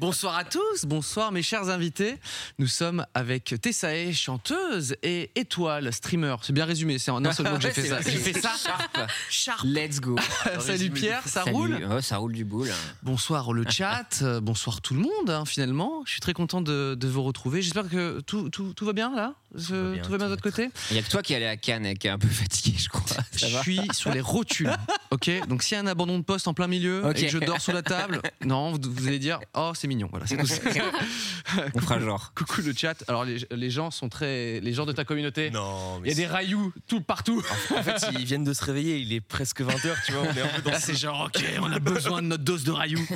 Bonsoir à tous, bonsoir mes chers invités. Nous sommes avec Tessae, chanteuse et étoile, streamer. C'est bien résumé, c'est en un seul mot que j'ai fait ça. J'ai fait ça. Sharp. Let's go. Salut Pierre, ça Salut. roule Ouais, Ça roule du boule. Bonsoir le chat, euh, bonsoir tout le monde hein, finalement. Je suis très content de, de vous retrouver. J'espère que tout, tout- tout va bien là Je- va bien, Tout va bien de votre côté Il y a que toi qui allais à Cannes et qui est un peu fatigué, je crois. Ça Je va suis sur les rotules, ok Donc s'il y a un abandon de poste en plein milieu Ok. et que je dors sous la table, non, vous, vous allez dire « Oh, c'est mignon », voilà, c'est tout. On fera genre. Coucou le chat. Alors les, les gens sont très, les gens de ta communauté. Il Non, y mais a des rayous tout partout. c'est- en fait, ils viennent de se réveiller, il est presque 20h, tu vois, on est un peu dans Là ce... c'est genre ok, on a besoin de notre dose de rayous.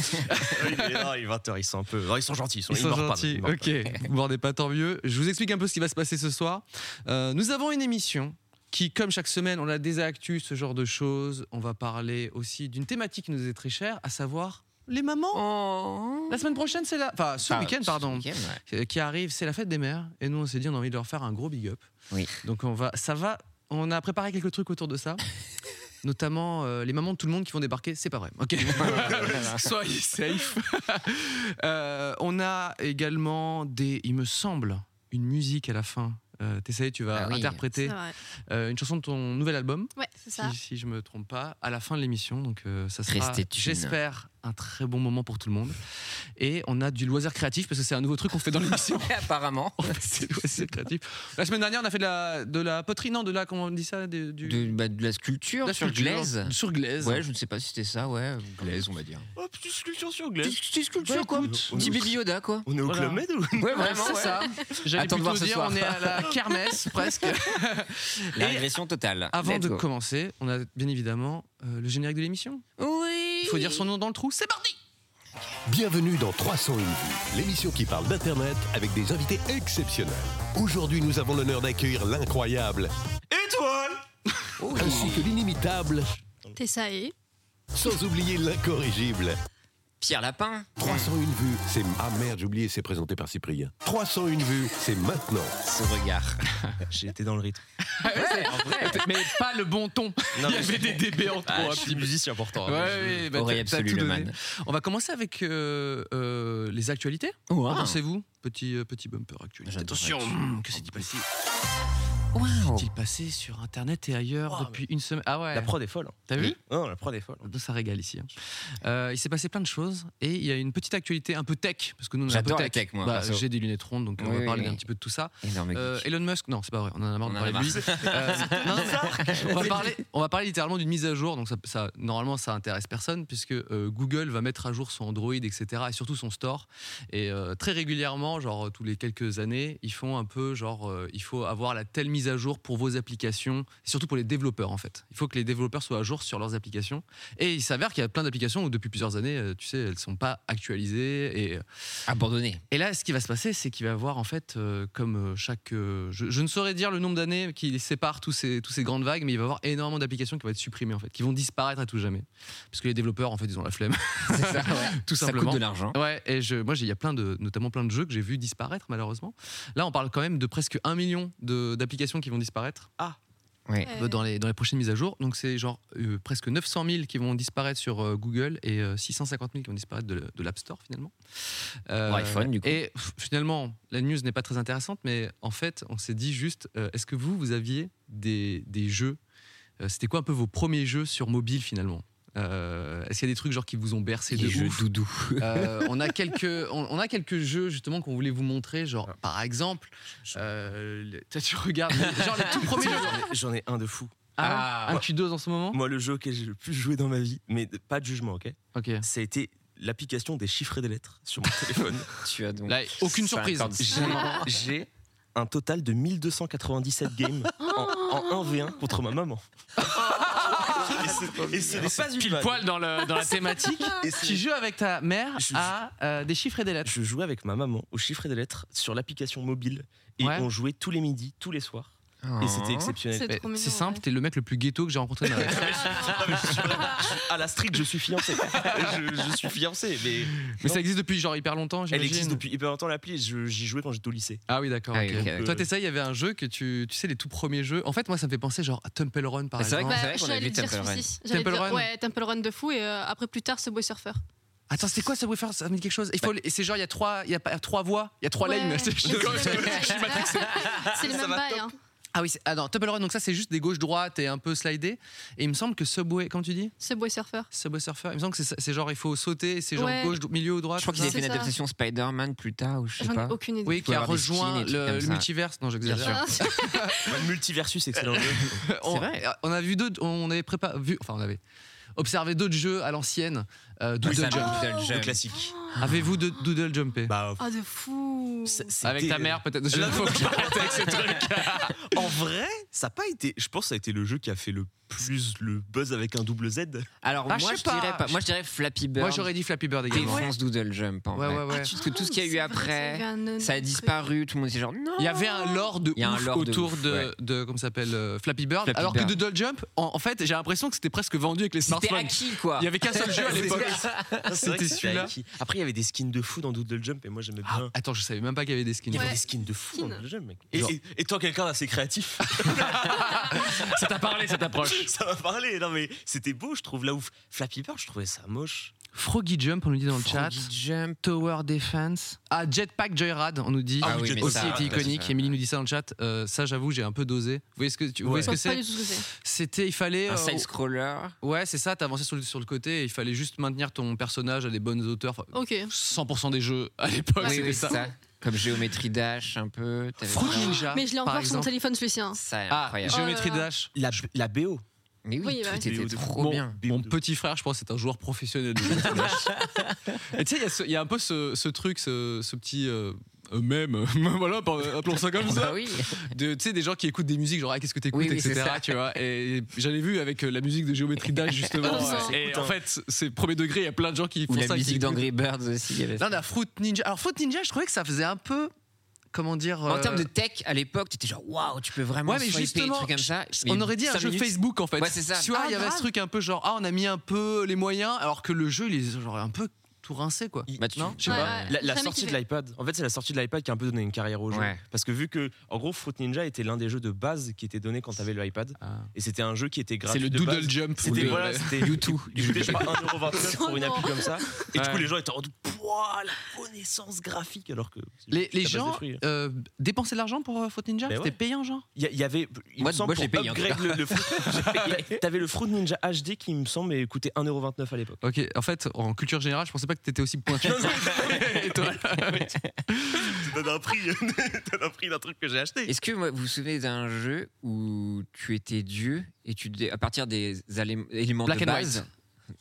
il est là, il est 20h, ils sont un peu... Non, ils sont gentils, ils sont, Ils sont meurent pas, gentils. ils meurent ok, vous mordez pas tant mieux. Je vous explique un peu ce qui va se passer ce soir. Euh, nous avons une émission qui, comme chaque semaine, on a des actus, ce genre de choses. On va parler aussi d'une thématique qui nous est très chère, à savoir les mamans. Oh. La semaine prochaine c'est la, enfin ce Ah, Enfin, week-end pardon, week-end, ouais. euh, qui arrive, c'est la fête des mères. Et nous on s'est dit on a envie de leur faire un gros big up. Oui. Donc on va, ça va, on a préparé quelques trucs autour de ça, notamment euh, les mamans de tout le monde qui vont débarquer. C'est pas vrai. Ok. Soyez safe. Euh, on a également des, il me semble, une musique à la fin. Euh, Tessaye, tu vas Ah oui. interpréter C'est vrai. euh, une chanson de ton nouvel album, Ouais, c'est ça. si, si je me trompe pas, à la fin de l'émission. Donc euh, ça sera, Restez tunes. j'espère, un très bon moment pour tout le monde. Et on a du loisir créatif parce que c'est un nouveau truc qu'on fait dans l'émission. Apparemment. On fait du loisir créatif. La semaine dernière, on a fait de la, de la poterie, non, de la, comment on dit ça, des- du, De, bah, de la de sculpture la sur sculpture. glaise. Sur glaise. Ouais, je ne sais pas si c'était ça, ouais. Glaise, on va dire. pas. Oh, petite sculpture sur hein. glace. Petite sculpture, Ouais, quoi. écoute. Petit baby Yoda, quoi. On est au Voilà. Club Med ou Ouais, Ouais, vraiment, c'est ouais. ça. J'allais Attends de plutôt voir ce dire, soir. on est à la kermesse presque. La Et- régression totale. Avant Let's de go. commencer, on a bien évidemment euh, le générique de l'émission. Oui. Il faut dire son nom dans le trou. C'est parti Bienvenue dans 301 vues, l'émission qui parle d'Internet avec des invités exceptionnels. Aujourd'hui, nous avons l'honneur d'accueillir l'incroyable Étoile ainsi que l'inimitable, Tessae. sans oublier l'incorrigible. Pierre Lapin. 301 vues, c'est... Ah merde, j'ai oublié, c'est présenté par Cyprien. 301 vues, c'est maintenant. Ce regard. J'ai été dans le rythme. Mais pas le bon ton. Non, Il y mais avait des DB en trop. Ah, un je petit suis peu. musicien pourtant. hein. Ouais, ouais, bah, Oreille t'as- t'as absolue, tout le donné. man. On va commencer avec euh, euh, les actualités. Wow. Qu'en pensez-vous Petit, euh, petit bumper actualité. J'adore Attention, l'actu. hum, que s'est-il passé Wow. S'est-il passé sur Internet et ailleurs Wow, depuis une semaine Ah ouais, La prod est folle. hein. t'as vu Non, la prod est folle. Ça régale ici. hein. Euh, il s'est passé plein de choses et il y a une petite actualité un peu tech parce que nous on est un peu J'adore tech. la tech, moi, Bah, perso. J'ai des lunettes rondes donc on Oui, va oui, parler oui. un petit peu de tout ça. Énorme Euh, geek. Elon Musk, non c'est pas vrai, on en a marre de On en a parler de lui. Euh, non, non, mais on, va parler, on va parler littéralement d'une mise à jour donc ça, ça- normalement ça intéresse personne puisque euh, Google va mettre à jour son Android etc et surtout son store et euh, très régulièrement genre tous les quelques années ils font un peu genre euh, il faut avoir la telle mise à jour pour vos applications et surtout pour les développeurs en fait. Il faut que les développeurs soient à jour sur leurs applications et il s'avère qu'il y a plein d'applications où depuis plusieurs années euh, tu sais elles sont pas actualisées et euh, Abandonné. et là, ce qui va se passer, c'est qu'il va y avoir, en fait, euh, comme euh, chaque. euh, je, je ne saurais dire le nombre d'années qui séparent tous ces, tous ces grandes vagues, mais il va y avoir énormément d'applications qui vont être supprimées, en fait, qui vont disparaître à tout jamais. Parce que les développeurs, en fait, ils ont la flemme, C'est ça, ouais. tout Ça simplement. coûte de l'argent. Ouais, et je, moi, j'ai- il y a plein de, notamment plein de jeux que j'ai vu disparaître, malheureusement. Là, on parle quand même de presque un million de- d'applications qui vont disparaître Ah. Ouais. Euh, euh, dans, les, dans les prochaines mises à jour. Donc, c'est genre euh, presque 900 000 qui vont disparaître sur euh, Google et euh, 650 000 qui vont disparaître de, l- de l'App Store, finalement. Euh, Pour iPhone, du coup. Et pff, finalement, la news n'est pas très intéressante, mais en fait, on s'est dit juste euh, est-ce que vous, vous aviez des, des jeux Euh, C'était quoi un peu vos premiers jeux sur mobile, finalement Euh, Est-ce qu'il y a des trucs genre qui vous ont bercé de ouf doudou. euh, on, a quelques, on, on a quelques jeux justement qu'on voulait vous montrer, genre Ah. par exemple, euh, le- toi, tu regardes, genre les tout premiers jeux. J'en ai- J'en ai un de fou. Ah, Ah. un Q2 en ce moment Moi, le jeu auquel j'ai le plus joué dans ma vie, mais de- pas de jugement, ok Ok. Ça a été l'application des chiffres et des lettres sur mon téléphone. Tu as donc. Là, aucune surprise. 50. J'ai- J'ai un total de 1297 games en, en 1v1 contre ma maman. Ah. Et ce n'est pas une pile vanne. poil dans, le, dans la thématique. Et c'est- tu joues avec ta mère Je- à euh, des chiffres et des lettres. Je jouais avec ma maman au chiffre et des lettres sur l'application mobile et Ouais. on jouait tous les midis, tous les soirs. Oh. Et c'était exceptionnel. C'est Mais trop mignon, C'est simple, ouais. t'es le mec le plus ghetto que j'ai rencontré de ma vie. À la street, je suis fiancé. je, je suis fiancé, mais Mais ça existe depuis genre hyper longtemps, elle j'imagine. existe depuis hyper longtemps l'appli. je- J'y jouais quand j'étais au lycée. Ah oui, d'accord. Ah ok. oui, ok, Toi, d'accord. t'essayes, il y avait un jeu que tu. Tu sais, les tout premiers jeux. En fait, moi, ça me fait penser genre à Temple Run par Mais c'est vrai exemple. que- Bah, qu'on j'allais avait vu dire Temple celui-ci. J'allais Temple dire- Run. Ouais, Temple Run de fou et euh, après plus tard Subway Surfer. Attends, c'était quoi ça Wayfair Ça me dit quelque chose Il faut, Et c'est genre, il y a trois, il y a pas- trois voies, il y a trois Ouais. lanes. Mais Je- c'est le même- C'est le Ça même va bail. top. hein. ah oui, c'est- ah non, Temple Run, donc ça, c'est juste des gauches-droites et un peu slidé. Et il me semble que Subway, comment tu dis Subway Surfer. Subway Surfer, il me semble que c'est c'est genre, il faut sauter, c'est genre Ouais. gauche, dro- milieu ou droite. Je crois c'est qu'il a ça fait une C'est ça. adaptation Spider-Man plus tard ou je sais J'en pas. ai aucune idée. Oui, Tu qui peux a avoir des skins rejoint et des trucs le, comme le ça. multiverse. Non, j'exagère. Ah, c'est- Multiversus, Ah, excellent jeu. On, vrai. on a vu d'autres, on avait prépa, vu, enfin on avait observé d'autres jeux à l'ancienne. euh, Doodle Ça, Jump. Doodle Le Jump. classique. Avez-vous de- Doodle Jumpé Bah, Ah, de fou. ça- c'était- Avec ta mère peut-être. Je- Là, faut non. que j'arrête avec ce truc. En vrai, ça n'a pas été. Je pense que ça a été le jeu qui a fait le plus le buzz avec un double Z. Alors Ah, je moi sais je pas. dirais pas. Moi je dirais Flappy Bird. Moi j'aurais dit Flappy Bird également. défonce Doodle Jump. En Ouais vrai. Ah, ouais ouais. Parce que tout ce qu'il y a eu Ah, C'est vrai, après, c'est un- Ça a un truc. disparu. Tout le monde est genre non. Il y avait un lore de Il y a un ouf lore de autour ouf, de, ouais. de- comment ça s'appelle euh, Flappy Bird. Flappy alors que Bird. Doodle Jump, en, en fait, j'ai l'impression que c'était presque vendu avec les C'était smartphones. acquis quoi. Il y avait qu'un seul jeu à C'est l'époque. ça. C'est vrai C'était que c'était celui-là. Nike. Après, il y avait des skins de fou dans Doodle Jump et moi j'aimais Ah, bien. attends, je savais même pas qu'il y avait des skins. Il y avait Ouais. des skins de fou dans Skins. Doodle Jump, mec. Et, Genre- et, et tant quelqu'un assez créatif, Ça t'a parlé cette approche. ça m'a parlé. Non mais c'était beau, je trouve. Là où Flappy Bird, je trouvais ça moche. Froggy Jump, on nous dit dans le chat. Froggy Jump. Tower Defense. Ah, Jetpack Joyride, on nous dit. Ah oui, mais aussi ça, était ouais, iconique. ça, Émilie nous dit ça dans le chat. Euh, ça, j'avoue, j'ai un peu dosé. Vous voyez ce que, tu, vous voyez ce Je que pense pas c'est du tout ce que c'est. C'était, il fallait. Un euh, side scroller. ouais, c'est ça, t'avançais sur le, sur le côté et il fallait juste maintenir ton personnage à des bonnes hauteurs. Enfin, Ok. 100% des jeux à l'époque, Oui, c'était oui, ça. c'est ça. Comme géométrie dash un peu. T'avais Fruit ça. Ninja. Mais je l'ai par encore sur mon exemple. téléphone celui-ci. hein. Ça est Ah, incroyable. Géométrie Oh là là. Dash. La, la BO. Mais oui, Oui, bah ouais. tout était BO de fou. trop Mon- bien. BO Mon de petit frère, je pense, c'est un joueur professionnel de Géométrie Dash. Et tu sais, il y a ce- il y, a un peu ce, ce truc, ce, ce petit euh, euh, mème, voilà, appelons ça comme ça. Bah oui. de- tu sais des gens qui écoutent des musiques genre ah, qu'est-ce que t'écoutes Oui, oui, etc c'est ça. tu vois et j'avais vu avec euh, la musique de géométrie d'âge justement Ah, euh, Oh, ça et s'écoute, en hein. fait c'est premier degré il y a plein de gens qui Ou font la ça qui musique écoutent. d'Angry Birds aussi. il y avait là ça. on a Fruit Ninja alors Fruit Ninja je trouvais que ça faisait un peu comment dire En euh, termes de tech, à l'époque, t'étais genre waouh, tu peux vraiment Ouais, mais swiper des justement, trucs comme ça. on Mais aurait dit un cinq jeu minutes, Facebook en fait Ouais, c'est ça. tu vois Ah, il y avait grave. ce truc un peu genre ah on a mis un peu les moyens alors que le jeu il est genre un peu tout rincé quoi Il- Bah, tu- non je sais Ouais, pas. ouais. La, la Jamais sortie de kiffé. l'iPad, en fait, c'est la sortie de l'iPad qui a un peu donné une carrière au jeu. Ouais. Parce que vu que, en gros, Fruit Ninja était l'un des jeux de base qui était donné quand t'avais le iPad. Ah. Et c'était un jeu qui était gratuit. c'est le de Doodle base. Jump ou C'était le- voilà, c'était YouTube. Il coûtait je crois 1,29€ pour une Oh non. appli comme ça. Et du coup, Ouais. les gens étaient en mode Pouah, la connaissance graphique. Alors que. les, les c'est la base des gens fruits. euh, dépensaient de l'argent pour euh, Fruit Ninja Ben c'était ouais. payant genre Il y, a- il y avait. Il Moi- me semble moi, je l'ai pour payé, en upgrade tout le, le Fruit- T'avais le Fruit Ninja HD qui, me semble, coûtait 1,29€ à l'époque. ok en fait en culture générale je pensais pas que t'étais aussi pointu Et toi T'en as pris, t'en as pris d'un truc que j'ai acheté. Est-ce que moi, vous vous souvenez d'un jeu où tu étais Dieu et tu dé- à partir des alé- éléments Black de and base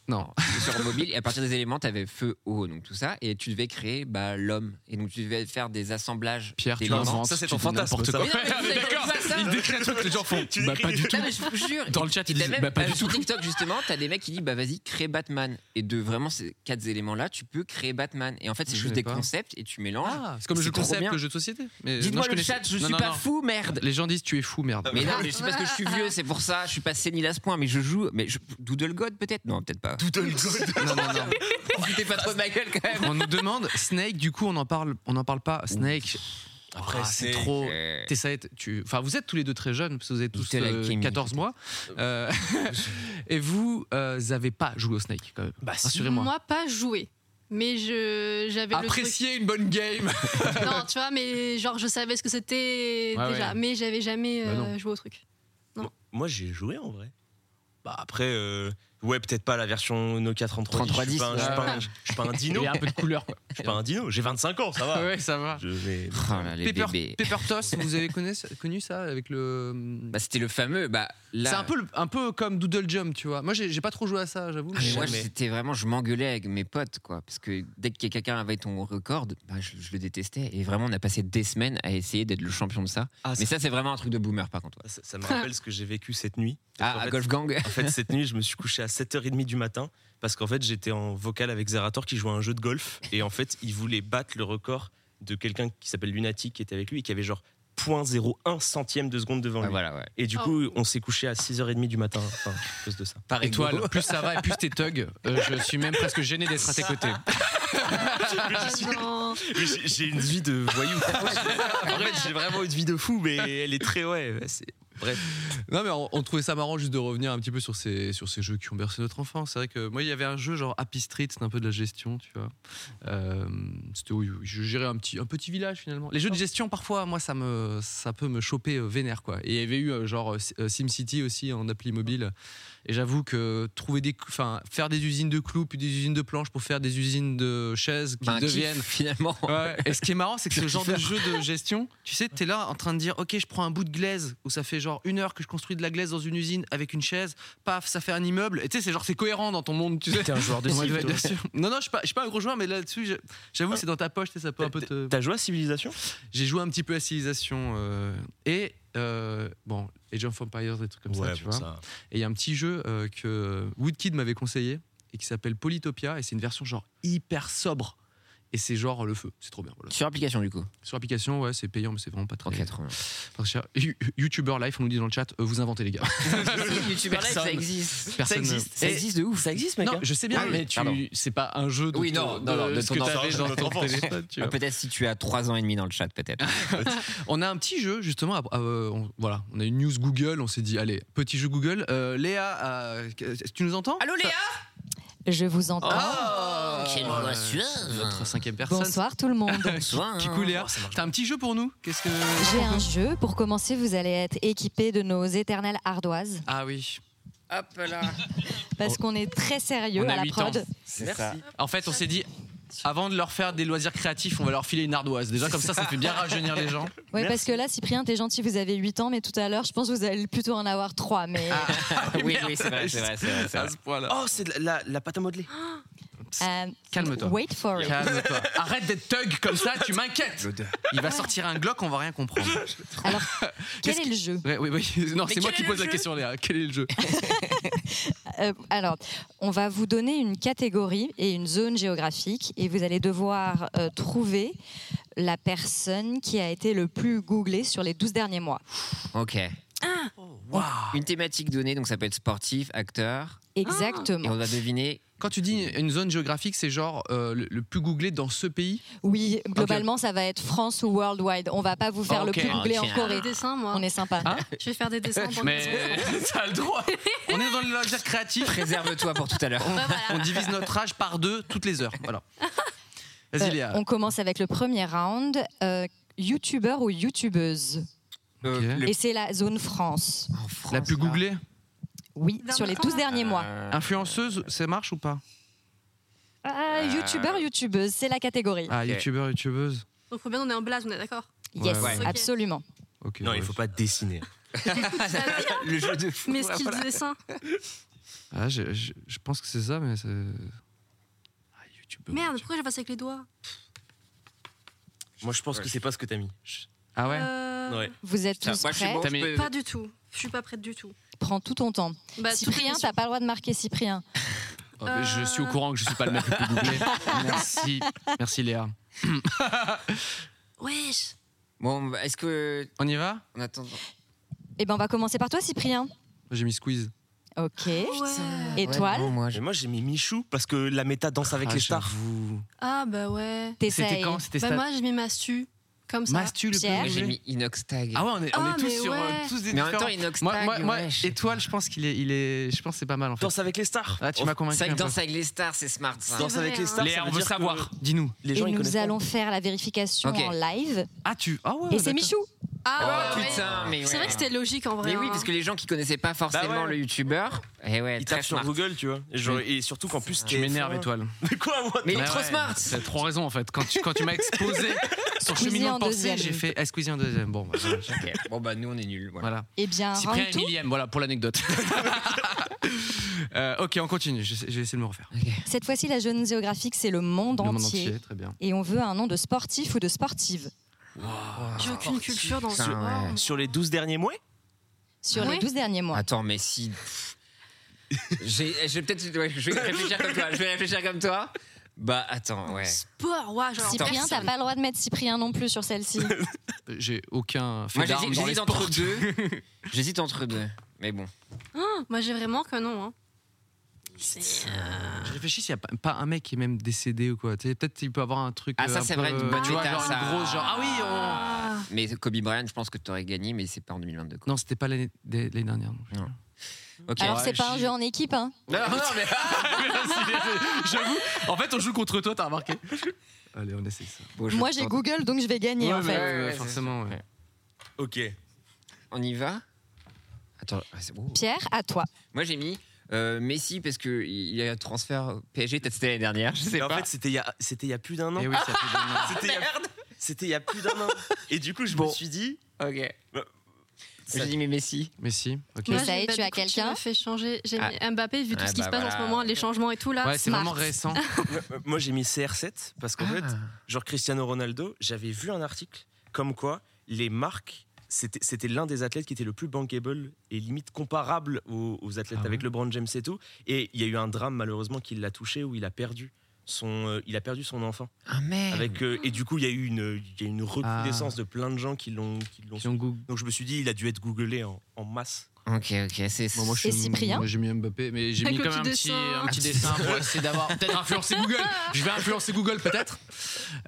Non. sur mobile et à partir des éléments tu avais feu eau donc tout ça et tu devais créer bah, l'homme et donc tu devais faire des assemblages Pierre, tu d'éléments. l'inventes. Ça, c'est tu ton dis fantasme, n'importe ça. quoi. Mais non, mais vous avez pas ça. Il décrit un truc que les gens font. Tu Bah, écris- pas du tout. Non, mais je vous jure. Dans le chat, Et ils t'as disent, même, bah, pas euh, du sur tout. TikTok, justement, t'as des mecs qui disent, bah vas-y, crée Batman. Et de vraiment ces quatre éléments-là, tu peux créer Batman. Et en fait, Je c'est juste connais des pas. concepts et tu mélanges. Ah, c'est comme le jeu C'est trop concept, bien. le jeu de société. Mais moi, Dites-moi je le connaissais- chat, je Non, suis non, pas non. fou, merde. Les gens disent tu es fou, merde. Mais non, mais c'est parce que je suis vieux, c'est pour ça. Je suis pas sénile à ce point, mais je joue. Mais je... Doodle God, peut-être Non, peut-être pas. Doodle God. Non, non, non. C'était pas trop de ma gueule quand même. On nous demande Snake, du coup, on n'en parle, on en parle pas. Snake, Après, ah, c'est Snake, trop. euh, T'es- ça est- tu... enfin, vous êtes tous les deux très jeunes, parce que vous avez tous Little euh, Alchemy, 14 mois. Euh, et vous, euh, vous avez pas joué au Snake, quand même. Bah, si. Rassurez-moi. Moi, pas joué. Mais je j'avais le truc. Appréciez une bonne game. Non, tu vois, mais genre je savais ce que c'était Ouais, déjà, ouais. mais j'avais jamais euh, Bah non. joué au truc. Moi, j'ai joué en vrai. Bah après, euh, Ouais, peut-être pas la version Nokia 3310. Je suis pas un- je suis pas un- je suis pas un dino. Il y a un peu de couleur. Quoi. Je suis pas un dino. J'ai 25 ans, ça va. ouais, ça va. Je vais- Oh là, les Pepper, bébés. Pepper Toss, vous avez connu, ça- connu ça avec le. hum, Bah, c'était le fameux. Bah, là, C'est un peu, le- un peu comme Doodle Jump, tu vois. Moi, j'ai j'ai pas trop joué à ça, j'avoue. Mais mais- Ah, moi, jamais. c'était vraiment, je m'engueulais avec mes potes, quoi. Parce que dès que quelqu'un avait ton record, bah, je, je le détestais. Et vraiment, on a passé des semaines à essayer d'être le champion de ça. Ah, Mais ça, c'est vraiment un truc de boomer, par contre. ouais. Ça, ça me rappelle ce que j'ai vécu cette nuit. Ah, en à fait- Golf Gang. En fait, cette nuit, je me suis couché à 7h30 du matin parce qu'en fait, j'étais en vocal avec Zerator qui jouait à un jeu de golf et en fait, il voulait battre le record de quelqu'un qui s'appelle Lunatic qui était avec lui et qui avait genre 0.01 centième de seconde devant Ah, Ouais, lui. voilà, ouais. Et du Oh. coup, on s'est couché à 6h30 du matin enfin, à cause de ça. Par Étoile, plus ça va et plus t'es thug. Euh, je suis même presque gêné d'être à tes côtés. Ah non. Mais j'ai- J'ai une vie de voyou. en fait, j'ai vraiment une vie de fou, mais elle est très ouais. c'est- Non, mais on, on trouvait ça marrant juste de revenir un petit peu sur ces, sur ces jeux qui ont bercé notre enfance. C'est vrai que moi, il y avait un jeu genre Happy Street, c'était un peu de la gestion, tu vois. Euh, c'était où je gérais un petit, un petit village finalement. Les jeux de gestion, parfois, moi, ça, me, ça peut me choper euh, vénère, quoi. Et il y avait eu euh, genre euh, SimCity aussi en appli mobile. Et j'avoue que trouver des, clous- enfin, faire des usines de clous, puis des usines de planches pour faire des usines de chaises qui Bah, un kiff, deviennent. finalement. Ouais. Et ce qui est marrant, c'est que ce genre de jeu de gestion, tu sais, t'es là en train de dire, ok, je prends un bout de glaise où ça fait genre une heure que je construis de la glaise dans une usine avec une chaise, paf, ça fait un immeuble. Et tu sais, c'est genre c'est cohérent dans ton monde, tu sais. T'es un joueur de Ouais, cible, toi. bien sûr. Non, non, je suis pas, je suis pas un gros joueur, mais là-dessus, je- j'avoue, que c'est dans ta poche, tu sais, ça peut un peu te. T'as joué à Civilisation J'ai joué un petit peu à Civilization euh, et euh, bon, Age of Empires, des trucs comme ça, tu vois. Et il y a un petit jeu euh, que Woodkid m'avait conseillé et qui s'appelle Polytopia et c'est une version genre hyper sobre. Et c'est genre le feu, c'est trop bien. Voilà. Sur application, du coup. Sur application, ouais, c'est payant, mais c'est vraiment pas très, 380. pas très cher. You- YouTuber Life, on nous dit dans le chat, euh, vous inventez les gars. YouTuber Live, ça Personne. existe. Personne- existe. Ça Et- existe de ouf. Ça existe, mec Non, hein je sais bien, Ah oui, mais tu, pardon. c'est pas un jeu de, Oui, non, non, non, de ce ton que enfance, t'avais de dans notre ton enfance. téléphone, tu Ah, vois. peut-être si tu as 3 ans et demi dans le chat, peut-être. Euh, On a un petit jeu, justement. à- à- euh, on, voilà, on a une news Google, on s'est dit, allez, petit jeu Google. Euh, Léa, euh, est-ce que tu nous entends Allô, Léa Je vous entends. Ah Quelle Euh, voix suave Notre cinquième personne. Bonsoir tout le monde. Bonsoir. Coucou Léa, t'as un petit jeu pour nous Qu'est-ce que. J'ai un jeu. Pour commencer, vous allez être équipés de nos éternelles ardoises Ah oui. Hop là. parce qu'on est très sérieux Oh. On a à la huit prod. ans. C'est ça. En fait, on s'est dit, avant de leur faire des loisirs créatifs, on va leur filer une ardoise. Déjà, comme ça, ça fait bien rajeunir les gens. Oui, parce que là, Cyprien, t'es gentil, vous avez 8 ans, mais tout à l'heure, je pense que vous allez plutôt en avoir 3. Mais Ah. oui, oui, c'est vrai, c'est vrai, c'est vrai. c'est vrai. Ah. point-là. Oh, c'est de la, la- la pâte à modeler. euh, Ah, Calme-toi. Wait for it. Calme-toi. Arrête d'être thug comme ça, tu m'inquiètes. Il va sortir un Glock, on va rien comprendre. Alors, quel Qu'est-ce est le jeu Ouais, oui, oui. Non, c'est moi quel qui est pose le la jeu question, Léa. Quel est le jeu Euh, alors, on va vous donner une catégorie et une zone géographique et vous allez devoir euh, trouver la personne qui a été le plus googlée sur les 12 derniers mois. Ok. Une thématique donnée, donc ça peut être sportif, acteur, et Exactement. on va deviner. Quand tu dis une zone géographique, c'est genre euh, le, le plus googlé dans ce pays. Oui, globalement, ça va être France ou Worldwide. On va pas vous faire Ok. le plus googlé Ok. en Des Corée. dessins, moi. On est sympa. Ah. Je vais faire des dessins. pour Mais ça a le droit. On est dans le loisir créatif. Réserve-toi pour tout à l'heure. Ben Bah, voilà. On divise notre âge par deux toutes les heures. Voilà. Vas-y, Euh, Léa. on commence avec le premier round. Euh, YouTubeur ou youtubeuse Euh, le- Et c'est la zone France. en France, La plus là. googlée. Oui, Dernier sur les round. 12 derniers mois. Euh, Influenceuse, ça marche ou pas Ah, Euh, YouTubeur, youtubeuse, c'est la catégorie. Ah, Ok. youtubeur, youtubeuse. Donc, faut bien, on est en blaze, on est d'accord yes, ouais, ouais. absolument. Ok. Non, ouais. il faut pas dessiner. le jeu de fou. Mes skills de dessin. Ah, je, je- je pense que c'est ça, mais c'est. Ah, youtubeur. Merde, pourquoi je passe avec les doigts Moi, je pense que c'est pas ce que t'as mis. Je- Ah ouais Euh, Ouais. Vous êtes Tiens, tous moi, je suis prêts bon, T'as je mis- peux- Pas du tout. Je suis pas prête du tout. Prends tout ton temps. Bah, toutes les Cyprien, questions. t'as pas le droit de marquer Cyprien. Oh, mais Je suis au courant que je suis pas le mec le plus googlé. Merci. Merci, Léa. Wesh. Bon, bah, est-ce que. On y va On attend. Eh ben, on va commencer par toi, Cyprien. J'ai mis squeeze. Ok. Ah Ouais. Étoile, Ouais, non, moi, Mais je- moi, j'ai mis Michou parce que la méta danse avec Ah, les stars. Ah, bah ouais. C'était t'essayes. quand C'était Bah, sta- moi, je mets Mastu. Comme ça. Mastu le plus Pierre. Moi, j'ai googlé. mis Inox Tag. Ah ouais, on est, on Ah, est tous mais sur euh, ouais. tous des mais en même temps, différents. Inox moi, Tag. moi, moi, wesh. étoile, je pense qu'il est, il est, je pense que c'est pas mal en fait. Danse avec les stars. Ah, tu Oh, m'as convaincu. C'est vrai un que peu. danse avec les stars, c'est smart ça. Danse avec vrai, les hein. stars. Léa, ça on veut veut dire que savoir. Dis-nous. Les Et gens, ils nous connaissent. allons faire la vérification Ok. en live. Ah tu. Ah ouais. Et c'est d'accord. Michou. Ah, Oh, ouais, ouais. putain, mais C'est ouais. vrai que c'était logique en vrai. Mais oui, hein. parce que les gens qui connaissaient pas forcément Bah ouais. le youtubeur, et ouais, Il très tape sur smart. Google, tu vois. Et, genre- et surtout qu'en plus, Tu TF1. m'énerves, étoile. Mais quoi, moi Mais il est Ah Ouais, trop ouais, smart. T'as trop raison en fait. Quand tu, quand tu m'as exposé son Squeezie cheminement en de pensée, deuxième. j'ai fait ah, Squeezie en deuxième. Bon, bah, voilà. Ok. Bon bah nous on est nuls. Voilà. voilà. Eh bien, Cyprien round est two, millième, voilà pour l'anecdote. Euh, ok, on continue. Je vais essayer de me refaire. cette fois-ci, la jeune géographique, c'est le monde, Le monde entier. entier, très bien. Et on veut un nom de sportif ou de sportive. J'ai aucune culture dans ce Putain, ouais. sport. Sur les 12 derniers mois Sur Ouais. les 12 derniers mois. Attends, mais si. pff. J'ai- eh, Je vais peut-être. ouais, je vais réfléchir comme toi. Je vais réfléchir comme toi. Bah attends, ouais. Sport, ouais, genre. Cyprien, personne. t'as pas le droit de mettre Cyprien non plus sur celle-ci. J'ai aucun fait Moi d'armes j'hésite dans les j'hésite entre sports. deux. J'hésite entre deux. Mais bon. Ah, Moi, j'ai vraiment que non. hein. C'est- Je réfléchis s'il n'y a pas, pas un mec qui est même décédé ou quoi. Tu sais, Peut-être qu'il peut avoir un truc. Ah, euh, ça, un c'est peu, vrai, une bonne Tu vois, méta, genre ça. une grosse genre. Ah oui, on- Ah. Mais Kobe Bryant, je pense que tu aurais gagné, mais c'est pas en 2022. Quoi. Non, c'était pas l'année l'année dernière. non. Ok. Alors, c'est pas un je- jeu en équipe, hein Non, non, non, mais. J'avoue, en fait, on joue contre toi, t'as remarqué. Allez, on essaie ça. Bon, je Moi, j'ai tente. Google, donc je vais gagner, en Ouais, fait. ouais, ouais, Ouais, c'est forcément. ouais. Ok. On y va Attends, ah, c'est- oh. Pierre, à toi. moi j'ai mis euh, Messi parce que il y a un transfert PSG, peut-être c'était l'année dernière, je sais Mais en pas. fait, c'était il y a- c'était il y a plus d'un an. Eh oui, ça fait des noms. C'était il y a- C'était il y a plus d'un an. Et du coup, je Bon. me suis dit. ok. Bah, J'ai dit mais Messi. Mais si, ok. Ouais. Moi, Ça j'ai- y est, bah, tu du as coup, quelqu'un Tu m'as fait changer. J'ai mis Mbappé, vu tout Ah, ce qui bah se passe en ce voilà. moment, les changements et tout là. Ah, Ouais, c'est Smart. vraiment récent. Moi, j'ai mis CR7 parce qu'en fait, Ah. genre Cristiano Ronaldo, j'avais vu un article comme quoi les marques, c'était c'était l'un des athlètes qui était le plus bankable et limite comparable aux, aux athlètes Ah avec LeBron James et tout. Et il y a eu un drame malheureusement qui l'a touché où il a perdu. Son, euh, il a perdu son enfant Ah merde. avec euh, et du coup il y a eu une il y a eu une recrudescence de plein de gens qui l'ont qui l'ont Ah. Qui ont goût. donc je me suis dit il a dû être googlé en, en masse Ok, ok, c'est Bon, moi, je Et suis- Cyprien moi, J'ai mis Mbappé, mais j'ai mis Avec quand le même un petit petit, dessin. un petit dessin pour essayer d'avoir peut-être influencé Google. Je vais influencer Google peut-être.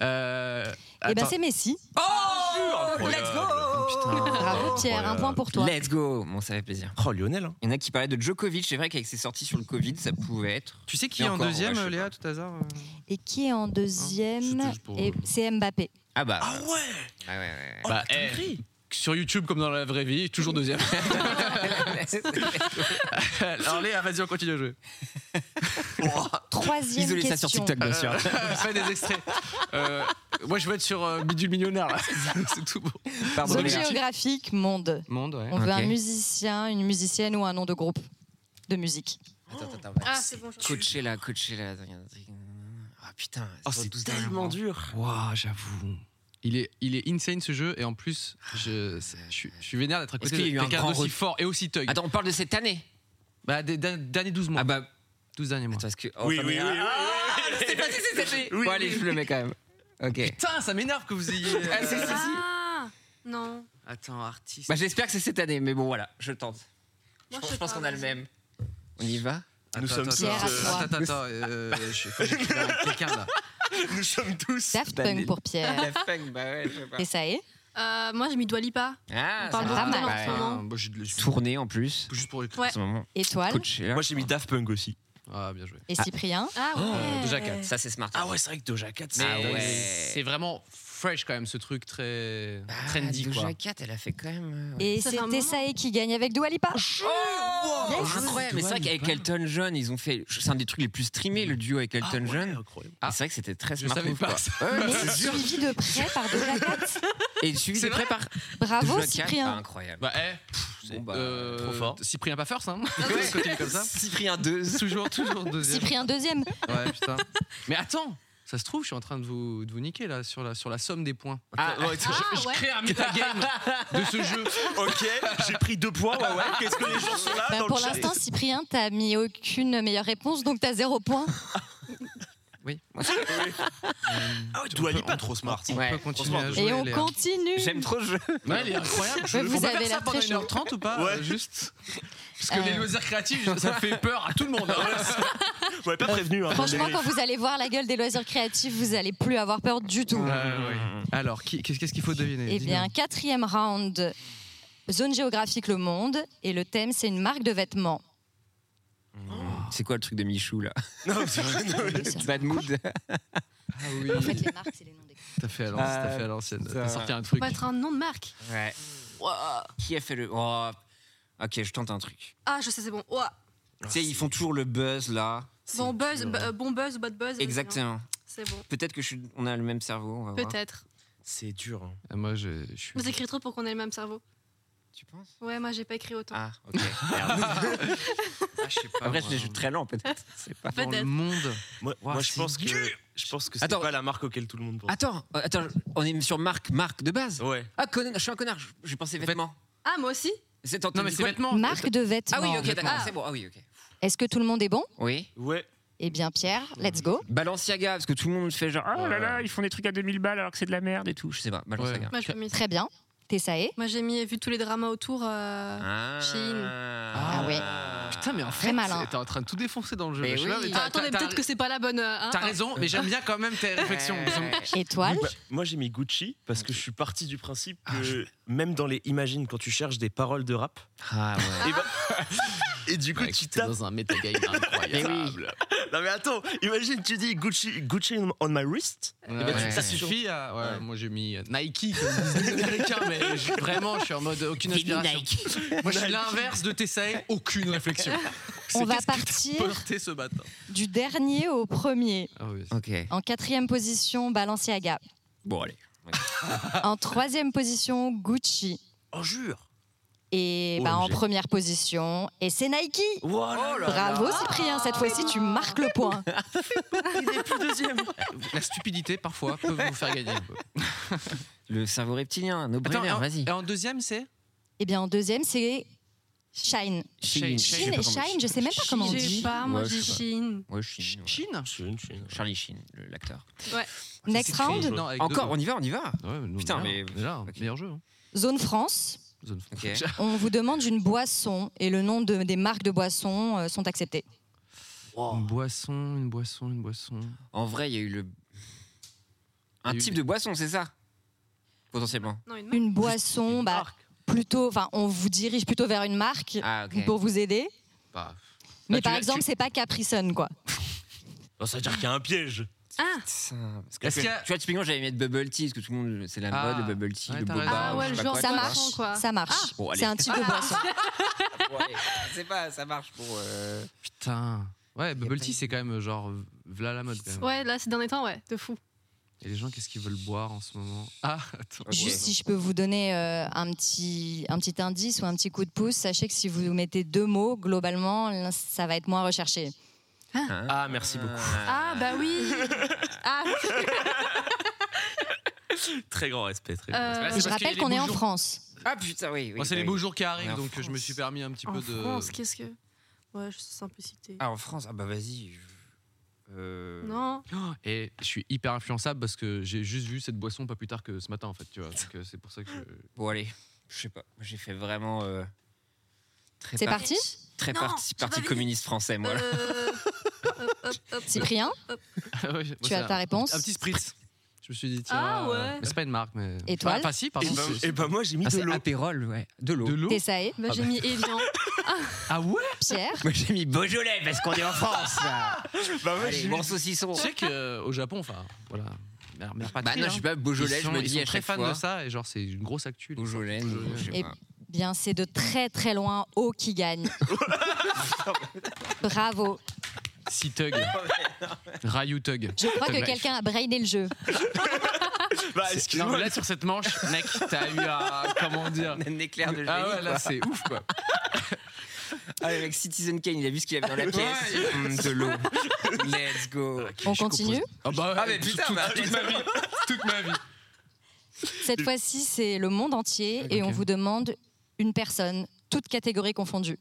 Euh, Eh ben, attends. c'est Messi. Oh, let's go Bravo, Pierre, un point pour toi. Let's go. Bon, ça fait plaisir. oh Lionel hein. Il y en a qui parlaient de Djokovic. C'est vrai qu'avec ses sorties sur le Covid, ça pouvait être. tu sais qui Mais est en encore, deuxième, ouais, je sais Léa, tout hasard euh Et qui est en deuxième C'était juste pour- Et C'est Mbappé. Ah bah. ah ouais Ah ouais, ouais, Bah, eh, sur YouTube comme dans la vraie vie, toujours deuxième. ouais. Alors Léa, vas-y, on continue à jouer. Troisième Isolez question. ça sur TikTok, bien sûr. Fais des extraits. Euh, moi, je veux être sur euh, Bidule Millionnaire, là. C'est tout bon. Pardon, Zone Léa. géographique, monde. Monde, ouais. On veut Ok. un musicien, une musicienne ou un nom de groupe de musique. Attends, attends, attends. Ah, c'est bon. je- Coacher là, coacher là. Attends, il y a un truc. Ah putain. Oh, sur c'est 12 derniers tellement mois. dur Waouh, j'avoue. Il est, il est insane ce jeu et en plus, je, c'est- je, suis- je suis vénère d'être à Est-ce côté de qu'il y a eu un quelqu'un grand d'aussi re- fort et aussi thug. Attends, on parle de cette année. Bah, des, des- derniers 12 mois. Ah bah. 12 derniers mois. Attends, est-ce que. oh, oui attends, oui oui, mais- oui, oui. Je sais pas si c'est cette année. Oui, Bon, allez, oui, je le mets quand même. Ok. Putain, ça m'énerve que vous ayez. Ah, c'est- c'est- Ah, non. Attends, artiste. Bah, j'espère que c'est cette année, mais bon, voilà, je tente. Je Moi, pense, sais je pense pas, qu'on a le vas-y. même. On y va Attends, Nous sommes attends, tous, attends, euh, attends, attends, attends, euh, je- faut que j'écrive avec quelqu'un là. Nous sommes tous. Daft Bah, les- Punk pour Pierre. La funk, bah ouais, je sais pas. Et ça est Euh, moi, j'ai mis Dwalipa. Ah, On parle c'est beaucoup pas d'elle en mal. ce moment. Ah, bah, j'ai de- j'ai- Tournée en plus. Juste pour écrire. Ouais. En ce moment. Étoile Coacher. Moi j'ai mis Daft Punk aussi. Oh, Ah, bien joué. et Cyprien. Ah ouais. Doja Cat. Oh, Ça, c'est smart. Ah ouais, c'est vrai que Doja 4 c'est. Ah Mais ouais. Ah, c'est vraiment fresh quand même ce truc très trendy Doja quoi. Cat, elle a fait quand même. euh, Et Ça fait un c'était moment. Saé qui gagne avec Doualipa. Oh, Yes. incroyable, mais c'est vrai qu'avec Elton John, ils ont fait. C'est un des trucs les plus streamés, le duo avec Elton John. Et C'est vrai que c'était très Ah Je smart. savais move, pas quoi. ça. Ouais, ouais, Mais c'est sûr. suivi de près par Doja Cat. Et suivi C'est de près par Bravo Doja Cat. Ah, Cyprien. Incroyable. Bah, eh, Bon, bah, Ah, euh, trop fort. Cyprien pas first, hein. Ouais, Continue comme ça. Cyprien 2. toujours, toujours deuxième. Cyprien deuxième. Ouais, putain. Mais attends, ça se trouve, je suis en train de vous, de vous niquer là sur la, sur la somme des points. Ah, Ouais, je, je ouais. crée un metagame de ce jeu. Ok, j'ai pris deux points. Ouais, ouais. Qu'est-ce que les gens sont là Bah, Ah, dans pour le chat l'instant, Cyprien, t'as mis aucune meilleure réponse, donc t'as zéro point. Ah ouais, Dua Lipa, trop smart. On Ouais. peut continuer à jouer. Et on Léa. continue. J'aime trop le jeu. Ouais, il est incroyable. Ouais, vous on peut avez faire ça l'air pendant très chaud. 1h30 ou pas Ouais. euh, juste. Parce que Euh. les loisirs créatifs, ça fait peur à tout le monde. hein. Ouais, pas prévenu. Hein, Euh, Franchement, mais- quand vous allez voir la gueule des loisirs créatifs, vous allez plus avoir peur du tout. Euh, Mm, ouais. Alors, qui- qu'est-ce qu'est-ce qu'il faut deviner Eh Dis-nous. bien, quatrième round, zone géographique le monde, et le thème c'est une marque de vêtements. Oh. C'est quoi le truc de Michou là Non, c'est vrai, non, mais- En Bad mood. Ah oui. fait, les marques c'est les noms des T'as fait à l'ancienne. Ah, T'as fait à l'ancienne. putain. T'as sorti un truc. Faut être un nom de marque. Ouais. Ouah. Qui a fait le. Oh. Ok, je tente un truc. Ah, je sais, c'est bon. Ouah. Ah, Tu sais, ils font toujours le buzz là. Bon buzz, bu- euh, bon buzz, bad buzz. hein. Exactement. C'est bon. Peut-être que je suis- on a le même cerveau. On va voir. Peut-être. C'est dur. hein. Ah, Moi, je, je suis. Vous écrivez trop pour qu'on ait le même cerveau. Tu penses Ouais, moi j'ai pas écrit autant. Ah, ok. Merde. Ah, je sais pas. Après, moi. je suis très lent, peut-être. C'est pas. dans le Peut-être. monde. Moi, Ouah, moi, je c'est pense que dur. je pense que c'est Attends. pas la marque auquel tout le monde pense. Attends, euh, attends, on est sur Marc, Marc de base. Ouais. Ah, connard, je suis un connard, je- j'ai pensé vêtements. Ah, moi aussi C'est t'as Non, mais dit c'est quoi vêtements. Marque de vêtements. Ah oui, ok, d'accord, Ah. c'est bon. Ah oui, ok. Est-ce que tout le monde est bon Oui. Ouais. Eh bien, Pierre, let's go. Balenciaga, parce que tout le monde fait genre, oh là là, ils font des trucs à 2000 balles alors que c'est de la merde et tout. Je sais pas, Balenciaga. Moi j'ai mis ça. Très bien. Tessaé. Moi j'ai mis, vu tous les dramas autour. euh, Ah. Chine. Ah ouais. Putain, mais en fait, malin. t'es en train de tout défoncer dans le jeu. Mais là. Je suis là, oui. mais t'as- Ah, attendez, t'as- peut-être que c'est pas la bonne. euh, hein. T'as raison, mais j'aime bien quand même tes réflexions. Étoile. Bah, moi j'ai mis Gucci parce que je suis parti du principe Ah, que même dans les Imagine quand tu cherches des paroles de rap Ah ouais. et, bah- et du coup tu tapes dans un metagame incroyable. Non mais attends, imagine tu dis Gucci Gucci on my wrist. Eh ben, Ouais. tu- Ça ça suffit. suffit à. Ouais, Moi j'ai mis euh, Nike comme disent les Américains, mais je- vraiment je suis en mode aucune Fini inspiration. Nike. Moi je suis l'inverse de Tessae, aucune réflexion. C'est On va qu'est-ce que t'as partir. porté ce matin. Du dernier au premier. Ah oui. Ok. En quatrième position, Balenciaga. Bon, allez. En troisième position, Gucci. Oh jure. Oh, Et bah, en OMG. première position, et c'est Nike. Oh Voilà. Bravo Cyprien, cette fois-ci tu marques le point. La stupidité parfois peut vous faire gagner. un peu. Le cerveau reptilien, nos Attends, et brûleurs, en- vas-y. et en deuxième c'est Et Eh bien en deuxième c'est Shine. Chine, je sais Shine pas et comment- Shine, je sais même pas comment on J'ai dit. pas, moi Ouais, je j'ai sais pas. Chine. Ouais, Chine. ouais. Chine Charlie Sheen, le- l'acteur. Next c'est round, Chine. Non, avec Encore, deux. on y va, on y va. Ouais, nous, Putain, on est mais- là. On est là, Ok. meilleur jeu. hein. zone France. Zone franche. Ok. On vous demande une boisson et le nom de- des marques de boissons euh, sont acceptées. Une boisson, une boisson, une boisson. Oh. En vrai, il y a eu le. Un Il y a eu- type de boisson, c'est ça Potentiellement. Non, une marque. Une boisson, bah, plutôt, enfin, on vous dirige plutôt vers une marque Ah, ok. pour vous aider. Ah, Bah, Mais tu par l'as- exemple, tu- c'est pas Capri Sun, quoi. Oh, ça veut dire qu'il y a un piège. Ah, Ça, parce que Est-ce tu, qu'il y a- tu vois, typiquement, j'allais mettre bubble tea, parce que tout le monde, c'est la Ah. mode, le bubble tea, Ouais, le t'as boba. raison. Ah ouais, je sais genre, pas ça de quoi, marche, hein, boisson, quoi. ça marche. Ah. Bon, allez. c'est un type de boisson. tu vois. Ouais, je sais pas, ça marche pour. euh, Putain. Ouais, Bubble pas Tea, c'est quand même euh, genre. V'là la mode quand même. ouais, là, ces derniers temps, ouais, de fou. Et les gens, qu'est-ce qu'ils veulent boire en ce moment Ah, attends. ok. Juste si je peux vous donner euh, un, petit, un petit indice ou un petit coup de pouce, sachez que si vous mettez deux mots, globalement, l- ça va être moins recherché. Hein Ah, merci beaucoup. Ah, bah oui Ah, Très grand respect, très grand respect. euh, C'est parce qu'il je y a rappelle les qu'on est beaux en jours. France. Ah putain, oui. oui Bon, Oh, c'est bah les oui. beaux jours qui On est arrivent, en donc euh, je me France. suis permis un petit peu en de. France, qu'est-ce que. Ouais, je simplicité. Ah, en France, ah bah vas-y. je- Euh... Non, Et je suis hyper influençable parce que j'ai juste vu cette boisson pas plus tard que ce matin, en fait, tu vois. Donc euh, c'est pour ça que. Bon, allez, je sais pas. J'ai fait vraiment. euh, très C'est par- parti Très Non, parti, j'ai pas parti vu. communiste français, moi. là. euh, hop, hop, hop. Cyprien, Ah Ouais, moi, tu c'est as un- ta réponse Un petit spritz. Je me suis dit, tiens. Ah ouais. euh, Mais c'est pas une marque, mais. Étoile. Ah, Enfin, si, pardon. Et bah, c'est- eh ben, moi j'ai mis Ah, de c'est l'eau. apérole, ouais. De l'eau. De l'eau Tessae, Bah, j'ai mis Evian. Ah ouais Pierre, Moi j'ai mis Beaujolais parce qu'on est en France. là. Bah ouais, Allez, j'ai bon mis- saucisson. Tu sais qu'au Japon, enfin, voilà. Mère, mère Bah patrie, non, hein. je suis pas Beaujolais, ils sont, je me ils dis sont à très chaque fans fois. de ça et genre c'est une grosse actu. les- Beaujolais, non, je sais Et- pas. Eh bien c'est de très très loin haut qui gagne. Bravo. Sea Tug. Ryu Tug. Je crois Tug que Life. quelqu'un a brainé le jeu. Bah, C'est- non, excuse-moi. mais là, sur cette manche, mec, t'as eu à. Ah, Comment dire Un éclair de génie. Ah ouais, là, quoi. c'est ouf, quoi. Ah, le mec Citizen Kane, il a vu ce qu'il y avait dans la pièce. Hum, de l'eau. Let's go. On continue Ah, bah, Ah, mais tout- putain, tout- bah, toute ma vie. Toute ma vie. Cette fois-ci, c'est le monde entier et on Ok. vous demande une personne, toute catégorie confondue.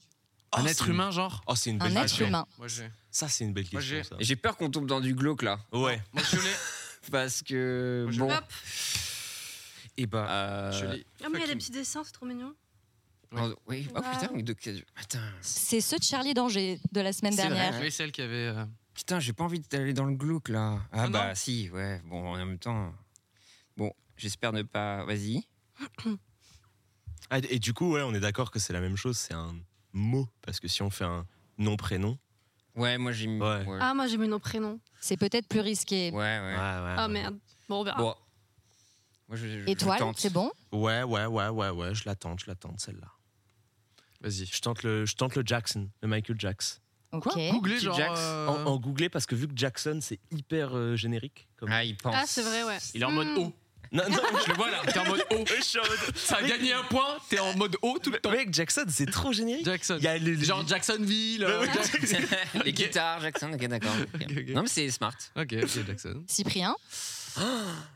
Oh, Un c'est être une- humain, genre Oh, c'est une Un belle être question. humain. Moi, j'ai. Ça, c'est une belle Moi, j'ai- question. ça. J'ai peur qu'on tombe dans du glauque là. Ouais. Moi, je l'ai. Parce que. Je- Bon. Hop. Et bah. Je l'ai. Ah, mais il y a des Fucking- petits dessins, c'est trop mignon. Oui. Oh putain, mais de... Attends. C'est ceux de Charlie Danger de la semaine C'est vrai, dernière. ouais. Oui, celle qui avait. euh, Putain, j'ai pas envie d'aller dans le glauque là. Ah Ah, bah non si, ouais. Bon, en même temps. Bon, j'espère ne pas. Vas-y. Ah, et du coup, ouais, on est d'accord que c'est la même chose, c'est un mot. Parce que si on fait un nom-prénom. Ouais, moi j'ai mis. Ouais. Ouais, ouais. Ah, moi j'ai mis nos prénoms. C'est peut-être plus risqué. ouais. Ouais, ouais. Ah merde. Bon, on verra. Bon, Moi, je- je- je Oh, Étoile, tente. c'est bon Ouais, ouais, ouais, ouais, ouais, je l'attends, je l'attends, celle-là. Vas-y. Je tente le, je tente le Jackson, le Michael Jackson. Ok. Googlez Petit genre. Jax. euh, En, en googlé parce que vu que Jackson c'est hyper euh, générique. Comme... Ah, il pense. Ah, c'est vrai, ouais. Il est en mode Hmm. haut. Non, non, Je le vois là, t'es en mode haut. je suis en mode. Ça a gagné un point, t'es en mode haut tout le temps. Mec, Jackson c'est trop générique. Jackson. Il y a le- Genre Jacksonville. euh, Ouais, ouais, Jack- Les guitares, Jackson, ok, d'accord. ok. Ok, ok. Non, mais c'est smart. Ok, ok, Jackson. Cyprien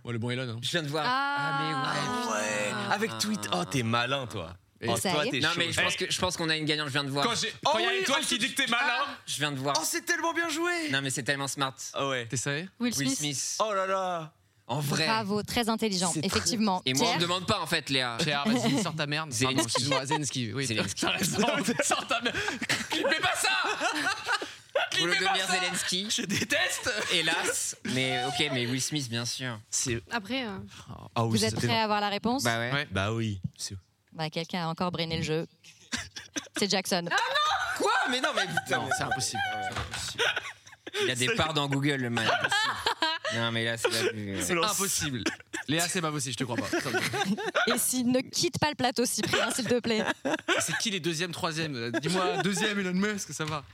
Ouais, le bon Elon. Hein. Je viens de voir. Ah. Ah ouais, avec Tweet. Oh, t'es malin toi. Et oh, ça toi, y est. t'es Non, chaud. mais je pense, que, je pense qu'on a une gagnante, je viens de voir. Ah, Quand j'ai- quand il y a oui, l'étoile oh, qui dit que t'es malin. Je viens de voir. Oh, c'est tellement bien joué. Non, mais c'est tellement smart. Ah ouais. T'es sérieux Will Will Smith. Smith. Oh là là. En vrai. Bravo, très intelligent, C'est très- effectivement. Et moi, on Pierre me demande pas, en fait, Léa. Pierre, vas-y, sors ta merde. Zelensky. Pardon, excuse-moi, Zelensky. Oui, Zelensky. t'as raison. Sors ta merde. Clipez pas ça Volodymyr Zelensky. Je déteste Hélas. Mais ok, mais Will Smith, bien sûr. C'est. oh, Après, euh, Ah oui, vous êtes c'était- prêt à avoir la réponse Bah ouais. Ouais. Bah oui. c'est- Bah, Quelqu'un a encore briné le jeu. C'est Jackson. Quoi Mais non, mais putain. Non, c'est impossible. Il y a des parts dans Google, le mal. Non, mais là, c'est la plus. C'est lancé. Impossible. Léa, c'est pas possible, je te crois pas. Et s'il ne quitte pas le plateau, Cyprien, s'il te plaît. C'est qui les deuxièmes, troisièmes Euh, Dis-moi, deuxième Elon Musk, ça va.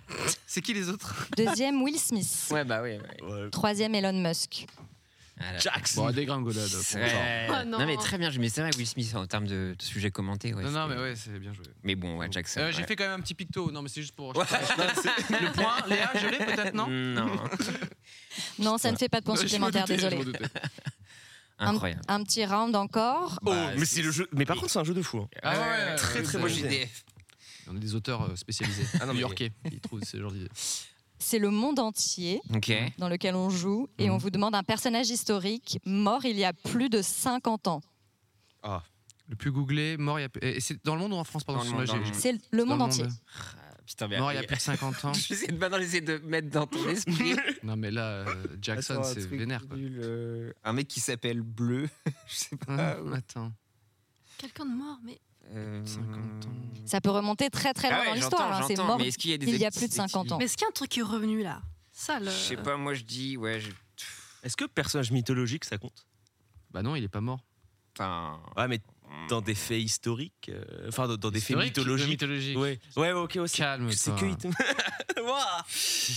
C'est qui les autres Deuxième, Will Smith. Ouais, bah oui. Ouais. Ouais. Troisième, Elon Musk. Voilà. Jackson. Euh, des gringolades. C'est vrai. Ah, Oh, non. non. mais très bien, mais c'est vrai Will Smith en termes de, de sujet commenté. Ouais, Non, non, c'était- mais ouais, c'est bien joué. Mais bon, ouais, Jackson. Euh, J'ai ouais. fait quand même un petit picto. Non, mais c'est juste pour. je sais pas, le point, Léa, je l'ai peut-être, non Non. Non, ça ne fait pas de points Je me supplémentaires, doutais, je me désolé. doutais. Un, Incroyable. un petit round encore. Oh, Bah, mais c'est le jeu. Mais par contre, c'est un jeu de fou. hein. Ah ouais, ouais, très ouais, très ouais, beau ouais. JDF. On est des auteurs euh, spécialisés, Ah non, mais- new-yorkais. Ils trouvent ce genre d'idées. C'est le monde entier Ok. Mhm. dans lequel on joue et on vous demande un personnage historique mort il y a plus de 50 ans. Le plus googlé, mort il y a. Et c'est dans le monde ou en France Pardon, Dans le monde, excuse-moi, dans j'ai- le C'est le, le dans monde entier. Ah, Putain, mais Mort il y a plus de 50 ans. J'essaie de maintenant essayer de mettre dans ton esprit. Non, mais là, euh, Jackson, Attends, un c'est truc vénère. Quoi. nul, euh, Un mec qui s'appelle Bleu. Je sais pas. Ah, attends. quelqu'un de mort, mais. Euh, 50 ans. Ça peut remonter très très loin Ah ouais, dans j'entends, l'histoire. hein, C'est j'entends, mort mais est-ce qu'il y a des il y a éti- plus de 50 ans. Mais est-ce qu'il y a un truc qui est revenu là Ça, le. Je sais pas, moi je dis, ouais, je- Est-ce que personnage mythologique ça compte Bah non, il est pas mort. enfin. Ouais, mais dans des faits historiques, euh, enfin dans, dans des faits Historique, euh, mythologiques. mythologique. Ouais, ouais, ouais, ok, aussi. Calme. C'est que toi. Waouh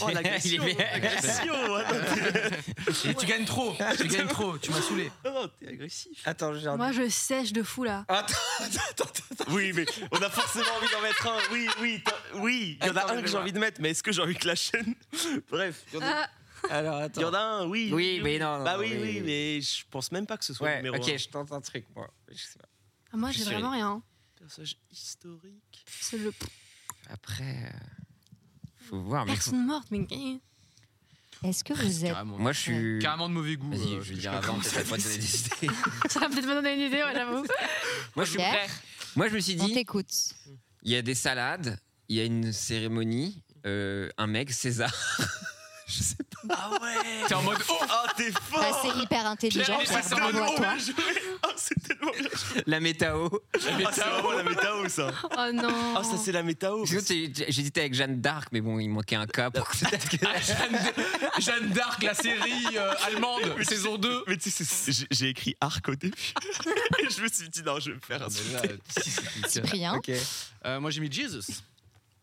Oh l'agression, Il est bien. l'agression, hein. Et tu gagnes trop. Tu gagnes trop. Tu m'as saoulé. Non, non, t'es agressif. Attends, j'ai un- Moi, je sèche de fou là. Attends, attends, attends, attends. Oui, mais on a forcément envie d'en mettre un. Oui, oui, t'as- oui. Il y en Attends, je a un que vais j'ai envie de mettre, mais est-ce que j'ai envie que la chaîne Bref, il y en a- Ah, Alors, il y en attends. a un, oui. Oui, mais non. non, Bah non, oui, oui, mais je pense même pas que ce soit Ouais, le numéro ok, un. je tente un truc, moi. Je sais pas. Ah, moi, Je j'ai suis- vraiment rien. Personnage historique. C'est le. Après. euh, Faut voir, mais. faut- Personne morte, mais. Est-ce que vous êtes Carrément. Moi je suis. Carrément de mauvais goût. Vas-y, euh, je vais sais dire pas avant, comment peut-être ça la boîte de la décider. Ça va peut-être me donner une idée, ouais, j'avoue. Moi je suis Pierre prêt. Moi je me suis On dit, t'écoute. il y a des salades, il y a une cérémonie, euh, un mec, César. je sais pas. Ah ouais T'es en mode oh Ah, t'es Bah, fort c'est hyper intelligent. Pierre, il est Pierre, passé en bravo mode à toi. Ah, c'est tellement bien. La métao. Ah, c'est vraiment la métao, ça. Oh non. Ah, ça, c'est la métao. Parce que tu- tu- J'hésitais avec Jeanne d'Arc, mais bon, il manquait un cas pour peut-être que. Ah, Jeanne d'- Jeanne d'Arc, la série euh, allemande, saison 2. Mais tu sais, c'est- j'ai- j'ai écrit arc au début. Et je me suis dit, non, je vais me Ah, faire insulter. Cyprien. Ah. Ok. Euh, moi j'ai mis Jesus.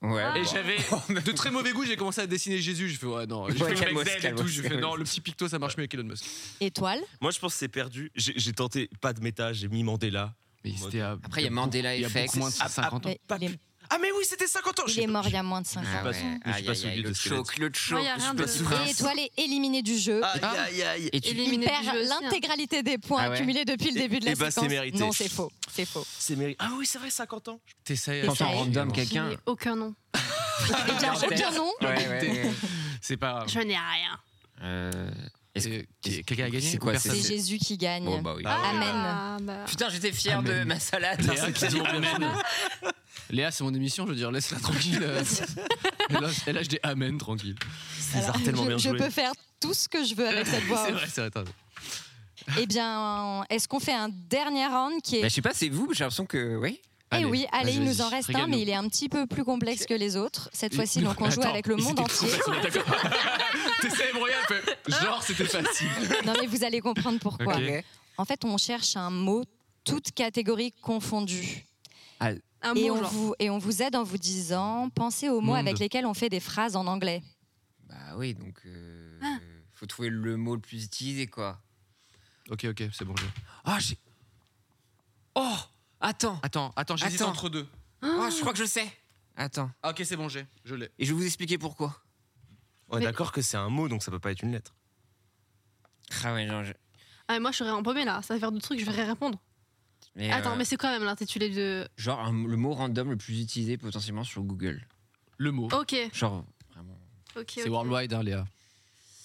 Ouais. Et bon. j'avais de très mauvais goût, j'ai commencé à dessiner Jésus. J'ai fait, ouais, non, j'ai Ouais, fait le calmos, mec Z et calmos, tout. J'ai fait, calmos. non, le petit picto ça marche mieux avec Elon Musk. Étoile. Moi, je pense que c'est perdu. J'ai j'ai tenté pas de méta, j'ai mis Mandela. Ah, Mais c'était Après, il y a Mandela Il y a Effect. beaucoup moins de 50 ans. Mais il, est, Ah, mais oui, c'était 50 ans il est mort il y a moins de 5 ans. Ah pas ouais. sou- je suis Aïe, pas aïe, celui aïe, de le squelette. choke, le Moi, choke, y a le rien choke de- du prince. Et Étoile est éliminé du jeu. Aïe, aïe, aïe. Et tu- Il Éliminé perd du jeu aussi, hein. l'intégralité des points Ah ouais. accumulés depuis le Et- début de la et bah, c'est séquence. mérité. Non, c'est faux. C'est faux. C'est mérité. Ah oui, c'est vrai, 50 ans. T'essayes Pense en random, J'ai Quelqu'un- Aucun nom. Eh bien, Carter. aucun nom. Ouais, ouais, ouais. C'est pas. Je n'ai rien. Euh, est-ce que- Et- qui- Quelqu'un a gagné C'est quoi, ou C'est personne c'est- Jésus qui gagne. Bon, bah oui. Ah, Amen. Ah, bah. Putain, j'étais fier de Amen. ma salade. Léa, qui dit Amen. Léa, c'est mon émission, je veux dire, laisse-la tranquille. euh. Elle lâche- Elle lâche des Amen tranquille. César, Alors, tellement je, bien je joué. peux faire tout ce que je veux avec cette voix. C'est vrai, c'est vrai. t'as raison. Eh bien, est-ce qu'on fait un dernier round qui est. Bah, je sais pas, c'est vous, mais j'ai l'impression que. Oui. eh oui, allez, vas-y, il nous vas-y, en reste un, régale-nous. mais il est un petit peu plus complexe que les autres. Cette fois-ci, Et- donc on joue Attends, avec le ils monde étaient entier. trop faciles, d'accord. T'essayes Brian, elle fait, genre c'était facile. Non, mais vous allez comprendre pourquoi. Ok. En fait, on cherche un mot, toute catégorie confondue. Ah, Un et, mot, on genre. vous, et on vous aide en vous disant, pensez aux mots Monde. avec lesquels on fait des phrases en anglais. bah oui, donc. euh, Ah. Faut trouver le mot le plus utilisé, quoi. Ok, ok, c'est bon. j'ai- Ah, j'ai. Oh Attends Attends, attends, j'hésite Attends. entre deux. Oh, je crois que je sais Attends. Ah, ok, c'est bon, j'ai. Je l'ai. Et je vais vous expliquer pourquoi. On est Mais- d'accord que c'est un mot, donc ça peut pas être une lettre. Ah ouais, genre. je- Ah, mais moi, je serais empommée là. Ça va faire deux trucs, je vais rien répondre. Mais, Attends, euh, mais c'est quoi même l'intitulé de. Genre un- le mot random le plus utilisé potentiellement sur Google. Le mot. Ok, Genre vraiment. ok. c'est ok. worldwide, hein, Léa.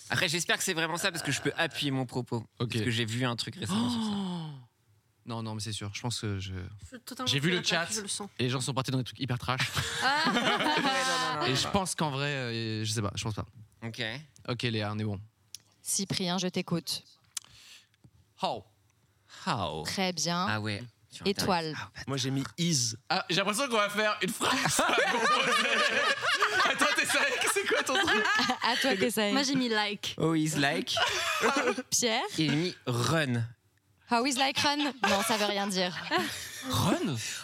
Après, j'espère que c'est vraiment ça parce que je peux appuyer mon propos. Ok. Parce que j'ai vu un truc récemment Oh. sur ça. non, non, mais c'est sûr. Je pense que je. Je suis totalement J'ai vu le convaincue, chat. Je le sens. Et les gens sont partis dans des trucs hyper trash. Ah Et je pense qu'en vrai, euh, je sais pas, je pense pas. Ok. Ok, Léa, on est bon. Cyprien, je t'écoute. Oh. How How Très bien. Ah ouais. sur Internet. Étoile. Ah, bah, Moi, j'ai mis is. ah, J'ai l'impression qu'on va faire une phrase à composer. Attends, t'es sérieux C'est quoi ton truc À toi que ça Moi, j'ai mis like. Oh is like Pierre. et mis run. How is like run Non, ça veut rien dire. Run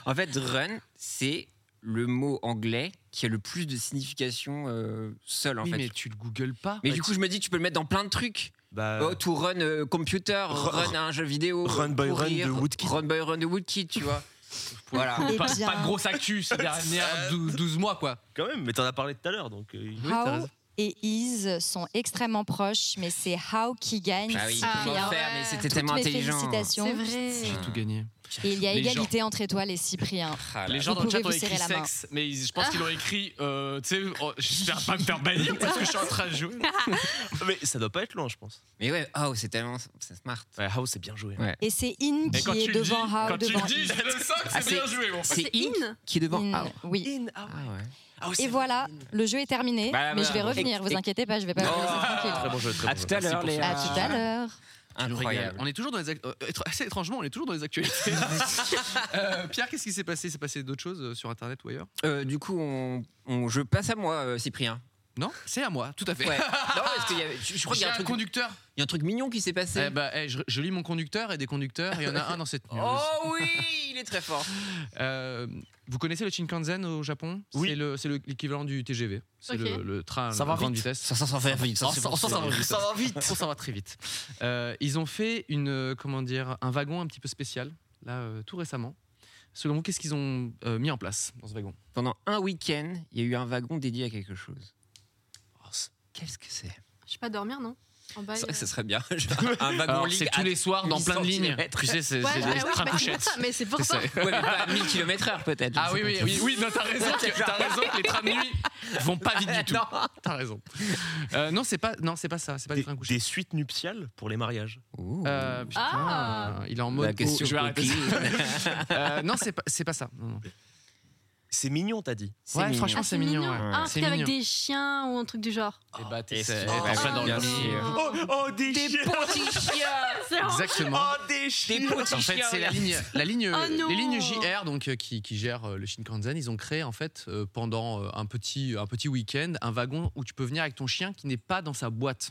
En fait, run c'est le mot anglais qui a le plus de signification euh, seul en Oui, fait. mais Mais, tu le googles pas. du coup, je me dis que tu peux le mettre dans plein de trucs. Bah, Oh, to run euh, computer, run un jeu vidéo, Run by Run courir, de Woodkid. Run by run de Woodkid, tu vois. voilà. Euh, Eh pas, bien. pas de grosse actu ces dernières dou- 12, mois, quoi. Euh, quand même, mais t'en as parlé tout à l'heure, donc. euh, Oui, t'as How raison. et is sont extrêmement proches, mais c'est how qui gagne. Ah oui, Ah, comment Cyprien. faire, mais ouais. c'était Toutes tellement mes intelligent. C'est félicitations. vrai. J'ai tout gagné. Et il y a Les égalité entre étoiles et Cyprien. Ah là Les là. gens dans le Vous chat ont pouvez vous écrit serrer la main. Ah. sexe, mais ils- je pense qu'ils l'ont écrit. euh, tu sais, oh, j'espère pas me faire bannir parce que je suis en train de jouer. Mais ça doit pas être loin, je pense. Ah, Mais ouais, oh, c'est tellement c'est smart. Ouais, House, c'est bien joué. Ouais. Et c'est in Et qui quand tu est le dis, devant how quand tu devant le dis, is. je le sens que Ah, c'est bien c'est- joué, mon frère. C'est in in qui est devant In, out. oui. Ah ouais. Et voilà, le jeu est terminé. Bah, mais bah, je vais bah. revenir, Et- Oh. vous et- inquiétez pas, je vais pas vous laisser Très Ah. tranquille. bon jeu, très À bon tout jeu. à Merci l'heure, pour les ça. À tout à l'heure. Incroyable. On est toujours dans les actes. euh, étr- assez étrangement, on est toujours dans les actualités. Euh, Pierre, qu'est-ce qui s'est passé Il s'est passé d'autres choses euh, sur Internet ou ailleurs Euh, du coup, on, on- je passe à moi, euh, Cyprien. Non C'est à moi, tout à fait. Ouais. non, parce qu'il y a- je, je crois qu'il J'ai y a un un, truc, conducteur. il y a un truc mignon qui s'est passé. Eh ben, eh, je, je lis mon conducteur et des conducteurs. et Il y en a un dans cette news. oh oui, il est très fort. Euh, vous connaissez le Shinkansen au Japon Oui. C'est le- c'est le- l'équivalent du TGV. C'est Ok. le, le train Ça à va grande vite. vitesse. s'en va vite. Oh, ça- ça- ça va vite. Oh, ça va très vite. Euh, ils ont fait une, euh, comment dire, un wagon un petit peu spécial, là, euh, tout récemment. Selon vous, qu'est-ce qu'ils ont euh, mis en place dans ce wagon Pendant un week-end, il y a eu un wagon dédié à quelque chose. Oh, c'est- Qu'est-ce que c'est Je vais pas dormir, non En bas. C'est vrai euh, que ce serait bien. un wagon Alors, ligue c'est tous à- les soirs dans 8 plein de lignes. centimètres. Tu sais, c'est Ouais, c'est bah des oui, bah, trains c'est pour couchettes. ça, mais c'est pour C'est ça. ça. Ouais, mais pas à 1000 km/h peut-être. je Ah sais oui, oui, pas. oui, oui, non, t'as raison, que- t'as raison que les trains de nuit vont pas vite du tout. Non. T'as raison. Euh, non, c'est pas, non, c'est pas ça, c'est pas des, Des, trains couchés. des suites nuptiales pour les mariages. Ouh. Euh, putain, Ah. il est en mode. La oh, question. je vais arrêter. ça. copine. Euh, non, c'est pas, c'est pas ça. Non, non. C'est mignon, t'as dit. C'est Ouais, mignon. franchement, Ah, c'est mignon. Ah, un C'est truc avec mignon. des chiens ou un truc du genre. Et bah, t'es Et t'es c'est- en plein dans le bien lit. sûr. Oh, oh, des, chiens Oh, C'est vraiment- Exactement. des Des chiens petits En fait, chiens, c'est la là. ligne, la ligne, Oh non. les lignes JR donc euh, qui, qui gèrent euh, le Shinkansen. Ils ont créé en fait euh, pendant euh, un petit un petit week-end un wagon où tu peux venir avec ton chien qui n'est pas dans sa boîte.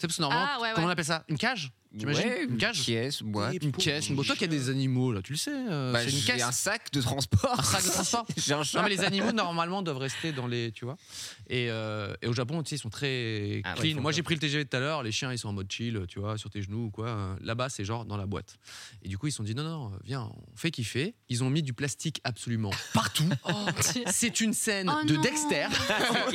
C'est parce que normalement, Ah, ouais, comment on ouais. appelle ça Une cage Tu imagines Ouais, Une cage Pièce, boîte. Une caisse, une boîte. Toi qui a des animaux là, tu le sais. euh, Bah, c'est une j'ai caisse. un sac de transport. Un sac de transport. j'ai un chat. Non mais les animaux normalement doivent rester dans les tu vois et, euh, et au Japon tu sais, ils sont très Ah ouais, clean ils font moi bien. j'ai pris le TGV tout à l'heure les chiens ils sont en mode chill tu vois sur tes genoux ou quoi Euh, là-bas c'est genre dans la boîte et du coup ils se sont dit non non viens on fait kiffer ils ont mis du plastique absolument partout Oh, c'est une scène Oh de non. Dexter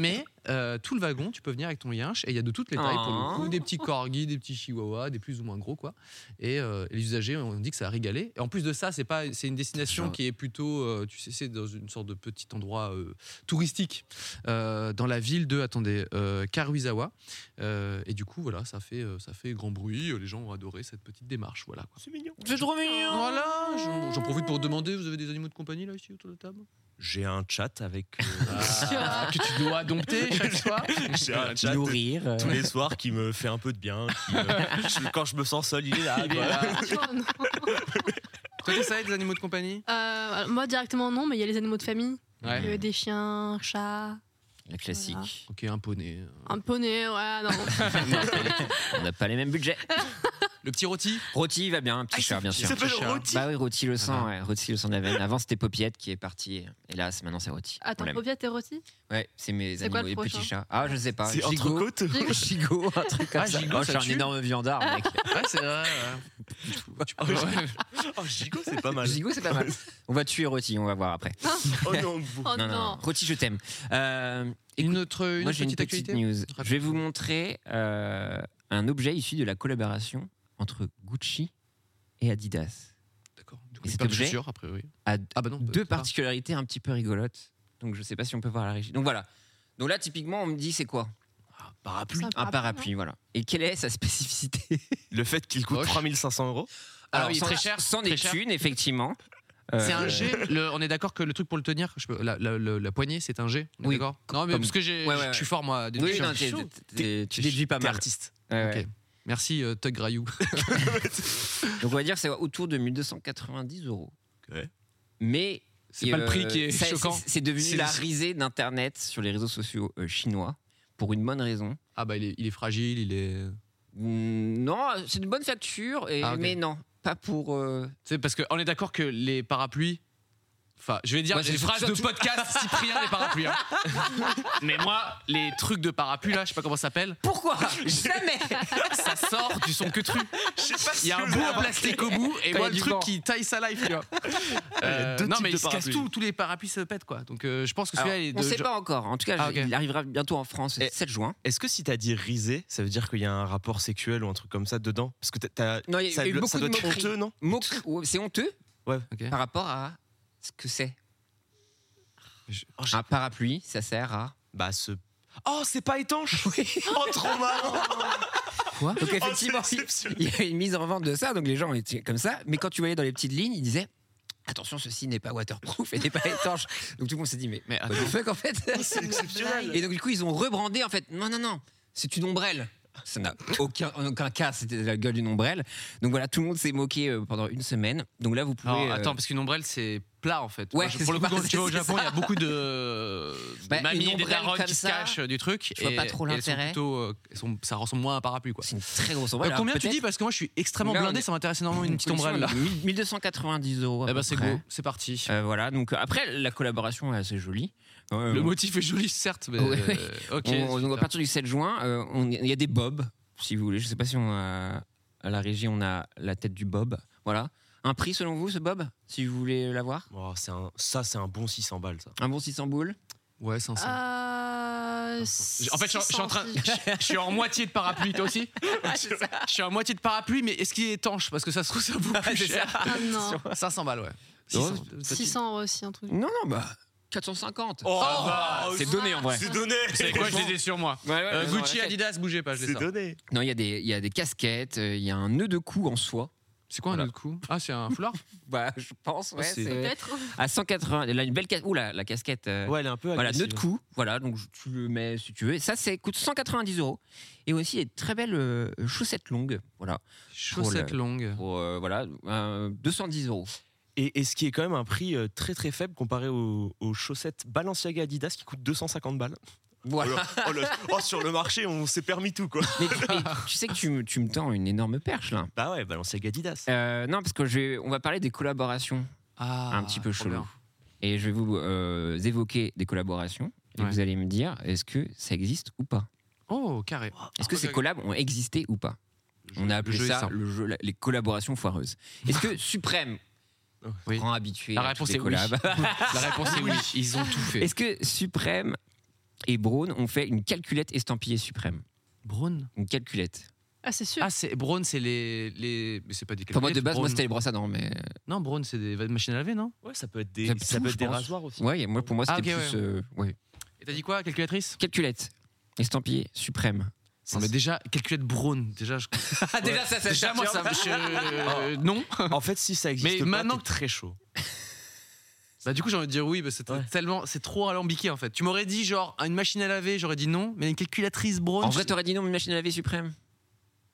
mais euh, tout le wagon tu peux venir avec ton yinche et il y a de toutes les tailles pour le coup des petits corgis des petits chihuahuas des plus ou moins gros quoi et, euh, et les usagers ont dit que ça a régalé. Et en plus de ça, c'est pas, c'est une destination Genre- qui est plutôt, euh, tu sais, c'est dans une sorte de petit endroit euh, touristique euh, dans la ville de, attendez, euh, Karuizawa. Euh, et du coup, voilà, ça fait, euh, ça fait grand bruit. Les gens ont adoré cette petite démarche, voilà. quoi. C'est mignon. C'est trop mignon. Voilà, j'en j'en profite pour demander, vous avez des animaux de compagnie là ici autour de la table J'ai un chat avec. euh, Que tu dois dompter chaque soir. J'ai un chat Nourrir. euh, tous les soirs qui me fait un peu de bien. qui, euh, je- quand je me sens seul, il est là. quoi. Oh, non. Toi, tu des animaux de compagnie Euh, alors, moi directement non, mais il y a les animaux de famille, Ouais. Euh, des chiens, chats, La classique. Ok, un poney. un poney, ouais, non. On n'a pas les mêmes budgets. Le petit rôti Rôti, il va bien, un petit Ah, chat, c'est- bien c'est sûr. s'appelle Petit chat. Rôti Ah Bah oui, rôti le sang, ouais, rôti le sang de la veine. Avant, c'était Popiette qui est parti. Hélas, maintenant, c'est rôti. On Attends, l'aime. Popiette et rôti Ouais, c'est mes C'est quoi animaux, le les prochain petits chats. Ah, je sais pas. C'est Gigot. entrecôte Gigot, un truc comme Ah, ça. Bah, gigot, Oh, ça je suis tue. un énorme viandard, mec. Ouais, c'est vrai. ouais. Oh, gigot. Oh, gigot, c'est pas mal. Gigot, c'est pas mal. On va tuer Rôti, on va voir après. Oh non, vous. Oh non, Rôti, je t'aime. Euh, Une autre, une Moi, autre j'ai une petite petite actualité news. Rapide. Je vais vous montrer euh, un objet issu de la collaboration entre Gucci et Adidas. D'accord. Du Et coup, cet c'est pas de objet chaussures, a priori. A Ah bah non. deux c'est pas. particularités un petit peu rigolotes. Donc, je sais pas si on peut voir la régie. Donc, voilà. Donc là, typiquement, on me dit c'est quoi Ah, Parapluie. Ça- Un parapluie, voilà. Et quelle est sa spécificité Le fait qu'il coûte Moche. 3500 euros. Alors, il est sans- très cher. Sans très des cher. thunes, effectivement. C'est Euh, un G. le- on est d'accord que le truc pour le tenir, je peux- la, la- la- la poignée, c'est un G. on est Oui, D'accord. Non, mais comme- parce que j'ai, Ouais, ouais, ouais. je suis fort moi. à déduire. Oui, non, Je suis t'es- chaud. t'es- t'es- tu déduis pas T'es mal. artiste. Ouais, ouais. Ok. Merci euh, Tug Rayou. Donc on va dire c'est autour de 1290 euros. Ouais. Mais C'est et, pas le prix euh, qui est ça, choquant. c'est- C'est devenu C'est- la risée d'Internet sur les réseaux sociaux euh, chinois pour une bonne raison. Ah bah il est, il est fragile, il est. Mm, Non, c'est une bonne facture, et- Ah, ok. mais non, pas pour. euh, C'est parce que on est d'accord que les parapluies. Enfin, je vais dire Moi, les j'ai phrases de surtout- podcast Cyprien des parapluies. hein. Mais moi, les trucs de parapluie là, je sais pas comment ça s'appelle, Pourquoi Jamais ça sort du son que tru. Je sais pas Il y a un bout en plastique au bout et Quand il y moi a le du truc vent. qui taille sa life, tu vois. y a Euh, deux non types mais de il se casse parapluies. tout, tous les parapluies se pètent quoi. Donc euh, je pense que Alors, celui-là il est On de. sait pas encore. En tout cas, Ah, je- ok. il arrivera bientôt en France hein. le Et- 7 juin. Est-ce que si t'as dit risé, ça veut dire qu'il y a un rapport sexuel ou un truc comme ça dedans Parce que t'as- t'as. Non, il y a ça, eu doit- beaucoup ça de doit être moqueries. honteux, non Moquerie- ouais, C'est honteux Ouais. Ok. par rapport à ce que c'est. Je- Un parapluie, ça sert à. oh, Bah, ce. Oh, c'est pas étanche Oh, trop marrant Donc effectivement, Oh, c'est il- exceptionnel. il y a une mise en vente de ça, donc les gens étaient comme ça. Mais quand tu voyais dans les petites lignes, ils disaient attention, ceci n'est pas waterproof et n'est pas étanche. Donc tout le monde s'est dit mais Mais what the fuck en fait. Oh, C'est exceptionnel Et donc du coup ils ont rebrandé en fait non non non c'est une ombrelle. Ça n'a aucun, en aucun cas, c'était la gueule d'une ombrelle. Donc voilà, tout le monde s'est moqué euh, pendant une semaine. Donc là, vous pouvez. Alors, euh, attends, parce qu'une ombrelle, c'est plat en fait. Ouais, Moi, je- pour le coup, c'est quand pas- tu vas au c'est Japon, ça. il y a beaucoup de, de Bah, une mamies et des ombrelle darons comme qui se ça, cachent euh, du truc. je vois et- pas trop et elles sont l'intérêt. plutôt, euh, elles sont- ça ressemble moins à un parapluie quoi. C'est une très grosse Euh, ombrelle. Alors, combien tu peut-être dis Parce que moi, je suis extrêmement Là, on blindé, est- ça m'intéresse énormément une petite ombrelle là. 1290 euros. à Eh ben, peu c'est près. go, c'est parti. Euh, voilà, donc après, la collaboration est assez jolie. Euh, Le motif est joli, certes, mais. Ouais, ouais. euh, Ok. On- donc à partir du 7 juin, euh, on- il y a des bobs, si vous voulez. Je sais pas si on a, à la régie, on a la tête du bob. Voilà. Un prix selon vous, ce bob, si vous voulez l'avoir Oh, c'est un- Ça, c'est un bon 600 balles, ça. Un bon 600 boules Ouais, 500. Euh, En fait, je suis en- je suis en train. 606. Je je suis en moitié de parapluie, toi aussi Je suis en moitié de parapluie, mais est-ce qu'il est étanche Parce que ça se trouve, ça vaut plus cher. Ah non, 500 balles, ouais. Non, 600. peut-être. 600 aussi, un truc. Non, non, bah 450. Oh, Ah, bah, c'est donné en vrai. C'est donné bah, Vous savez quoi, je les ai sur moi. Ouais, ouais, Euh, ouais, Gucci, ouais. Adidas, bougez pas, je les C'est sors. donné Non, il y, a des- il y a des casquettes, euh, il y a un nœud de cou en soie. C'est quoi un Voilà. autre coup Ah, c'est un foulard Bah, je pense, ouais. c'est- c'est- Peut-être. À 180. Là, une belle casquette. Ouh, la, la casquette. euh, Ouais, elle est un peu. Voilà, nœud de agressive. cou. Voilà, donc je- tu le mets si tu veux. Et ça, ça coûte 190 euros. Et aussi, il y a de très belles euh, chaussettes longues. Voilà, Chaussettes longues. pour euh, voilà, euh, 210 euros. Et, et ce qui est quand même un prix euh, très très faible comparé aux, aux chaussettes Balenciaga Adidas qui coûtent 250 balles. Voilà. Oh là- oh, sur le marché, on s'est permis tout quoi. mais, mais tu sais que tu, me- tu me tends une énorme perche là. Bah ouais, Balenciaga Adidas. Euh, non, parce que je vais- on va parler des collaborations. Ah, Un petit peu trop chelou. bien. Et je vais vous euh, évoquer des collaborations. Et Ouais. vous allez me dire, est-ce que ça existe ou pas Oh, carré. Est-ce que Ah, bah, ces collabs ont existé ou pas On a appelé le jeu est ça simple. le jeu, la- les collaborations foireuses. Est-ce que Suprême, Oui. Oh, grand habitué La à réponse toutes les est oui. collabs, La réponse est oui, ils ont tout fait. Est-ce que Suprême et Braun ont fait une calculette estampillée Suprême Braun Une calculette. Ah, c'est sûr. Ah, c'est Braun, c'est les, les. Mais c'est pas des Enfin, moi, de calculettes, base, moi, Braun. c'était les brosses à dents, mais. Non, Braun, c'est des machines à laver, non Ouais, ça peut être des, J'aime ça tout, peut je être des pense. rasoirs aussi. Ouais, moi, pour moi, Ah, c'était ok, plus. euh, ouais. Et t'as dit quoi, calculatrice Calculette estampillée Suprême. Non, mais déjà, calculette Braun, déjà, je. Ah, déjà, ça, déjà, moi, ça. je- euh, non Ah. En fait, si ça existe Mais pas, maintenant- t'es très chaud. Bah, du coup, j'ai envie de dire oui, mais c'est Ouais. tellement. C'est trop alambiqué, en fait. Tu m'aurais dit, genre, une machine à laver, j'aurais dit non, mais une calculatrice Braun. je- En vrai, t'aurais dit non, mais machine à laver Suprême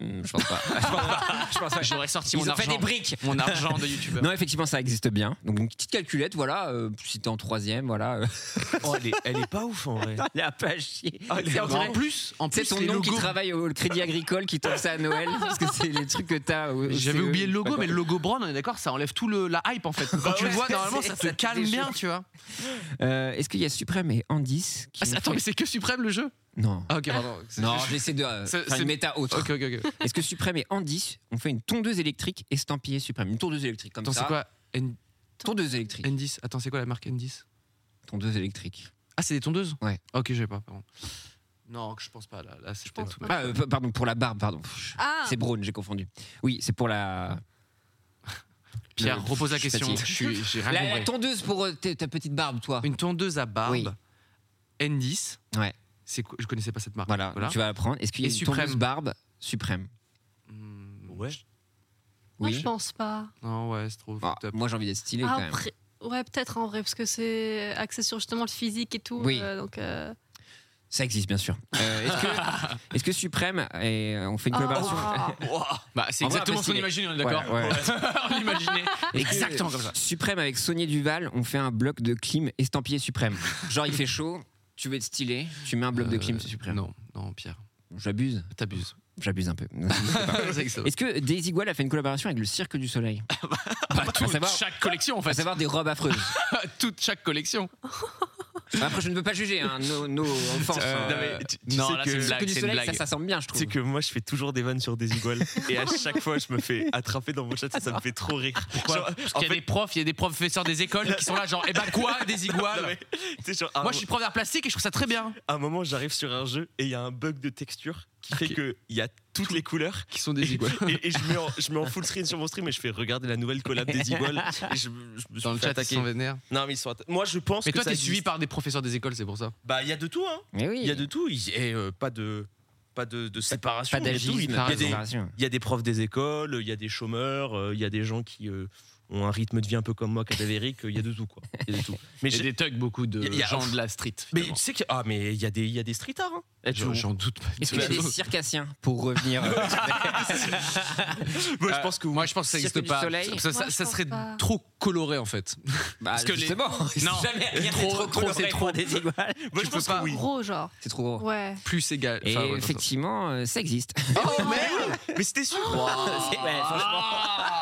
Hmm, Je pense pas. Je pense pas. Je pense pas. J'aurais sorti Ils mon ont argent. fait des briques. Mon argent de youtubeur. Non, effectivement, ça existe bien. Donc une petite calculette, voilà. euh, si t'es en troisième, voilà. euh, Oh, elle, est, elle est pas ouf en vrai. Elle a pas chier. Ah, elle est Ah, C'est en vraiment- vrai. En plus, en C'est plus, ton les nom qui logos- travaille au Crédit Agricole qui tombe ça à Noël parce que c'est les trucs que t'as. au- au J'avais CE. oublié le logo, D'accord. Bah mais le logo Brown, on est d'accord, ça enlève tout le, la hype en fait. Quand tu le ouais, vois, c'est- normalement, ça ça te te calme déchauffe. bien, tu vois. Euh, Est-ce qu'il y a Suprême et Andis qui Ah, ont c'est- attends, fait- mais c'est que Suprême le jeu Non. Ah, ok, pardon. C'est- Non, j'essaie de euh, C'est- faire c'est- une méta autre. Ok, ok, ok. Est-ce que Suprême et Andis ont fait une tondeuse électrique estampillée Suprême Une tondeuse électrique comme Attends, ça. c'est quoi N- Tondeuse électrique. N10 Attends, c'est quoi la marque N10 Tondeuse électrique. Ah, c'est des tondeuses Ouais. Ok, j'ai pas, pardon. Non, je pense pas. Là, là je pense pas. Ah, euh, p- pardon, pour la barbe, pardon. Pff, Ah. C'est Braun, j'ai confondu. Oui, c'est pour la. Pierre, Le- repose la je suis question. Je fatigué. suis- J'ai La, rien la compris. tondeuse pour euh, ta ta petite barbe, toi. Une tondeuse à barbe Oui. N10. Ouais. C'est quoi Je connaissais pas cette marque. Voilà, tu vas apprendre. Est-ce qu'il y a Et une suprême. tondeuse barbe suprême Hmm, Ouais. Moi, Oui. je pense pas. Non, ouais, c'est trop. Ah, fucked up. moi, j'ai envie d'être stylé quand même. Après, ouais, peut-être en vrai, parce que c'est axé sur justement le physique et tout. Oui. euh, donc, euh, Ça existe, bien sûr. Euh, est-ce, que, est-ce que Suprême, et, euh, on fait une Ah. oh, collaboration oh, oh. Bah, c'est En vrai, exactement ce qu'on stylé. imagine, on est d'accord Ouais, ouais. On l'imaginait. Exactement comme ça. Suprême avec Sonia Duval, on fait un bloc de clim estampillé Suprême. Genre, il fait chaud, tu veux être stylé, tu mets un bloc de clim Euh, Suprême. Non, non, Pierre, J'abuse, t'abuses. j'abuse un peu. Est-ce Est-ce que Daisy Gual a fait une collaboration avec le Cirque du Soleil pas toute Bah, savoir- chaque collection en À fait savoir des robes affreuses. Toute chaque collection. Ah, Après, je ne peux pas juger, hein, nos nos enfants. Euh, euh, non, mais tu, tu hein. non, sais là, que, c'est le une blague. Cirque du Soleil, ça, blague. ça semble bien, je tu trouve. sais que moi je fais toujours des vannes sur des iguales et à chaque fois je me fais attraper dans mon chat et ça me fait trop rire. Genre, Pourquoi Parce en qu'il y a fait- des profs, il y a des professeurs des écoles qui sont là, genre, eh ben quoi, des Non, iguales mais, tu sais, genre, à, Moi, un- je suis prof d'art plastique et je trouve ça très bien. à un moment j'arrive sur un jeu et il y a un bug de texture qui fait Ok. que il y a toutes les couleurs Qui sont et, et- et je, mets en, je mets en full screen sur mon stream et je fais regarder la nouvelle collab des iguales. Et je, je me suis Dans le fait chat, ils attaquer. sont vénères. Non, mais ils sont atta- Moi, je pense Mais que toi, ça t'es suivi existe. par des professeurs des écoles, c'est pour ça. Bah, il y a de tout, hein. Mais oui. Il y a de tout. Il y a, euh, pas de, pas de, de séparation. Pas il y a tout. d'agisme, Il y pas a de des- séparation. il y a des profs des écoles, il y a des chômeurs, euh, il y a des gens qui euh, ont un rythme de vie un peu comme moi, cadavérique. euh, Il y a de tout, quoi. Il y a de tout. Mais, J'ai j'ai- des thugs, beaucoup de Il y a- gens de la street. mais finalement. tu sais que. Ah, mais il y a des, il y a des street art, hein. Eh, tu- J'en j'en doute pas. Est-ce qu'il y a des circassiens pour revenir euh, Moi, je pense que. Euh, Moi, je pense que ça Cirque n'existe du pas. Soleil Ça, ça- Moi, je ça pense serait pas. trop coloré en fait. Bah, Parce que les- justement, Non. jamais rien n'est Trop- trop, trop, c'est coloré trop. pour des iguales. tu Moi, je peux pense pas. que oui. Gros, genre. C'est trop gros. Ouais. Plus égal. Et enfin, ouais, non, ça- effectivement, euh, ça existe. Oh merde Mais c'était sûr. Ah. C'est- ouais, franchement.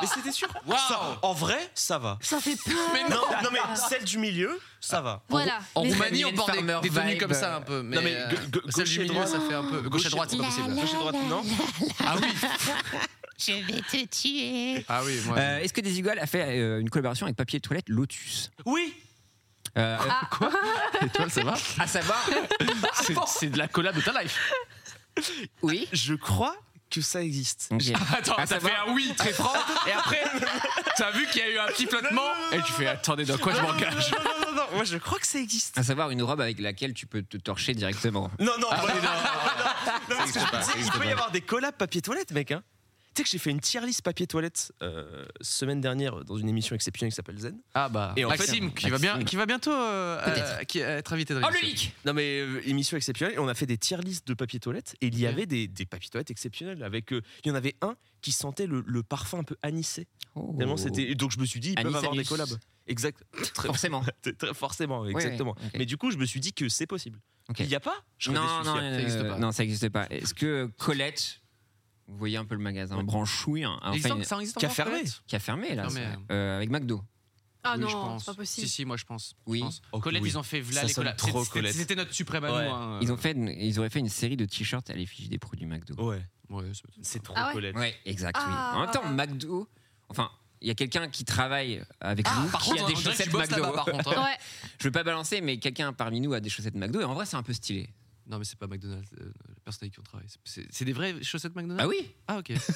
Mais c'était sûr. Waouh. Ça, en vrai, ça va. Ça fait peur. Mais Non, non, mais celle du milieu, ça va. Voilà. En Les- Roumanie, on Mylène porte des, Farmer des tenues vibe. comme ça un peu. Mais, Non, mais euh, ga- ga- celle gauche du et milieu, droite. ça fait un peu. Gauche à droite, c'est pas possible. Gauche et droite, non Ah oui Je vais te tuer Ah oui, moi. Euh, Est-ce que des iguales a fait euh, une collaboration avec Papier Toilette Lotus Oui Euh, Ah, Ah, Étoile, ça va À savoir, C'est- C'est de la collab de ta life. oui. Je crois que ça existe. Ok. Attends, À t'as savoir- fait un oui très franc, et après, t'as vu qu'il y a eu un petit flottement, et Eh, tu fais attendez, dans quoi je m'engage Non, non, non, non, moi je crois que ça existe. À savoir une robe avec laquelle tu peux te torcher directement. Non, non, bah, non, non, parce que existe je- Ah. pas, tu ça sais, Il existe peut y pas. avoir des collabs papier toilette, mec. Hein. Tu sais que j'ai fait une tier list papier toilette euh, semaine dernière dans une émission exceptionnelle qui s'appelle Zen. Ah bah, Et en fait- Maxime, qui, va bien, Maxime. qui va bientôt euh, Peut-être. euh, qui, euh, être invité dans l'émission. leak Ah, Non, mais euh, émission exceptionnelle, et on a fait des tier list de papier toilette et il y Ok. avait des, des papier toilettes exceptionnels. Avec, euh, il y en avait un qui sentait le, le parfum un peu anisé. Oh. Tellement c'était. Donc je me suis dit, ils peuvent Anis avoir des anus. collabs. Exact. Très- Forcément. très- très- forcément, oui, exactement. ok. Mais du coup, je me suis dit que c'est possible. Ok. Il n'y a pas Je serais Non, déçu non, s'il y a. ça existe euh, pas. non, ça n'existe pas. Est-ce que Colette, vous voyez un peu le magasin branchouille, hein, Il enfin, existe- ça existe Qui a encore, fermé. Colette qui a fermé là, Fermé, ça, ouais. euh, avec McDo. Ah Oui, je non, pense. c'est pas possible. Si, si, moi je pense. Je Oui. pense. Oh, Colette, oui. ils ont fait Ça Vla les sonne collabs. trop C'était- c'était- Colette. C'était notre suprême à Ouais. nous. hein. Ils ont fait, une- ils auraient fait une série de t-shirts à l'effigie des produits McDo. Ouais, Ouais, c'est- c'est trop Ah ouais Colette. Ouais, exact. Ah. Oui. En même temps, McDo. Enfin, il y a quelqu'un qui travaille avec Ah, nous par qui contre, a des on dirait que tu chaussettes bosses McDo. là-bas, par contre. hein. Ouais. Je veux pas balancer, mais quelqu'un parmi nous a des chaussettes McDo et en vrai, c'est un peu stylé. Non, mais c'est pas McDonald's, euh, les personnes avec qui on travaille. C'est- C'est c'est des vraies chaussettes McDonald's Ah oui. Ah, ok. Parce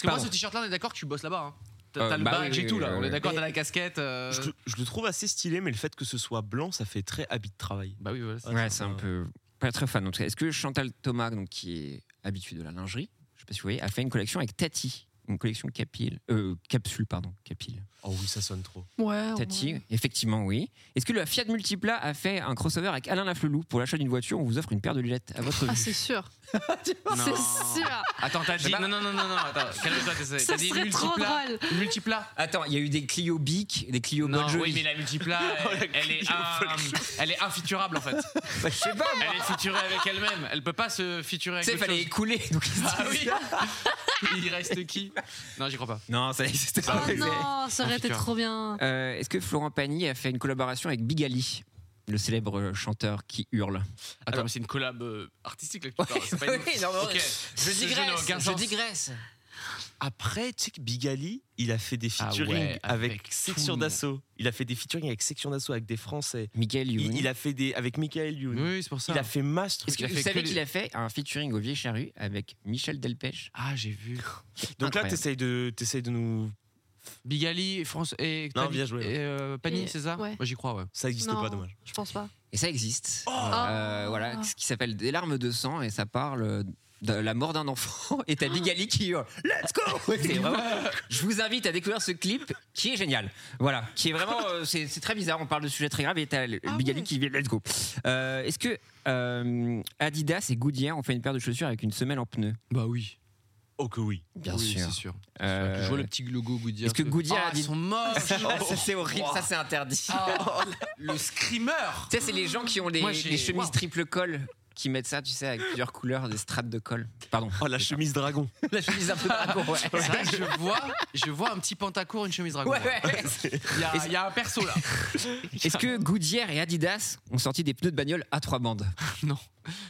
que moi, Pardon. ce t-shirt-là, on est d'accord que tu bosses là-bas. hein. Euh, T'as t'as le bah badge oui, et oui, tout, là. oui, On est oui. d'accord, t'as la casquette. euh, Je, le- je le trouve assez stylé, mais le fait que ce soit blanc, ça fait très habit de travail. Bah oui, voilà. c'est- Ouais, c'est un peu pas très fan. En tout cas, est-ce que Chantal Thomas, donc qui est habituée de la lingerie, je sais pas si vous voyez, a fait une collection avec Tati, une collection capile, euh, capsule, pardon, capile. Oh oui, ça sonne trop. Ouais, Tati, effectivement, oui. Est-ce que la Fiat Multipla a fait un crossover avec Alain Laflelou pour l'achat d'une voiture On vous offre une paire de lunettes à votre Ah, vue. c'est sûr. Non. C'est sûr. Attends, t'as dit. Non, non, non, non, non, attends, calme-toi, t'as- Ça t'as dit serait trop multipla. drôle. Multipla Attends, il y a eu des Clio Bic, des Clio Non, Bonne Jolie. Oh, oui, mais la multipla, elle, elle est, un- elle est infiturable en fait. Bah, je sais pas. Elle est featurée avec elle-même. Elle peut pas se featurer avec Tu sais, il autre fallait chose. écouler. Donc, Ah oui Il reste qui Non, j'y crois pas. Ah Non, ça n'existait pas. Oh non, ça aurait été putain. trop bien. Euh, Est-ce que Florent Pagny a fait une collaboration avec Bigali, le célèbre euh, chanteur qui hurle Attends, mais c'est une collab euh, artistique là que tu parles. C'est pas une... Oui, non, mais Ok. ouais. Ce jeu n'a aucun sens. digresse. Après, tu sais que Bigali, il a fait des Ah ouais, featuring avec, avec tout le Section monde. d'Assaut. Il a fait des featuring avec Section d'Assaut, avec des Français. Michael Il, Youn. il a fait des. avec Michael Youn. Oui, c'est pour ça. Il a fait masse Est-ce trucs. que Il a vous fait savez que qu'il a fait un featuring au Vieux Charru avec Michel Delpech Ah, j'ai vu. Donc Incroyable. là, t'essayes de, t'essayes de nous. Bigali, France et Non, Tabi- bien joué. et, euh, Pani, Et- c'est ça ouais. Moi, j'y crois, ouais. Ça n'existe Non. pas, dommage. Je pense pas. Et ça existe. Euh, voilà, ce qui s'appelle Des larmes de sang et ça parle de la mort d'un enfant et t'as Bigali qui hurle Let's go C'est vraiment- Je vous invite à découvrir ce clip qui est génial. Voilà, qui est vraiment. euh, c'est c'est très bizarre, on parle de sujets très graves et t'as le- Bigali qui vient Let's go. Euh, Est-ce que euh, Adidas et Goodyear ont fait une paire de chaussures avec une semelle en pneu Bah oui. Oh que oui. Bien oui, sûr. c'est sûr. Euh, Je vois le petit logo Goodyear. Est-ce que Goodyear Ah, a dit- ils sont morts Ah, ça, c'est horrible, Wow. ça c'est interdit. Ah, Le screamer Tu sais, c'est les gens qui ont les, Moi, j'ai- les chemises Wow. triple col qui mettent ça, tu sais, avec plusieurs couleurs, des strates de col. Pardon. Oh la chemise dragon. La chemise un peu dragon, ouais. C'est vrai que je vois, je vois un petit pantacourt, une chemise dragon. Ouais, ouais. Il y a- Est-ce- il y a un perso là. Est-ce que Goodyear et Adidas ont sorti des pneus de bagnole à trois bandes Non,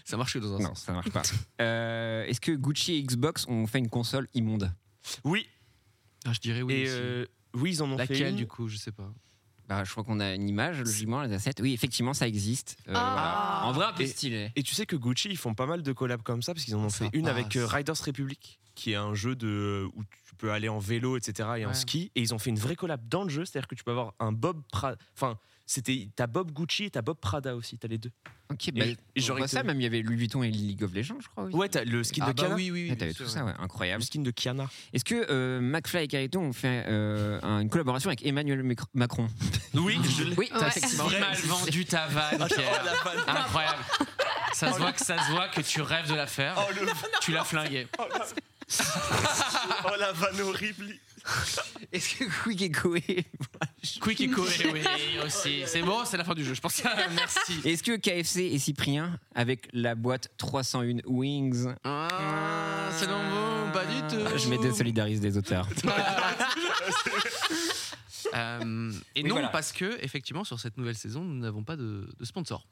ça marche que dans un Non, sens. ça marche pas. Euh, Est-ce que Gucci et Xbox ont fait une console immonde Oui. Ah, je dirais oui. Et aussi. euh, oui, ils en ont fait Laquelle une. du coup, je sais pas. bah, Je crois qu'on a une image, logiquement, les assets. Oui, effectivement, ça existe. Euh, voilà. En vrai, un peu Et- stylé. Et tu sais que Gucci, ils font pas mal de collabs comme ça, parce qu'ils en ont Ça fait une passe. avec euh, Riders Republic, qui est un jeu de, où tu peux aller en vélo, etc., et en Ouais. ski. Et ils ont fait une vraie collab dans le jeu, c'est-à-dire que tu peux avoir un Bob Prada. Enfin, c'était. T'as Bob Gucci et t'as Bob Prada aussi, t'as les deux. Ok, bah, et j'aurais j'aurais ça, été- même il y avait Louis Vuitton et League of Legends, je crois. Oui. Ouais, t'as le skin ah de bah Kiana. oui, oui, oui. Ah, T'avais bien sûr, tout ça, ouais. ouais, incroyable. Le skin de Kiana. Est-ce que euh, McFly et Carito ont fait euh, un- une collaboration avec Emmanuel Micro- Macron Oui, je l'ai. Oui, Ouais. effectivement. Mal vendu ta vanne, Pierre. Incroyable. Ça se voit que ça se voit que tu rêves de la faire. Tu l'as flingué. Oh la vanne horrible. Est-ce que Quick et Coé- Quick et coé, oui, aussi. C'est bon, c'est la fin du jeu. Je pense que merci. Est-ce que KFC et Cyprien avec la boîte 301 Wings Ah, c'est non bon, pas du tout. Euh, Je m'étais solidarise des auteurs. Euh, et Oui, non, voilà. parce que, effectivement, sur cette nouvelle saison, nous n'avons pas de, de sponsor.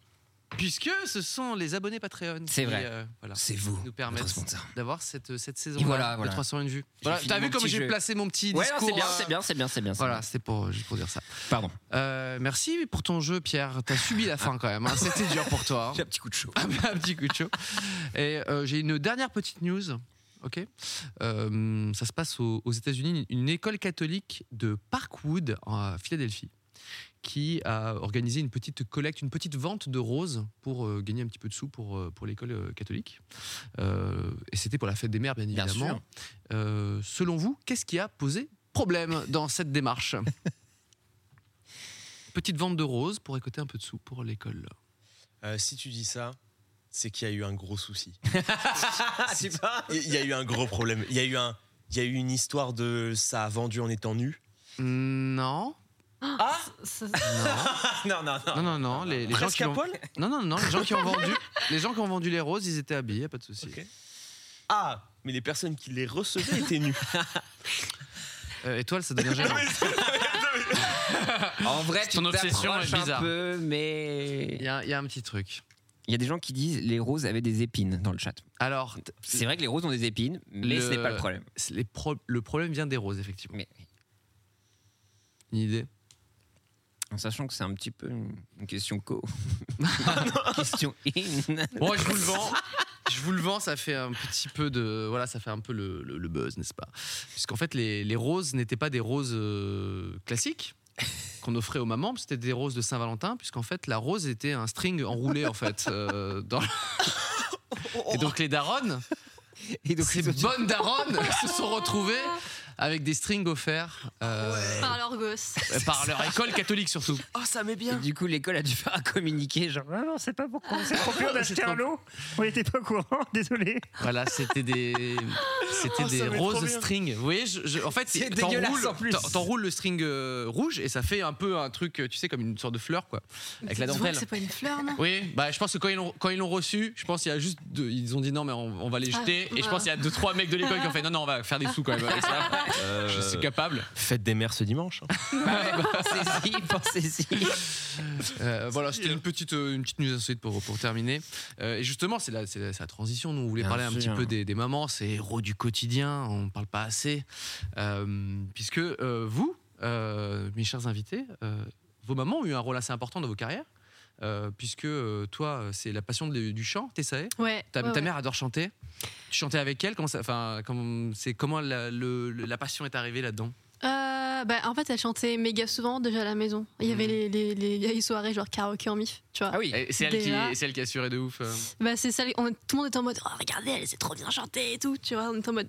Puisque ce sont les abonnés Patreon C'est qui, vrai. euh, voilà, C'est vous. nous permettent d'avoir cette, cette saison Et voilà, de voilà. 301 vues. Voilà, fini T'as mon vu comme petit j'ai jeu. placé mon petit Ouais, non, discours c'est bien, euh, c'est bien, c'est bien, c'est bien. c'est Voilà, bien. c'est pour, juste pour dire ça. Pardon. Euh, merci pour ton jeu, Pierre. T'as subi Ah. la fin quand même. hein. C'était dur pour toi. hein. un petit coup de chaud. Un petit coup de chaud. Et euh, j'ai une dernière petite news. Ok. Euh, ça se passe aux, aux États-Unis, une école catholique de Parkwood à Philadelphie qui a organisé une petite collecte, une petite vente de roses pour euh, gagner un petit peu de sous pour, euh, pour l'école euh, catholique. Euh, et c'était pour la fête des mères, bien Bien évidemment. sûr. Euh, selon vous, qu'est-ce qui a posé problème dans cette démarche Petite vente de roses pour écouter un peu de sous pour l'école. Euh, si tu dis ça, c'est qu'il y a eu un gros souci. Ah, c'est pas. Il y a eu un gros problème. Il y a eu un. Il y a eu une histoire de ça a vendu en étant nu. Non. Ça- Ah, Non, non, Non, non, non. Les, les gens Presque qui à ont... poil Non, non, non. Les gens qui ont vendu, les gens qui ont vendu les roses, ils étaient habillés, y a pas de souci. Ok. Ah, mais les personnes qui les recevaient étaient nues. Euh, étoile, ça devient gênant. En vrai, tu Ton obsession t'approches est bizarre. un peu, Il mais y, a il y a un petit truc. il y a des gens qui disent les roses avaient des épines dans le chat. Alors, t- C'est vrai que les roses ont des épines, mais Le- ce n'est pas le problème. c'est les pro- le problème vient des roses, effectivement. Mais Une idée en sachant que c'est un petit peu une une question co, question in. Bon, Ah je vous le vends. Je vous le vends, ça fait un petit peu de. Voilà, ça fait un peu le, le- le buzz, n'est-ce pas Puisqu'en fait, les, les roses n'étaient pas des roses euh, classiques qu'on offrait aux mamans, c'était des roses de Saint-Valentin, puisqu'en fait, la rose était un string enroulé, en fait. euh, dans le- Et donc, les daronnes, Et donc ces les autres- bonnes daronnes, se sont retrouvées avec des strings offerts euh, Par leur gosse. euh, par leur école catholique surtout. Oh, ça met Et bien. du coup, l'école a dû faire un communiqué, genre, Ah non, non, c'est pas pourquoi. On s'est trompé, on a acheté un lot. On n'était pas au courant, désolé. Voilà, c'était des c'était Oh, ça des met trop roses bien. strings. Vous voyez, je- je- en fait, C'est t'enroules- dégueulasse, en plus. t'en- T'enroules le string euh, rouge et ça fait un peu un truc, euh, tu sais, comme une sorte de fleur quoi, avec la Tu vois que dentelle. C'est pas une fleur, non Oui, bah je pense que quand ils l'ont quand ils l'ont reçu, je pense qu'il y a juste deux- ils ont dit non mais on, on va les Ah, jeter et je bah. pense qu'il y a deux trois mecs de l'école qui ont fait non non on va faire des sous quand même avec ça. Je suis capable. Fête des mères ce dimanche. hein. Pensez-y, pensez-y. Euh, voilà, c'était une petite, euh, une petite news insolite pour, pour terminer. Euh, et justement, c'est la, c'est la- c'est la transition. Nous, on voulait Bien parler un sûr. petit peu des, des mamans, ces héros du quotidien, on ne parle pas assez. Euh, puisque euh, vous, euh, mes chers invités, euh, vos mamans ont eu un rôle assez important dans vos carrières. Euh, puisque euh, toi, euh, c'est la passion de- du chant, Tessae. Ouais. Ta, ouais, ta ouais. mère adore chanter. Tu chantais avec elle. Comment, ça- enfin, comment, c'est comment la, le- le- la passion est arrivée là-dedans Euh, bah, en fait, elle chantait méga souvent déjà à la maison. Il y avait Mhm. les, les, les vieilles soirées, genre karaoké en mif, tu vois. Ah oui. Et C'est elle, qui- Déjà. c'est elle qui a assuré de ouf. euh. Bah, c'est ça, on- tout le monde était en mode, oh, regardez, elle sait trop bien chanter et tout, tu vois. On était en mode,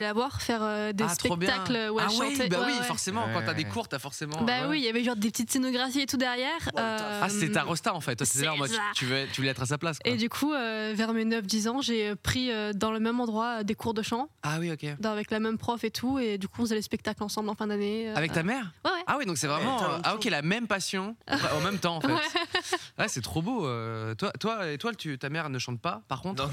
la voir faire euh, des Ah, trop bien. spectacles où elle ah chantait. Oui, bah Ouais, oui, ouais. forcément, quand t'as des Ouais. cours, t'as forcément. Bah ouais. oui, il y avait genre des petites scénographies et tout derrière. euh, Ah, c'était ta rosta en fait. Toi, C'était là en c'est mode, tu- ça. tu veux, tu voulais être à sa place. quoi. Et du coup, euh, vers mes 9-10 ans, j'ai euh, pris euh, dans le même endroit euh, des cours de chant, Ah oui, ok. dans- avec la même prof et tout, et du coup, on faisait les spectacles ensemble en fin d'année. euh. Avec ta mère Ouais, ouais. Ah oui, donc c'est vraiment. t'as euh, ah ok, la même passion en même temps en fait. Ouais. Ouais, c'est trop beau. euh, toi, toi, et toi, tu, ta mère ne chante pas, par contre. Non.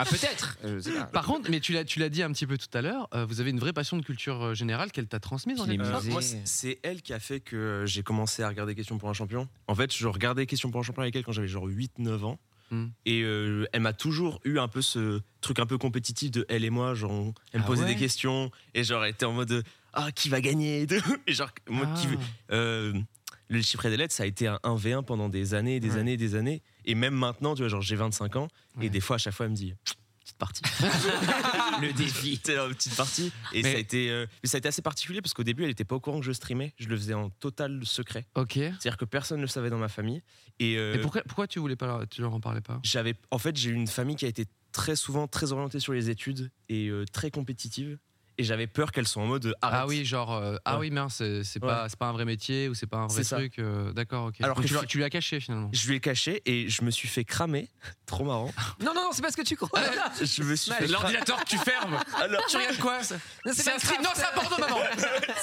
Euh, Ah, peut-être. Je sais pas. par contre, mais tu l'as, tu l'as dit un petit peu tout à l'heure, euh, vous avez une vraie passion de culture euh, générale qu'elle t'a transmise en Puis les quelque sorte. musées. moi, c'est- c'est elle qui a fait que j'ai commencé à regarder Questions pour un champion. En fait, je regardais Questions pour un champion avec elle quand j'avais genre 8-9 ans. Hmm. Et euh, elle m'a toujours eu un peu ce truc un peu compétitif de elle et moi. Genre, on- elle me Ah posait ouais des questions et genre, elle était en mode Ah, qui va gagner et tout. Et genre, moi qui. Ah. euh, le chiffre des lettres, ça a été un 1v1 pendant des années, des Ouais. années, des années. Et même maintenant, tu vois, genre, j'ai 25 ans. Ouais. Et des fois, à chaque fois, elle me dit Petite partie. le défi. C'était la petite partie. Et Mais- ça, a été, euh, mais ça a été assez particulier parce qu'au début, elle était pas au courant que je streamais. Je le faisais en total secret. Ok. C'est-à-dire que personne ne le savait dans ma famille. Et, euh, Et pourquoi, pourquoi tu voulais pas, leur- tu leur en parlais pas j'avais, en fait, j'ai eu une famille qui a été très souvent très orientée sur les études et euh, très compétitive. Et j'avais peur qu'elles soient en mode euh, arrête. Ah oui, genre, euh, ah Ouais. oui, mince, c'est c'est Ouais. pas, c'est pas un vrai métier ou c'est pas un vrai C'est ça. truc. euh, D'accord, ok. Alors Donc que tu, l'as- fi- tu lui as caché finalement. Je lui ai caché et je me suis fait cramer. Trop marrant. Non, non, non, c'est pas ce que tu Ah, crois. Je me suis fait cramer. L'ordinateur que tu fermes Alors, Tu regardes quoi ça Non, C'est un stream Non, c'est un porno, maman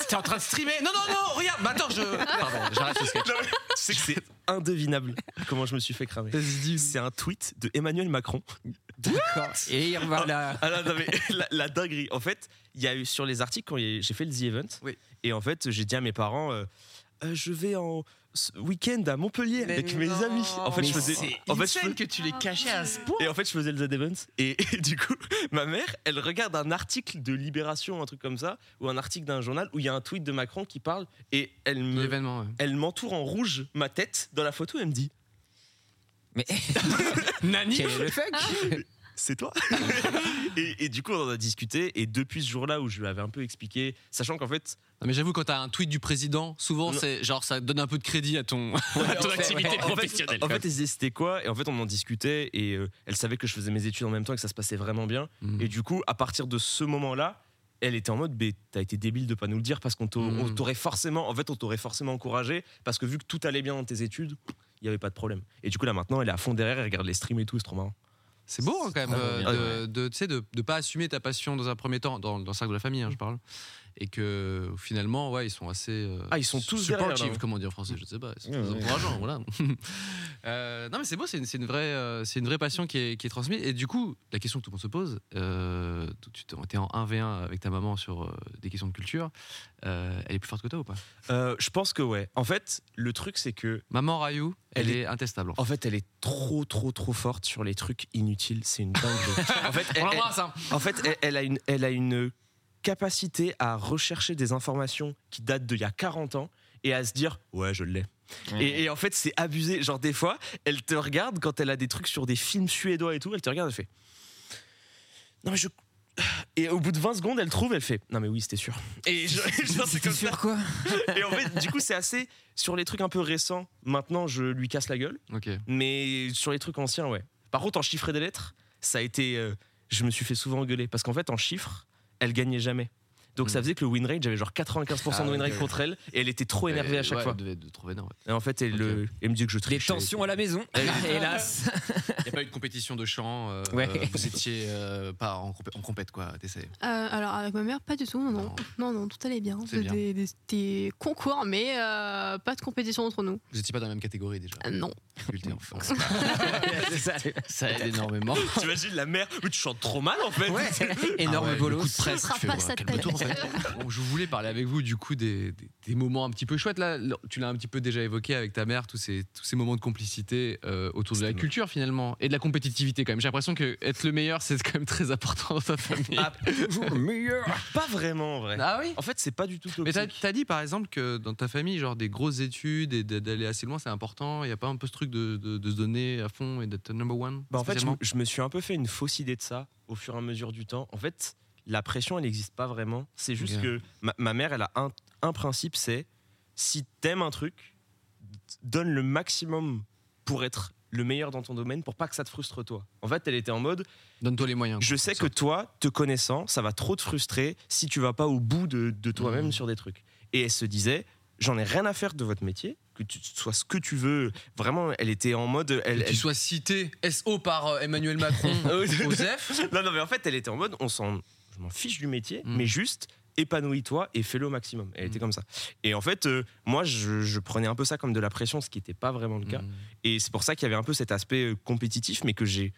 T'es en train de streamer Non, non, non, regarde Bah attends, je. Pardon, j'arrête ce sketch. tu sais que c'est indivinable comment je me suis fait cramer. C'est un tweet de Emmanuel Macron. D'accord. Et on va la. Ah non, non, mais la, la dinguerie. En fait, il y a eu sur les articles, quand il y a- j'ai fait le The Event, Oui. et en fait, j'ai dit à mes parents, euh, Euh, je vais en ce week-end à Montpellier Mais avec mes non. amis. En fait, Mais je faisais, C'est en fait, je insane fais- que tu l'aies caché à ce point. et en fait, je faisais le The Event. Et, et du coup, ma mère, elle regarde un article de Libération, un truc comme ça, ou un article d'un journal où il y a un tweet de Macron qui parle, et elle me, L'événement, ouais. elle m'entoure en rouge ma tête dans la photo. Elle me dit, Mais Nani Ah quel est le fuck c'est toi et, et du coup, on en a discuté. Et depuis ce jour-là où je lui avais un peu expliqué, sachant qu'en fait, Non, mais j'avoue, quand t'as un tweet du président, souvent, Non. c'est genre, ça donne un peu de crédit à ton, à ton en fait, activité ouais. En fait, professionnelle. En fait, elle se disait c'était quoi Et en fait, on en discutait et euh, elle savait que je faisais mes études en même temps et que ça se passait vraiment bien. Mm. Et du coup, à partir de ce moment-là, elle était en mode "Bé, t'as été débile de pas nous le dire parce qu'on t'au- Mm. on t'aurait forcément en fait on t'aurait forcément encouragé parce que vu que tout allait bien dans tes études, il n'y avait pas de problème." Et du coup là maintenant, elle est à fond derrière, elle regarde les streams et tout, c'est trop marrant. C'est beau Ah, hein, quand même vraiment euh, bien, de, de, tu sais, de, de pas assumer ta passion dans un premier temps, dans, dans le cercle de la famille, hein, je parle, et que finalement, ouais, ils sont assez euh, Ah, ils sont tous supportive, derrière, là. comme on dit en français, je ne sais pas, ils sont Ouais, très ouais. encourageants, voilà. Euh, non, mais c'est beau, c'est une, c'est une vraie, euh, c'est une vraie passion qui est, qui est transmise. Et du coup, la question que tout le monde se pose, euh, tout- tu es en 1v1 avec ta maman sur euh, des questions de culture, euh, elle est plus forte que toi ou pas Euh, je pense que ouais. En fait, le truc c'est que maman Rayou, elle est intestable. En fait. elle est trop trop trop forte sur les trucs inutiles. C'est une dinguerie. en fait, On l'embrasse, hein. en fait, elle, elle a une, elle a une capacité à rechercher des informations qui datent d'il y a 40 ans et à se dire ouais je l'ai. Et, et en fait, c'est abusé. Genre, des fois, elle te regarde quand elle a des trucs sur des films suédois et tout. Elle te regarde, elle fait Non, mais je. Et au bout de 20 secondes, elle trouve, elle fait Non, mais oui, c'était sûr. Et je. c'est comme sûr quoi Et en fait, du coup, c'est assez. Sur les trucs un peu récents, maintenant, je lui casse la gueule. Ok. Mais sur les trucs anciens, ouais. Par contre, en chiffres et des lettres, ça a été. euh, je me suis fait souvent engueuler. Parce qu'en fait, en chiffres, elle gagnait jamais. Donc ça faisait que le win rate, j'avais genre 95% Mm. Ah, de win ok, rate ouais. contre elle. Et elle était trop énervée à chaque Ouais, fois. elle devait être trop énervée. Et en fait, elle, euh, elle me dit que je triche. Les tensions à la maison, hélas. Il n'y a pas eu de compétition de chant. euh, Ouais. euh, Vous étiez euh, pas en, compé- en compète, quoi, t'essayes. Euh, alors avec ma mère, pas du tout, non, non, non, non, tout allait bien. C'est C'était bien. des, des- des concours, mais euh, pas de compétition entre nous. Vous n'étiez pas dans la même catégorie déjà Euh, Non. ça, aide énormément. T'imagines la mère Mais tu chantes trop mal en fait Ah ouais, le coup de Ce presse, sera tu fais, pas ouais, sa calme-toi, en tête. fait. Bon, je voulais parler avec vous du coup des, des- des moments un petit peu chouettes. Là, tu l'as un petit peu déjà évoqué avec ta mère, tous ces, tous ces moments de complicité euh, autour de la culture finalement et de la compétitivité quand même. J'ai l'impression que être le meilleur, c'est quand même très important dans ta famille. toujours le meilleur. Pas vraiment en vrai. Ah oui En fait, c'est pas du tout Mais t'as t'as dit par exemple que dans ta famille, genre des grosses études et d- d'aller assez loin, c'est important. Il n'y a pas un peu ce truc de, de- de se donner à fond et d'être number one Bah, en fait, je me, Mmh, spécialement je me suis un peu fait une fausse idée de ça au fur et à mesure du temps. En fait, la pression, elle n'existe pas vraiment. C'est juste Ok. que ma, ma mère, elle a un, un principe, c'est si t'aimes un truc, donne le maximum pour être le meilleur dans ton domaine, pour pas que ça te frustre toi. En fait, elle était en mode. Donne-toi les moyens. Je sais que toi, te connaissant, ça va trop te frustrer si tu vas pas au bout de, de Mmh. toi-même sur des trucs. Et elle se disait, j'en ai rien à faire de votre métier, que tu sois ce que tu veux. Vraiment, elle était en mode. Elle, Que tu elle- sois cité SO par euh, Emmanuel Macron, Joseph. non, non, mais en fait, elle était en mode, on s'en, je m'en fiche du métier, mais juste épanouis-toi et fais-le au maximum. Elle était comme ça. Et en fait, euh, moi, je, je prenais un peu ça comme de la pression, ce qui n'était pas vraiment le cas. Et c'est pour ça qu'il y avait un peu cet aspect euh, compétitif, mais que j'ai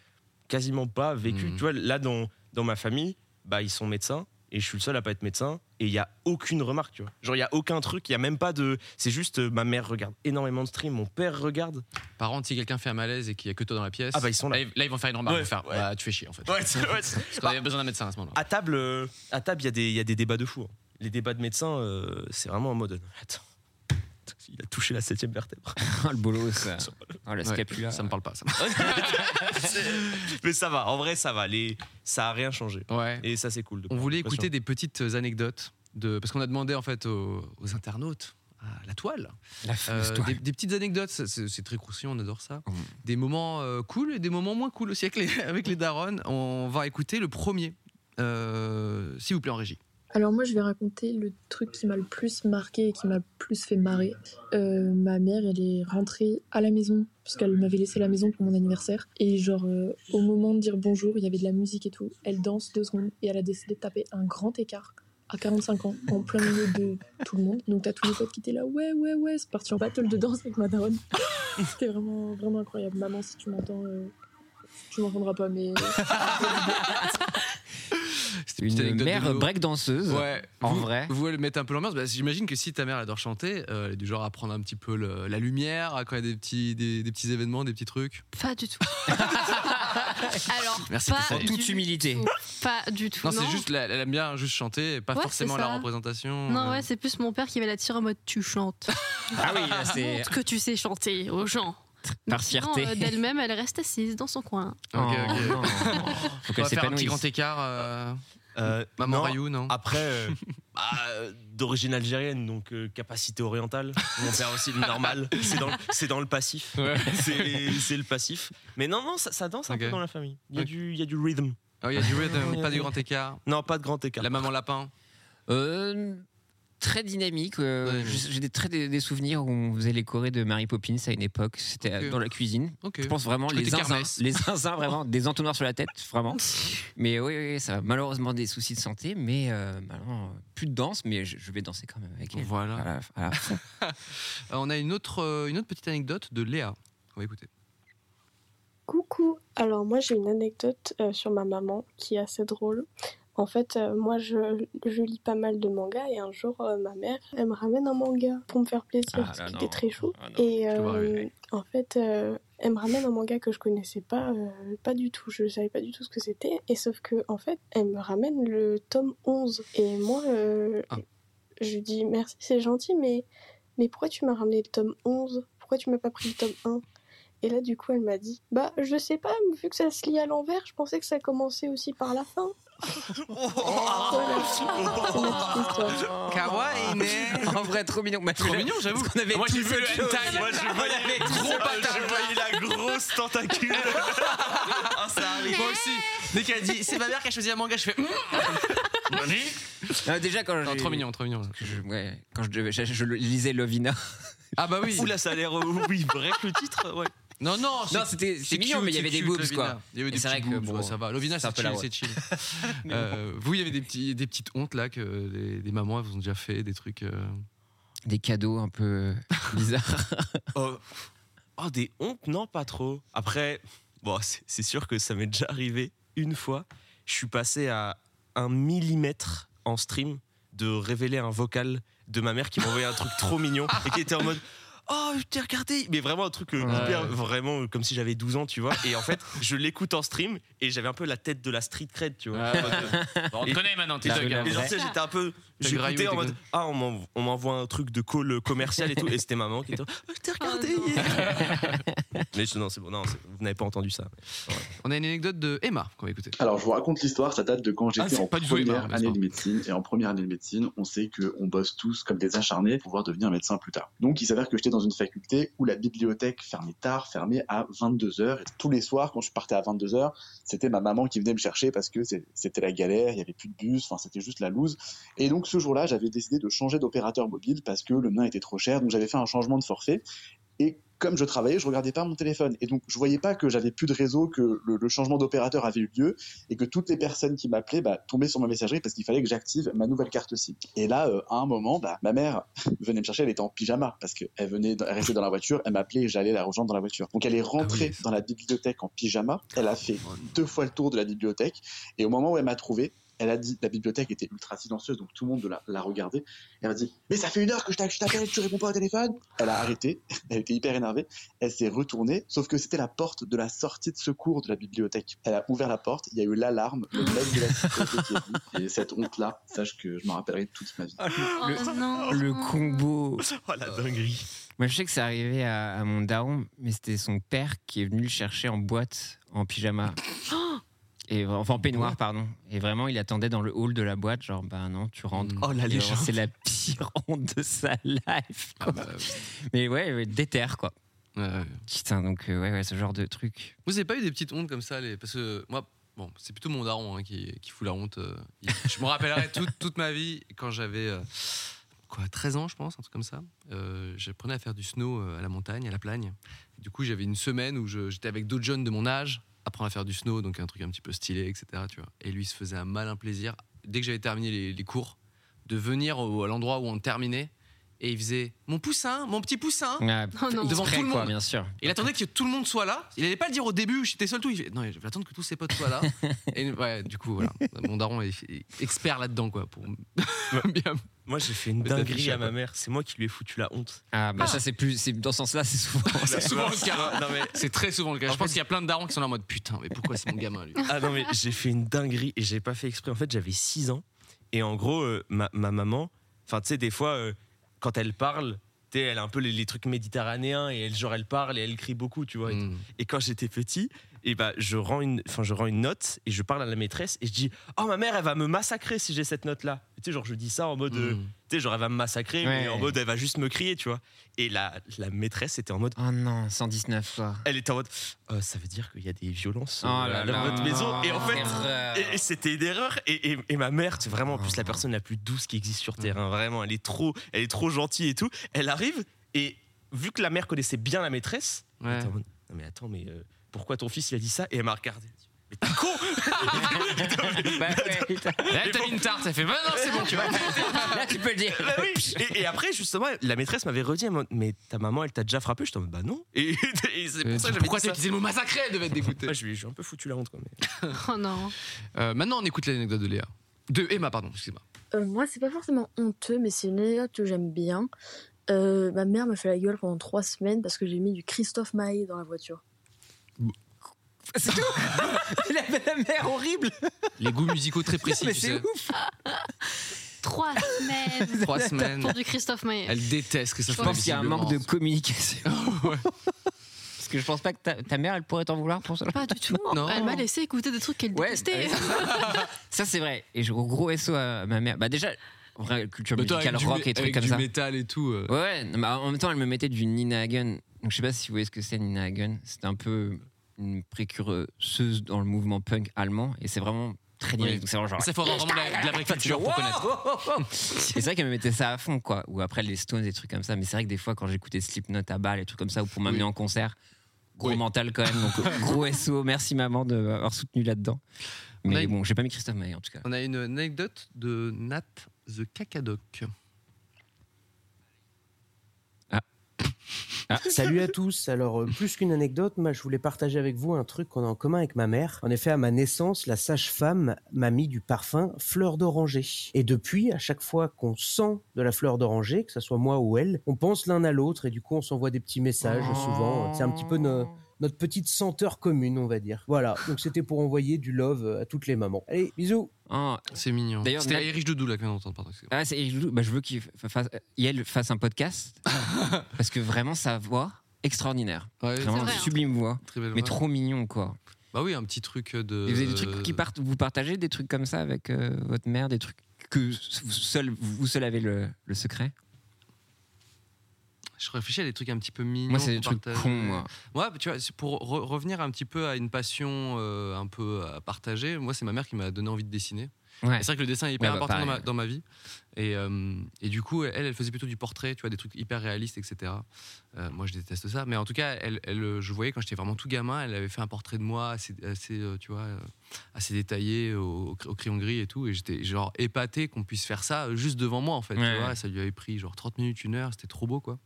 quasiment pas vécu. Tu vois, là, dans, dans ma famille, bah, ils sont médecins. Et je suis le seul à pas être médecin et il y a aucune remarque, tu vois. Genre il y a aucun truc, il y a même pas de. C'est juste euh, ma mère regarde énormément de streams, mon père regarde. Par contre, si quelqu'un fait un malaise et qu'il y a que toi dans la pièce, Ah bah, ils sont là. Là, ils vont faire une remarque, Ouais, ils vont faire, ouais. bah, tu fais chier en fait. Ouais, c'est- ouais, c'est- Bah Parce qu'on avait besoin d'un médecin à ce moment-là. À table, euh, à table, il y a des, il y a des débats de fou. hein. Les débats de médecins, euh, c'est vraiment en mode. Attends, il a touché la septième vertèbre. Oh, le bolos. Ah, la Ouais, scapula. ça me parle pas. Ça Mais ça va, en vrai, ça va. Les, ça a rien changé. Et ça, c'est cool. de On prendre voulait la pression. écouter des petites anecdotes de parce qu'on a demandé en fait aux, aux internautes à la toile, euh, La fameuse toile. Mm. des, des petites anecdotes, c'est- c'est c'est très croustillant, on adore ça. Des moments euh, cool et des moments moins cool aussi avec les, avec les darons. On va écouter le premier, Euh, s'il vous plaît en régie. Alors moi, je vais raconter le truc qui m'a le plus marqué et qui m'a le plus fait marrer. Euh, ma mère, elle est rentrée à la maison parce qu'elle m'avait laissé la maison pour mon anniversaire. Et genre, euh, au moment de dire bonjour, il y avait de la musique et tout. Elle danse deux secondes et elle a décidé de taper un grand écart à 45 ans, en plein milieu de tout le monde. Donc t'as tous les potes qui étaient là, ouais, ouais, ouais, c'est parti en battle de danse avec ma daronne. C'était vraiment, vraiment incroyable. Maman, si tu m'entends, euh, tu m'entendras pas, mais... C'était petite anecdote de mère Léo. breakdanseuse, Ouais. en Vous- vrai. Vous voulez mettre un peu l'ambiance. Bah, J'imagine que si ta mère adore chanter, euh, elle est du genre à prendre un petit peu le- la lumière à quand il y a des petits, des, des petits événements, des petits trucs. Pas du tout. alors Merci pas pour ça. du En toute humilité. tout. Pas du tout. Non, Non, c'est juste, la- elle aime bien juste chanter, et pas Ouais, forcément c'est la ça. représentation. Non euh. ouais, c'est plus mon père qui va la tirer en mode tu chantes. Ah oui, là, c'est- Montre que tu sais chanter aux gens. Par Sinon, fierté. euh, D'elle-même, elle reste assise dans son coin. Ok, ok. non. Faut qu'elle qu'elle faire un s'épanouisse. petit grand écart. euh, Euh, Maman Rayou, non Après, euh, bah, euh, d'origine algérienne, donc euh, capacité orientale. Mon père aussi, normal. C'est dans, le- c'est dans le passif. C'est c'est le passif. Mais non, non, ça, ça danse un Ok. peu dans la famille. Il y a Ok. du, Oh, il y a du rhythm. Ah, Il y a du rhythm, pas du grand écart. Non, pas de grand écart. La maman lapin. Euh, très dynamique. euh, j'ai- J'ai des très des, des souvenirs où on faisait les chorés de Mary Poppins à une époque. C'était Ok. dans la cuisine. Ok. Je pense vraiment Je crois les que t'es zinzins, kermesse. les zinzins vraiment des entonnoirs sur la tête, vraiment. Mais oui, oui, ça va malheureusement des soucis de santé, mais euh, maintenant, euh, plus de danse, mais je, je vais danser quand même avec elle. Voilà. À la- à la fin. Euh, on a une autre, euh, une autre petite anecdote de Léa. On va écouter. Coucou. Alors moi j'ai une anecdote euh, sur ma maman qui est assez drôle. En fait, euh, moi je, je lis pas mal de mangas et un jour euh, ma mère elle me ramène un manga pour me faire plaisir Ah, parce là, qu'il non. était très chaud. Ah, non. et Je vois, oui, euh, en fait euh, elle me ramène un manga que je connaissais pas euh, pas du tout. Je savais pas du tout ce que c'était et sauf que en fait elle me ramène le tome 11 et moi euh, je lui dis merci c'est gentil mais mais pourquoi tu m'as ramené le tome 11 Pourquoi tu m'as pas pris le tome 1 et là, du coup, elle m'a dit Bah, je sais pas, mais vu que ça se lit à l'envers, je pensais que ça commençait aussi par la fin. En vrai, trop mignon. Mais Trop mignon, j'avoue. Qu'on avait Ah, Moi, j'ai tous vu le cette chose. hentai. Moi, je On voyais avait les tous gros cette bâtards. chose. Je voyais la grosse tentacule. Ah, ça arrive. Moi aussi. Dès qu'elle dit, c'est ma mère qui a choisi un manga, je fais. hum. Ah, déjà quand j'ai- trop mignon, trop mignon. Je, ouais, quand je, devais- je- je lisais Lovina. Ah bah oui. Oula, ça a l'air. euh, oui, bref, le titre. Ouais. Non, non, c'est- Non, c'était- c'est c'est mignon, cute, mais il y c'est avait des cute, boobs, Lovina. quoi. Il y avait Et des c'est petits vrai que, boobs, bon, ouais, ça va. Lovina, c'est un c'est peu chill, la c'est chill. Mais Euh, vous, il y avait des, petits, des petites hontes là que les, les mamans elles vous ont déjà fait, des trucs. euh, Des cadeaux un peu bizarres. Oh. Oh, des hontes, non, pas trop. Après, bon, c'est c'est sûr que ça m'est déjà arrivé une fois. Je suis passé à un millimètre en stream de révéler un vocal de ma mère qui m'envoyait un truc trop mignon et qui était en mode Oh, je t'ai regardé Mais vraiment un truc euh, Ouais. hyper- vraiment euh, comme si j'avais 12 ans, tu vois. Et en fait, je l'écoute en stream et j'avais un peu la tête de la street cred, tu vois. Ouais. En mode, euh, Bon, on te et- connaît maintenant, TikTok, Et hein. genre, tu sais, j'étais un peu. T'as J'écoutais graillé, en t'es mode connu. Ah, on m'en- on m'envoie un truc de call euh, commercial et tout. Et c'était maman qui était mais je- non, c'est bon, non, c'est- vous n'avez pas entendu ça. On a une anecdote de Emma qu'on va écouter. Alors, je vous raconte l'histoire, ça date de quand Ah, j'étais c'est en pas du tout les première marques, année de médecine. Et en première année de médecine, on sait qu'on bosse tous comme des acharnés pour pouvoir devenir médecin plus tard. Donc, il s'avère que j'étais dans une faculté où la bibliothèque fermait tard, fermait à 22h. Et tous les soirs, quand je partais à 22h, c'était ma maman qui venait me chercher parce que c'est- c'était la galère, il n'y avait plus de bus, enfin, c'était juste la loose. Et donc, ce jour-là, j'avais décidé de changer d'opérateur mobile parce que le mien était trop cher. Donc, j'avais fait un changement de forfait. Et comme je travaillais, je regardais pas mon téléphone. Et donc, je voyais pas que j'avais plus de réseau, que le, le changement d'opérateur avait eu lieu et que toutes les personnes qui m'appelaient bah, tombaient sur ma messagerie parce qu'il fallait que j'active ma nouvelle carte SIM. Et là, euh, à un moment, bah, ma mère venait me chercher, elle était en pyjama parce qu'elle venait, elle restait dans la voiture, elle m'appelait et j'allais la rejoindre dans la voiture. Donc, elle est rentrée dans la bibliothèque en pyjama. Elle a fait deux fois le tour de la bibliothèque et au moment où elle m'a trouvé, elle a dit, la bibliothèque était ultra silencieuse, donc tout le monde la, la regardait. Elle m'a dit, mais ça fait une heure que je t'a- je t'appelle, tu réponds pas au téléphone. Elle a arrêté, elle était hyper énervée, elle s'est retournée, sauf que c'était la porte de la sortie de secours de la bibliothèque. Elle a ouvert la porte, il y a eu l'alarme, le mec de la sécurité qui est venu, et cette honte-là, sache que je m'en rappellerai toute ma vie. le, le combo. Oh la dinguerie. Moi, je sais que c'est arrivé à, à mon daron, mais c'était son père qui est venu le chercher en boîte, en pyjama. Et, enfin, Ah en peignoir, pardon. Et vraiment, il attendait dans le hall de la boîte, genre, bah non, tu rentres. Oh, la Et légende. Ah bah genre, C'est la pire honte de sa life. quoi. Mais ouais, ouais, déterre, quoi. Putain, donc, euh, ouais, ouais, ce genre de truc. Vous n'avez pas eu des petites hontes comme ça les... Parce que moi, bon, c'est plutôt mon daron hein, qui, qui fout la honte. euh. Il- Je me rappellerai toute, toute ma vie quand j'avais euh, quoi, 13 ans, je pense, un truc comme ça. Euh, J'apprenais à faire du snow euh, à la montagne, à la plagne. Du coup, j'avais une semaine où je- j'étais avec d'autres jeunes de mon âge, apprendre à faire du snow, donc un truc un petit peu stylé, etc. Tu vois. Et lui, il se faisait un malin plaisir, dès que j'avais terminé les, les cours, de venir au- à l'endroit où on terminait. Et il faisait mon poussin, mon petit poussin, Ah, Oh. devant exprès, tout le quoi, monde. bien sûr. Il attendait que tout le monde soit là. Il allait pas le dire au début, j'étais seul tout. Il fait, non, je vais attendre que tous ses potes soient là. Et ouais, du coup, voilà. Mon daron est est expert là-dedans, quoi. Pour... Moi, j'ai fait une dinguerie à ma mère. C'est moi qui lui ai foutu la honte. Ah, bah Ah. ça, c'est plus. c'est- Dans ce sens-là, c'est souvent. C'est souvent le cas. Non, mais- C'est très souvent le cas. Je pense qu'il y a plein de darons qui sont là en mode putain, mais pourquoi c'est mon gamin lui Ah non, mais j'ai fait une dinguerie et j'ai pas fait exprès. En fait, j'avais 6 ans. Et en gros, euh, ma, ma maman, enfin, tu sais, des fois, euh, quand elle parle, tu sais, elle a un peu les, les trucs méditerranéens et elle, genre, elle parle et elle crie beaucoup, tu vois. et tout. Et quand j'étais petit, et bah je rends une enfin je rends une note et je parle à la maîtresse et je dis oh ma mère elle va me massacrer si j'ai cette note là tu sais genre je dis ça en mode euh, tu sais genre elle va me massacrer Ouais. mais en mode elle va juste me crier tu vois et la la maîtresse était en mode oh non 119 quoi elle était en mode Euh, ça veut dire qu'il y a des violences euh, Oh là dans là. votre maison et en Erreur. fait et- et c'était une erreur et, et- et ma mère c'est vraiment en plus Oh. la personne la plus douce qui existe Mm. sur terre hein, vraiment elle est trop elle est trop gentille et tout elle arrive et vu que la mère connaissait bien la maîtresse elle était en mode, non mais attends mais euh, pourquoi ton fils il a dit ça et elle m'a regardé mais t'es con Bah Là, t'as mis une tarte, elle fait bah non, c'est bon, tu vois. Là, tu peux le dire. Bah oui. et, et après, justement, la maîtresse m'avait redit, elle m'a dit, mais ta maman, elle t'a déjà frappé Je t'en bah non. Et, et c'est pour Euh, ça que j'avais pourquoi dit t'as ça. utilisé le mot massacré Elle devait être dégoûtée. Ah, je, lui- je lui ai un peu foutu la honte quand même. Oh non. Euh, maintenant, on écoute l'anecdote de Léa. De Emma, pardon, excuse-moi. Euh, moi, c'est pas forcément honteux, mais c'est une anecdote que j'aime bien. Euh, ma mère m'a fait la gueule pendant trois semaines parce que j'ai mis du Christophe Maé dans la voiture. la, mère horrible Les goûts musicaux très précis, Mais tu c'est sais. Trois semaines. Trois semaines. Pour du Christophe Maé. Elle déteste que ça Je pense qu'il y a un manque de communication. Parce que je pense pas que ta, ta mère, elle pourrait t'en vouloir pour cela. Pas du tout. Elle m'a laissé écouter des trucs qu'elle détestait. Ça, c'est vrai. Et je gros SO à ma mère. Bah, déjà, en vrai, culture Bah, toi, musicale, avec du rock mé- et trucs avec comme du ça. métal et tout. euh. Ouais, ouais. Non, mais en même temps, elle me mettait du Nina Hagen. Donc, je sais pas si vous voyez ce que c'est, Nina Hagen. C'était un peu une précurseuse dans le mouvement punk allemand. Et c'est vraiment très direct. Oui. Donc, c'est vraiment genre. Ça, faut avoir vraiment de la- de la vraie culture pour Wow connaître. Et c'est vrai qu'elle me mettait ça à fond, quoi. Ou après les Stones et trucs comme ça. Mais c'est vrai que des fois, quand j'écoutais Slipknot à balle et trucs comme ça, ou pour m'amener en concert, gros mental quand même. Donc gros SO, merci maman de m'avoir soutenu là-dedans. On Mais a une- bon, j'ai pas mis Christophe Maé en tout cas. On a une anecdote de Nat the Cacadoc. Salut à tous. Alors, euh, plus qu'une anecdote, moi, je voulais partager avec vous un truc qu'on a en commun avec ma mère. En effet, à ma naissance, la sage-femme m'a mis du parfum fleur d'oranger. Et depuis, à chaque fois qu'on sent de la fleur d'oranger, que ce soit moi ou elle, on pense l'un à l'autre et du coup, on s'envoie des petits messages Oh. souvent. C'est un petit peu no- notre petite senteur commune, on va dire. Voilà. Donc, c'était pour envoyer du love euh, à toutes les mamans. Allez, bisous. Ah, c'est mignon. D'ailleurs, C'était Nat- Irish Doudou là que vient d'entendre, pardon. Ah, c'est Eric Doudou. Bah, je veux qu'il fa- fasse, Yael fasse un podcast parce que vraiment sa voix extraordinaire, c'est vraiment vrai, une hein. sublime voix, Très belle mais voix. trop mignon quoi. Bah oui, un petit truc de. Et vous avez des trucs qui partent, vous partagez des trucs comme ça avec euh, votre mère, des trucs que vous seul, vous seul avez le, le secret. Je réfléchis à des trucs un petit peu mignons. Moi, c'est des qu'on trucs partage. cons, moi. Ouais, tu vois, c'est pour re- revenir un petit peu à une passion euh, un peu à partager, moi, c'est ma mère qui m'a donné envie de dessiner. Et Ouais. C'est vrai que le dessin est hyper Ouais, bah, important dans, ma, pareil. dans ma vie. Et, euh, et du coup, elle, elle faisait plutôt du portrait, tu vois, des trucs hyper réalistes, etc. Euh, moi, je déteste ça. Mais en tout cas, elle, elle, euh, je voyais quand j'étais vraiment tout gamin, elle avait fait un portrait de moi assez, assez, euh, tu vois, euh, assez détaillé au, au crayon gris et tout. Et j'étais genre épaté qu'on puisse faire ça euh, juste devant moi, en fait. tu Ouais. vois. ça lui avait pris genre 30 minutes, une heure. C'était trop beau, quoi.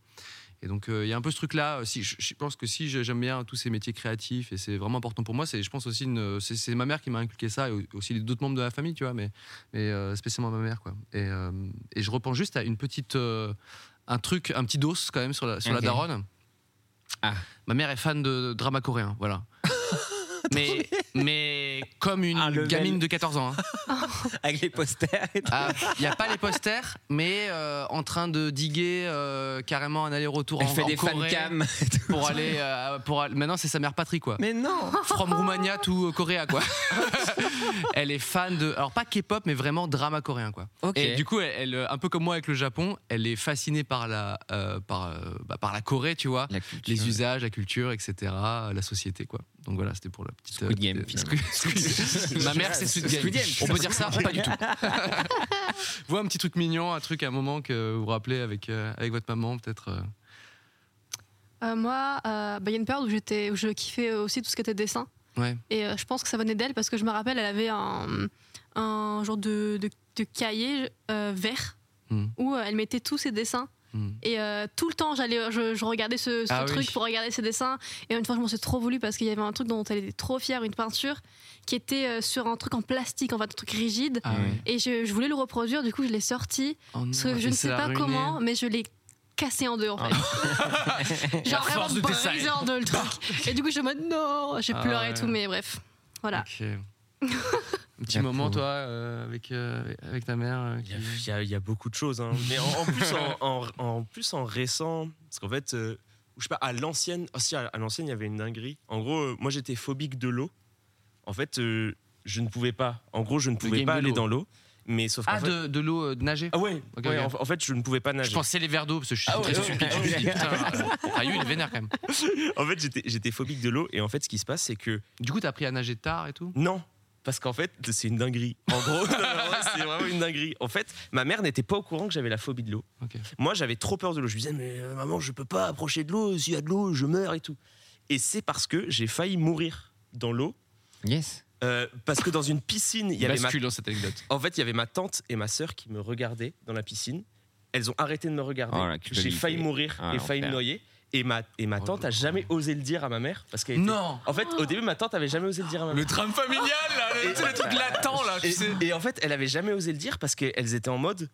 Et donc, euh, il y a un peu ce truc-là. euh, Si, je, je pense que si je- j'aime bien tous ces métiers créatifs, et c'est vraiment important pour moi, c'est, je pense aussi, une- euh, c'est, c'est ma mère qui m'a inculqué ça, et au- aussi d'autres membres de la famille, tu vois, mais, mais euh, spécialement ma mère, quoi. Et, euh, et je repense juste à une petite. euh, un truc, un petit dos quand même sur la, sur la Ok. daronne. Ma mère est fan de drama coréen, voilà. mais, mais comme une gamine de 14 ans. Avec les posters et Il Ah. n'y a pas les posters, mais euh, en train de diguer euh, carrément un aller-retour Elle en, fait en des Corée fancams et tout. pour aller. euh, pour aller- Maintenant, c'est sa mère patrie, quoi. Mais non From Roumania to euh, Korea, quoi. elle est fan de. Alors, pas K-pop, mais vraiment drama coréen, quoi. Ok. Et du coup, elle, elle, un peu comme moi avec le Japon, elle est fascinée par la, euh, par, euh, bah, par la Corée, tu vois. les usages, la culture, etc. La société, quoi. Donc voilà, c'était pour la petite. Squid Game. Ma mère, c'est Squid Game. Squid Game, On putain. peut dire ça Pas du tout. Vous, un petit truc mignon, un truc, un moment que vous vous rappelez avec, euh, avec votre maman, peut-être. euh. Euh, moi, euh, bah, il y a une période où, j'étais- où je kiffais aussi tout ce qui était dessin. Ouais. Et euh, je pense que ça venait d'elle parce que je me rappelle, elle avait un, un genre de, de- de cahier euh, vert Hmm. où euh, elle mettait tous ses dessins. Hmm. Et euh, tout le temps, j'allais, je, je regardais ce, ce Ah oui. truc pour regarder ses dessins. Et une fois, je m'en suis trop voulu parce qu'il y avait un truc dont elle était trop fière, une peinture qui était euh, sur un truc en plastique, en fait, un truc rigide. Ah oui. Et je, je voulais le reproduire, du coup, je l'ai sorti. Oh non, Parce que je et ça ne sais l'a pas ruiné. comment, mais je l'ai cassé en deux, en fait. Genre Ah. La vraiment force de tes brisé salles. en deux le truc. Et du coup, je me dis non, j'ai Ah pleuré et ouais. tout, mais bref. Voilà. Ok. Un petit moment, toi, euh, avec, euh, avec ta mère euh, qui- Il y, a- il y a beaucoup de choses, hein. mais en, en plus, en, en- en plus en récent, parce qu'en fait, euh, ou je sais pas, à l'ancienne, ah si, à, à l'ancienne, il y avait une dinguerie. En gros, euh, moi, j'étais phobique de l'eau. En fait, euh, je ne pouvais pas. En gros, je ne pouvais game pas de aller l'eau. dans l'eau. Mais sauf Ah, qu'en fait- de, de l'eau euh, de nager Ah ouais, Ok, ouais, ok. en, en fait, je ne pouvais pas nager. Je pensais les verres d'eau parce que je suis Ah ouais, très ouais, stupide. ouais, je me suis dit, ouais. putain, Rayou, Ah, il est vénère quand même. en fait, j'étais- j'étais phobique de l'eau. Et en fait, ce qui se passe, c'est que. Du coup, t'as appris à nager tard et tout Non. Parce qu'en fait, c'est une dinguerie. En gros, non, mais en vrai, c'est vraiment une dinguerie. En fait, ma mère n'était pas au courant que j'avais la phobie de l'eau. Moi, j'avais trop peur de l'eau. Je lui disais, mais euh, maman, je peux pas approcher de l'eau. S'il y a de l'eau, je meurs et tout. Et c'est parce que j'ai failli mourir dans l'eau. Yes. Euh, parce que dans une piscine, il y avait Bascule ma... dans cette anecdote. En fait, il y avait ma tante et ma sœur qui me regardaient dans la piscine. Elles ont arrêté de me regarder. Oh, la J'ai culpabilité. failli mourir Ah, et failli me l'enfer. noyer. Et ma, et Oh, ma tante a jamais osé le dire à ma mère parce qu'elle était- Non. En fait, au début, ma tante avait jamais osé le dire à ma mère. Bah, Le drame familial, là, le- tu sais, le truc latent, là, tu Et, sais. et en fait, elle avait jamais osé le dire parce qu'elles étaient en mode,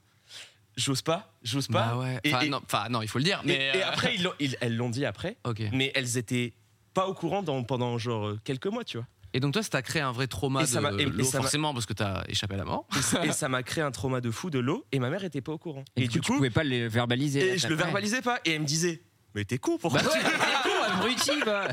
j'ose pas, j'ose pas. Bah ouais. Et- Enfin, et- non, enfin, non, il faut le dire. et- Mais et, euh, après, ils l'ont- ils- elles l'ont dit après. Mais elles étaient pas au courant dans- pendant genre euh, quelques mois, tu vois. Et donc toi, ça t'a créé un vrai trauma Et ça m'a- de et- et l'eau, ça m'a- forcément, parce que t'as échappé à la mort. Et ça- et ça m'a créé un trauma de fou de l'eau et ma mère était pas au courant. Et, du coup, tu pouvais pas les verbaliser. Et je le verbalisais pas. Et elle me disait, mais t'es con, pourquoi Bah tu- ouais, t'es con, abruti, bah.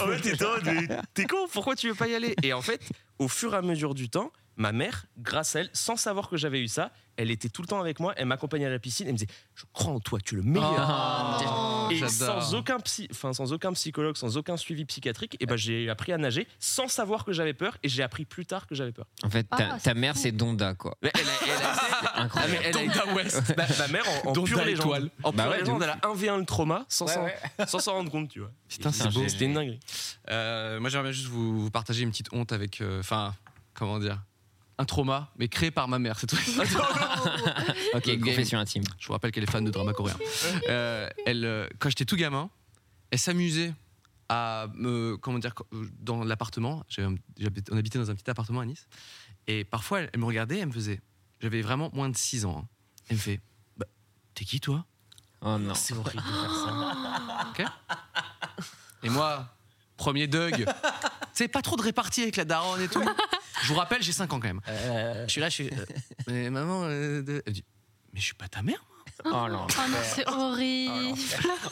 En fait, t'es dingue, mais t'es con, pourquoi tu veux pas y aller Et en fait, au fur et à mesure du temps, ma mère, grâce à elle, sans savoir que j'avais eu ça, elle était tout le temps avec moi, elle m'accompagnait à la piscine, elle me disait Je crois en toi, tu es le Ah, meilleur. Oh, et j'adore. sans aucun, psy- enfin, sans aucun psychologue, sans aucun suivi psychiatrique, et ben, j'ai appris à nager sans savoir que j'avais peur, et j'ai appris plus tard que j'avais peur. En fait, ta, Ah, ta mère, c'est Donda, quoi. Ah, Incroyable. Donda West. Bah, ma mère, en, en Donda pure légende, étoile. en Bah pure ouais, de légende, ouf. elle a 1v1 le trauma sans Ouais, s'en ouais. sans s'en rendre compte, tu vois. Putain, c'est beau. C'était une dinguerie. Euh, moi, j'aimerais juste vous, vous partager une petite honte avec, euh, enfin, comment dire, un trauma, mais créé par ma mère, c'est tout. Ok, Notre confession game. intime. Je vous rappelle qu'elle est fan de drama coréen. Euh, elle, euh, quand j'étais tout gamin, elle s'amusait à me, comment dire, quand- euh, dans l'appartement. j'avais un- j'habitais- On habitait dans un petit appartement à Nice, et parfois elle, elle me regardait, elle me faisait, j'avais vraiment moins de 6 ans. hein. Elle me fait, Bah, t'es qui toi Oh non. C'est horrible de faire ça. Ok. Et moi, premier Doug, c'est pas trop de répartie avec la daronne et tout. Je vous rappelle, j'ai 5 ans quand même. Je suis là, je suis. euh, mais maman, euh, de- elle me dit, mais je suis pas ta mère, moi. Oh non, c'est horrible.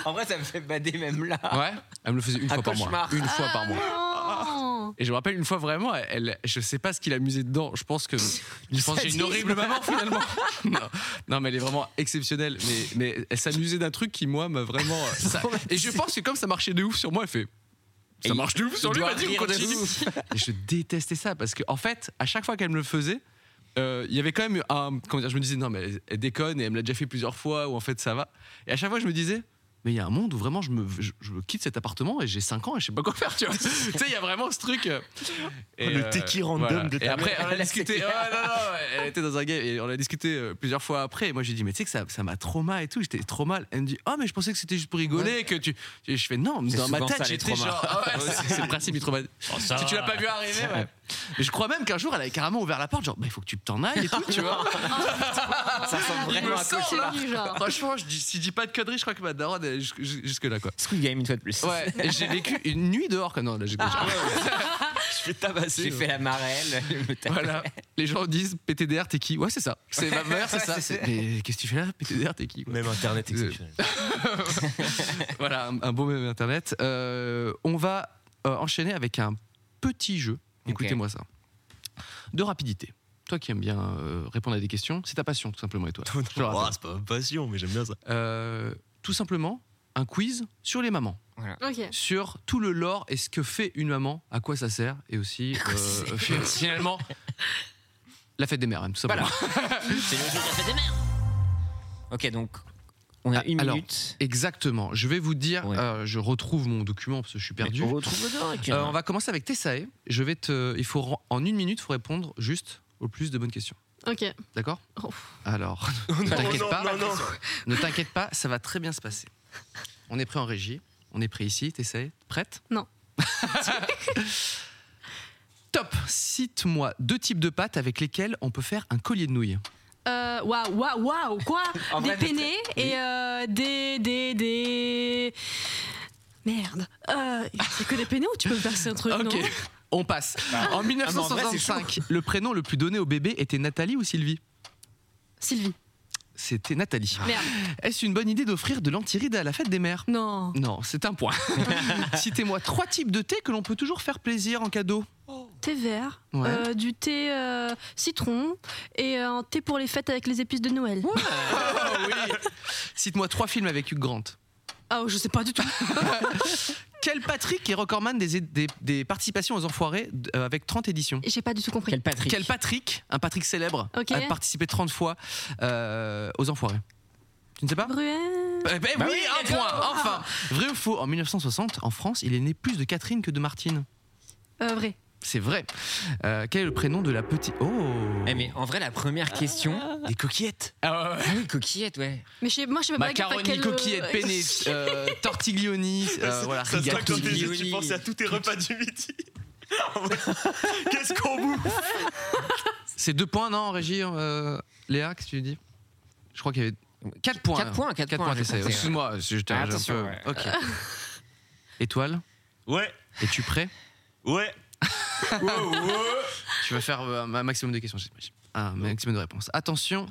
En vrai, ça me fait bader même là. Ouais, elle me le faisait une Un fois par cauchemar. mois. Une fois par mois. Ah. Non. Et je me rappelle une fois vraiment, elle, je sais pas ce qu'il a musé dedans. Je pense que je pense que j'ai une Sadisme. horrible maman finalement. non. Non, mais elle est vraiment exceptionnelle. Mais, mais elle s'amusait d'un truc qui moi m'a vraiment. ça- et je pense que comme ça marchait de ouf sur moi, elle fait. Ça Et marche de il- ouf il sur lui, doit vas-y, on rire de continue. ouf. Et je détestais ça parce que en fait, à chaque fois qu'elle me le faisait. euh, Il y avait quand même un. Comment dire Je me disais, non, mais elle, elle déconne et elle me l'a déjà fait plusieurs fois, ou en fait ça va. Et à chaque fois, je me disais, mais il y a un monde où vraiment je, me, je, je quitte cet appartement et j'ai 5 ans et je sais pas quoi faire, tu vois. tu sais, il y a vraiment ce truc. euh, et, Oh, Le euh, teki random de ta Et après, mère. on a discuté. Oh ouais, non, non, elle était dans un game et on a discuté euh, plusieurs fois après. Et moi, j'ai dit, mais tu sais que ça ça m'a trop mal et tout. J'étais trop mal. Elle me dit, oh, mais je pensais que c'était juste pour rigoler. Que tu... Et Je fais, non, mais C'est dans ma souvent ça, tête, les j'étais traumas. genre. Oh, Ah ouais, c'est- c'est le principe du trauma. ça si tu l'as va. pas vu arriver, ouais. Mais je crois même qu'un jour, elle avait carrément ouvert la porte, genre, bah, il faut que tu t'en ailles et tout, tu vois. Ça ressemble Il me vraiment à un semble, cauchemar. hein. Franchement, je dis, si je dis pas de conneries, je crois que ma daronne elle est jus- jus- jusque-là, quoi. Squid Game, une fois de plus. Ah. Ouais, et j'ai vécu une nuit dehors, comme non, là, j'ai Je fais tabasser. J'ai fait la marelle. je me tape. Voilà. Les gens disent PTDR, t'es qui Ouais, c'est ça. C'est ma mère, c'est ça. C'est- Mais qu'est-ce que tu fais là PTDR, t'es qui Euh, Même Internet exceptionnel. voilà, un, un beau même internet. Euh, on va euh, enchaîner avec un petit jeu. Écoutez-moi ça. De rapidité. Toi qui aimes bien euh, répondre à des questions, c'est ta passion tout simplement et toi. Je le rappelle. Oh, c'est pas ma passion, mais j'aime bien ça. Euh, tout simplement, un quiz sur les mamans. Ok. Sur tout le lore et ce que fait une maman, à quoi ça sert, et aussi euh, finalement la fête des mères, hein, tout simplement. C'est le jeu de la fête des mères. Ok, donc on a une Ah, Alors, minute. Exactement. Je vais vous dire, euh, je retrouve mon document parce que je suis perdu. on retrouve le doc. Euh, on va commencer avec Tessae. Je vais te, il faut ren- en une minute, il faut répondre juste au plus de bonnes questions. Ok. D'accord Oh. Alors, ne t'inquiète non, pas. non, non. Ne t'inquiète pas, ça va très bien se passer. On est prêt en régie. On est prêt ici. Tessae, prête Non. Top. Cite-moi deux types de pâtes avec lesquelles on peut faire un collier de nouilles. Euh, Waouh, waouh, waouh, quoi En Des vrai, mais- pennés et euh, des, des, des. Merde. Euh, c'est que des pennés ou tu peux passer un truc Ok. non On passe. Bah, En Ah, mais en vrai, c'est 1965, le prénom le plus donné au bébé était Nathalie ou Sylvie Sylvie. Ah. C'était Nathalie. Merde. Est-ce une bonne idée d'offrir de l'antiride à la fête des mères Non. Non, c'est un point. Citez-moi trois types de thé que l'on peut toujours faire plaisir en cadeau. Thé vert, Ouais. euh, du thé euh, citron et euh, un thé pour les fêtes avec les épices de Noël. Cite-moi trois films avec Hugh Grant. Ah, je sais pas du tout. Quel Patrick est recordman des, des- des participations aux Enfoirés d- euh, avec 30 éditions J'ai pas du tout compris. Quel Patrick, un Patrick célèbre, Ok. a participé 30 fois euh, aux Enfoirés Tu ne sais pas Eh ben Bah oui, oui, un let's go point, enfin Vrai ou faux En 1960, en France, il est né plus de Catherine que de Martine. Euh, vrai. C'est vrai. Euh, quel est le prénom de la petite... Oh Eh, mais en vrai, la première question... Des coquillettes Ah oui, coquillettes, ouais. Mais je sais, moi, je sais même pas Macaroni, quel- coquillettes, penne, euh, tortiglioni, euh, voilà, ça se voit que dans tes yeux, rigatoni. tu pensais à tous tes repas du midi. Qu'est-ce qu'on bouffe C'est deux points, non, en régie euh, Léa, qu'est-ce que tu dis Je crois qu'il y avait. Quatre points. Quatre là. points, quatre points, t'essayes. je pensais, Excuse-moi, ouais. si je t'ai un Attention, peu. ouais. Ok. Étoile Ouais. Es-tu prêt Ouais. Tu vas faire euh, un maximum de questions, j'imagine. Un maximum de réponses. Attention.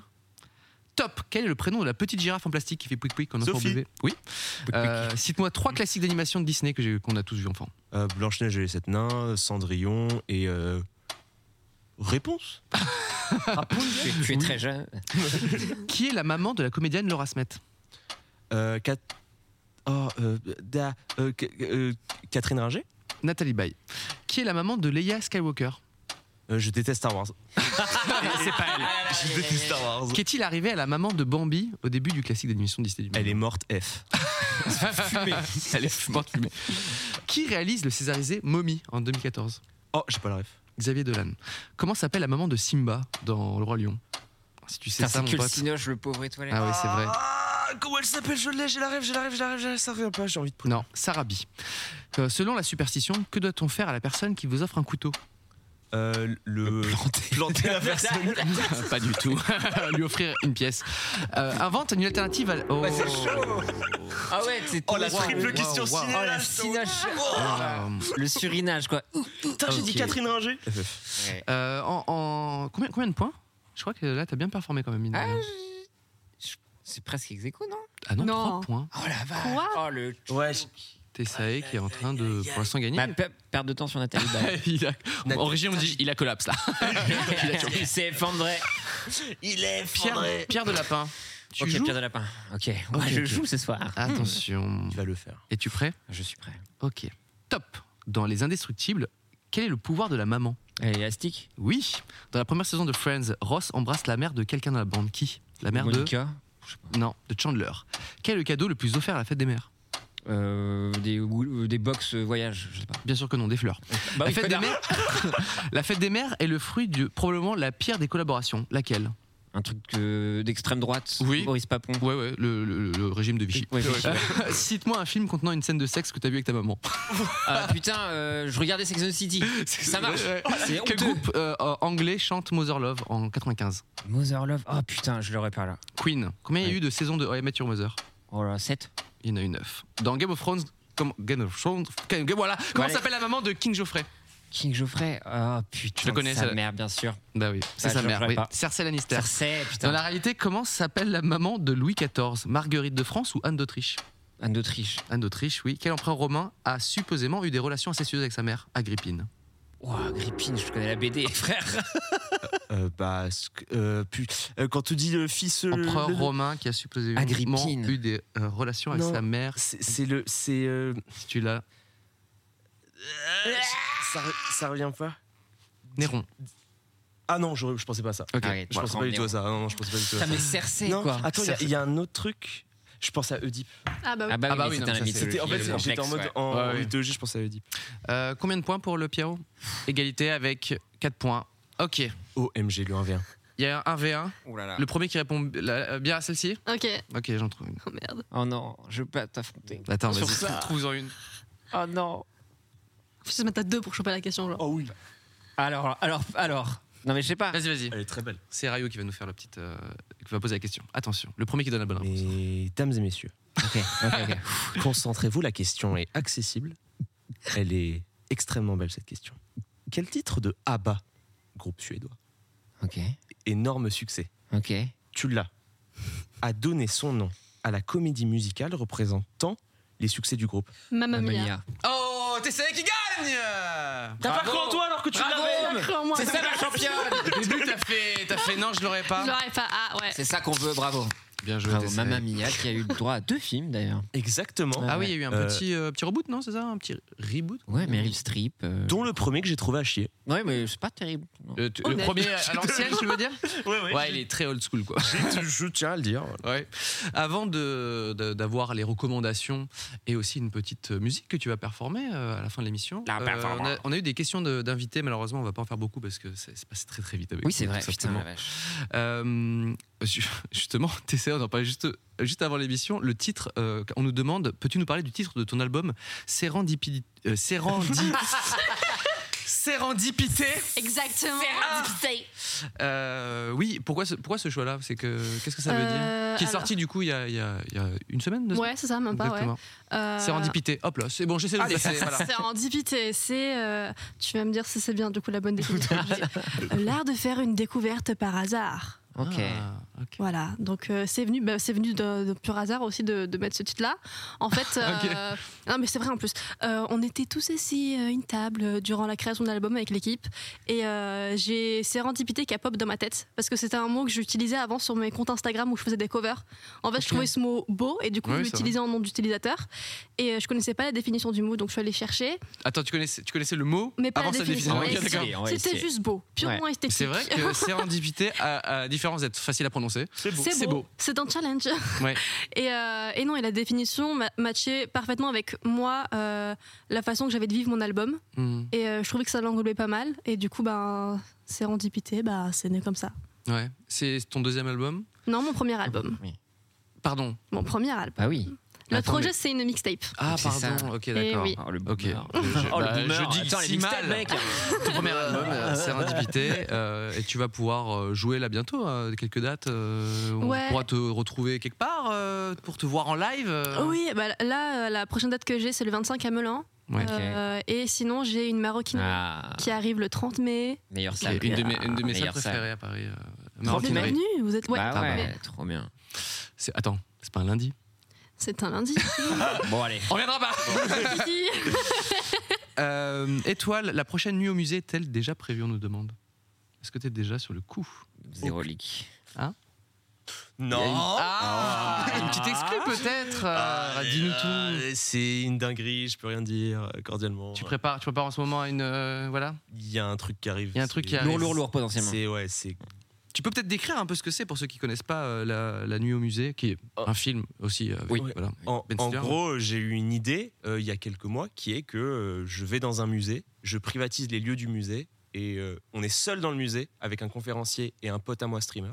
Top Quel est le prénom de la petite girafe en plastique qui fait pouic pouic quand on Sophie. bébé Oui. Euh, Cite-moi trois classiques d'animation de Disney que j'ai- qu'on a tous vu enfant. Euh, Blanche-Neige et les sept nains, Cendrillon et. euh, Réponse tu, es, tu es très jeune. qui est la maman de la comédienne Laura Smet euh, Cat- oh, euh, da- euh, Ca- euh, Catherine Ringer Nathalie Baye. Qui est la maman de Leia Skywalker Euh, Je déteste Star Wars. Ah, C'est pas elle. Je déteste Star Wars. Qu'est-il arrivé à la maman de Bambi au début du classique d'animation Disney Elle est morte F. Fumée. Elle est morte fumée. Qui réalise le césarisé Mommy en 2014 Oh, j'ai pas le ref. Xavier Dolan. Comment s'appelle la maman de Simba dans Le Roi Lion Si tu sais Putain, ça, C'est mon que le pote. cinoche, le pauvre étoilé. Ah oui, c'est vrai. Ah, comment elle s'appelle Je l'ai, j'ai la rêve, j'ai la rêve, j'ai la rêve, j'ai la rêve, ça revient pas, j'ai envie de. Non, Sarabi. Euh, selon la superstition, que doit-on faire à la personne qui vous offre un couteau Euh, le. Planter. la personne. Pas du tout. Lui offrir une pièce. Euh, invente une alternative à. Bah, Oh. c'est chaud Ah ouais, c'est Oh, la Waouh, triple waouh, question waouh. ciné, Oh, là, la c'est- cinoche. Oh Wow. Le surinage, quoi. Putain, j'ai dit Ok. Catherine Ringer. Euh, en, en- Combien, combien de points Je crois que là, t'as bien performé quand même. Ah, mine de rien. Ah, C'est presque ex aequo, non Ah non, 3 points. Oh la vache Oh le. Ouais. Tessae qui est en train de pour l'instant gagner. perdre Bah, de temps sur Nathalie Baye. euh. Il a- En régie, on dit il a collapse là. Il a tué. Il s'est effondré. Il est Pierre, Pierre de Lapin. Tu Ok, joues Pierre de Lapin. Ok, Ok, Ouais, je ok. joue ce soir. Attention. Tu vas le faire. Es-tu prêt Ah. Je suis prêt. Ok. Top. Dans Les Indestructibles, quel est le pouvoir de la maman Elle est élastique Oui. Dans la première saison de Friends, Ross embrasse la mère de quelqu'un dans la bande. Qui La mère Monica de. Non, de Chandler. Quel est le cadeau le plus offert à la fête des mères Euh, des, ou- des box euh, voyage, je sais pas. Bien sûr que non, des fleurs. Bah la, oui, fête des connard. mères, la fête des mères est le fruit de probablement la pire des collaborations. Laquelle Un truc euh, d'extrême droite. Oui. Boris Papon. Ouais, ouais, le, le- le régime de Vichy. Ouais, Vichy, ouais. Euh, Cite-moi un film contenant une scène de sexe que t'as vu avec ta maman. Ah putain, euh, je regardais Sex and the City. Ça marche. Ouais, ouais. C'est Quel honteux. groupe euh, euh, anglais chante Mother Love en 95 Mother Love. Oh putain, je l'aurais pas là. Queen. Combien il y a eu de saisons de I Met Your Mother Oh là, 7 Il y en a eu 9. Dans Game of Thrones. comment- Game of Thrones. Game- Voilà. Comment Allez. s'appelle la maman de King Geoffrey King Geoffrey. Oh putain. Je le connais, Sa ça. mère, bien sûr. Bah oui, c'est Ah, sa je mère. l'aurais oui. pas. Cersei Lannister. Cersei, putain. Dans la réalité, comment s'appelle la maman de Louis XIV Marguerite de France ou Anne d'Autriche Anne d'Autriche. Anne d'Autriche, oui. Quel empereur romain a supposément eu des relations incestueuses avec sa mère Agrippine. Oh, Ouah, Grippine, je connais la BD, frère. Euh, bah, ce que- euh, pu- euh, quand tu dis le fils. euh, Empereur le- romain qui a supposément Agrippine. eu des euh, relations avec Non. sa mère. C'est c'est le. C'est. euh, Si tu l'as. euh, ça, re- ça revient pas Néron. Ah non, je, je pensais pas à ça. Ok. Arrête, Je pensais pas du tout à ça. Ah Non, non, je pensais pas du tout à ça. Putain, mais Cersei, Non, quoi. Attends, il y a- Cersei. il y, a un autre truc. Je pense à Oedipe. Ah bah oui. Ah bah oui, Ah bah mais oui, c'était non, un ça, mythologie. c'est- C'était- En fait, le j'étais en complexe, mode. ouais. En Ouais, ouais. mythologie, je pensais à Oedipe. Euh, combien de points pour le Piao Égalité avec 4 points. Ok. Il OMG, le 1v1. y a un V1. Oh là là. Le premier qui répond bi- la- euh, bien à celle-ci Ok. Ok, j'en trouve une. Oh merde. Oh non, je veux pas t'affronter. Attends, Sur vas-y, ça. trouve-en une. Oh non. Faut se mettre à deux pour choper la question. Genre. Oh oui. Alors, alors, alors. Non mais je sais pas. Vas-y, vas-y. Elle est très belle. C'est Rayo qui va nous faire la petite. euh, qui va poser la question. Attention, le premier qui donne la bonne réponse. Mesdames et messieurs, Ok, ok, ok. concentrez-vous, la question est accessible. Elle est extrêmement belle, cette question. Quel titre de ABBA, groupe suédois Ok, Énorme succès. ok. Tu l'as. a donné son nom à la comédie musicale représentant les succès du groupe Mamma mia. Oh, TCA qui gagne T'as pas cru en toi alors que tu l'avais. J'ai pas cru en moi. C'est ça la championne. Au début, t'as fait, t'as fait non, je l'aurais pas. Je l'aurais pas. Ah ouais. C'est ça qu'on veut, bravo. Bien joué. Bravo, TCA. Mamma Mia qui a eu le droit à deux films d'ailleurs. Exactement. Ah oui, il y a eu un Euh, petit, euh, petit reboot, non C'est ça Un petit reboot Ouais, Meryl Streep. euh. Dont le premier que j'ai trouvé à chier. Ouais, mais c'est pas terrible. Le, Euh, t- le Honnête. premier à l'ancienne, tu veux dire Ouais, ouais. il est très old school, quoi. Je tiens à le dire. Ouais. Avant de- de- d'avoir les recommandations et aussi une petite musique que tu vas performer euh, à la fin de l'émission, La performance. on, a, on a eu des questions de- d'invités. Malheureusement, on va pas en faire beaucoup parce que c'est c'est passé très très vite avec Oui, nous, c'est vrai, tout putain, simplement. la vache. Euh, ju- justement, TCA, on en parlait juste, juste avant l'émission. Le titre, euh, on nous demande peux-tu nous parler du titre de ton album Sérendipité euh, Ah, Sérendi- Sérendipité Exactement. Euh, Oui, pourquoi ce, pourquoi ce choix-là C'est que Qu'est-ce que ça veut Euh, dire Qui est alors. sorti du coup il y a, il y a- il y a une semaine deux Ouais, semaines c'est ça, même pas. Exactement. Ouais. Euh, Sérendipité, hop là, Ah, c'est bon, j'essaie de Allez, passer. voilà. Ah, C'est rendipité, c'est. euh, tu vas me dire si c'est bien du coup la bonne définition. J'ai- L'art de faire une découverte par hasard. Ok. Ah, Voilà, donc euh, c'est venu, bah, c'est venu de, de pur hasard aussi de, de mettre ce titre-là. En fait, euh, non mais c'est vrai en plus. Euh, on était tous assis euh, à une table euh, durant la création de l'album avec l'équipe et euh, j'ai sérendipité qui a pop dans ma tête parce que c'était un mot que j'utilisais avant sur mes comptes Instagram où je faisais des covers. En fait, je trouvais ce mot beau et du coup Ouais, je c'est l'utilisais en nom d'utilisateur et euh, je connaissais pas la définition du mot donc je suis allée chercher Attends, tu connaissais, tu connaissais le mot mais pas avant la sa définition. définition Ouais, Ok, c'était- d'accord. C'était juste beau, purement Ouais. esthétique. C'est vrai que sérendipité, à, à différence d'être facile à prononcer, c'est C'est beau. C'est un challenge. Ouais. Et, euh, et non, et la définition ma- matchait parfaitement avec moi, euh, la façon que j'avais de vivre mon album. Hmm. Et euh, je trouvais que ça l'englobait pas mal. Et du coup, ben, c'est rendipité, bah, c'est né comme ça. Ouais. C'est ton deuxième album Non, mon premier Ah album. Pardon Mon premier album. Bah oui. Notre Attends, projet, mais- c'est une mixtape. Ah, C'est ça. pardon, ok, Eh d'accord. oui. Oh, le Ok. Je, Oh, le bah, boomer. je dis Attends, les si mixtapes, mal. mec. Ton premier album, euh, Sérendipité, euh, et tu vas pouvoir euh, jouer là bientôt, à quelques dates. euh, où Ouais. On pourra te retrouver quelque part euh, pour te voir en live. euh. Oui, bah, là, euh, la prochaine date que j'ai, c'est le 25 à Melun. Ouais. Euh, et sinon, j'ai une maroquinerie Ah. qui arrive le 30 mai. Meilleure Qui salle. Ah, est une de mes, une de mes salles Meilleure salle. préférées à Paris. euh, Vous êtes Maroquinerie. venu Vous êtes. Ouais, Bah ouais. mais Trop bien. C'est- Attends, c'est pas un lundi C'est un lundi. Bon, allez. On reviendra pas Euh, Étoile, la prochaine nuit au musée est-elle déjà prévue On nous demande. Est-ce que t'es déjà sur le coup Zéro leak. Hein Non. Ah, Une petite exclue peut-être euh, Dis-nous tout. C'est une dinguerie, je peux rien dire, euh, cordialement. Tu prépares, tu prépares en ce moment une. euh, voilà Il y a un truc qui arrive. Il y a un truc c'est- qui arrive. Lourd, lourd, lourd, potentiellement. C'est ouais, c'est Tu peux peut-être décrire un peu ce que c'est pour ceux qui connaissent pas euh, la, La Nuit au musée, qui est un film aussi. euh, avec- voilà, avec Oh. En, Ben en Stiller. gros, euh, j'ai eu une idée euh, il y a quelques mois qui est que euh, je vais dans un musée, je privatise les lieux du musée et euh, on est seul dans le musée avec un conférencier et un pote à moi streamer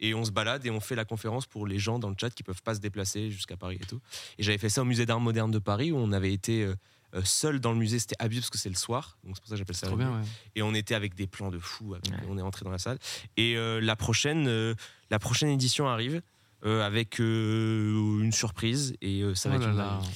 et on se balade et on fait la conférence pour les gens dans le chat qui peuvent pas se déplacer jusqu'à Paris et tout. Et j'avais fait ça au musée d'art moderne de Paris où on avait été euh, euh, seul dans le musée, c'était abusé parce que c'est le soir, donc c'est pour ça que j'appelle ça. Trop la bien, nuit. ouais. Et on était avec des plans de fou. avec- On est rentré dans la salle. Et euh, la prochaine, euh, la prochaine édition arrive euh, avec euh, une surprise et euh, ça va Oh être. là une là. dinguerie.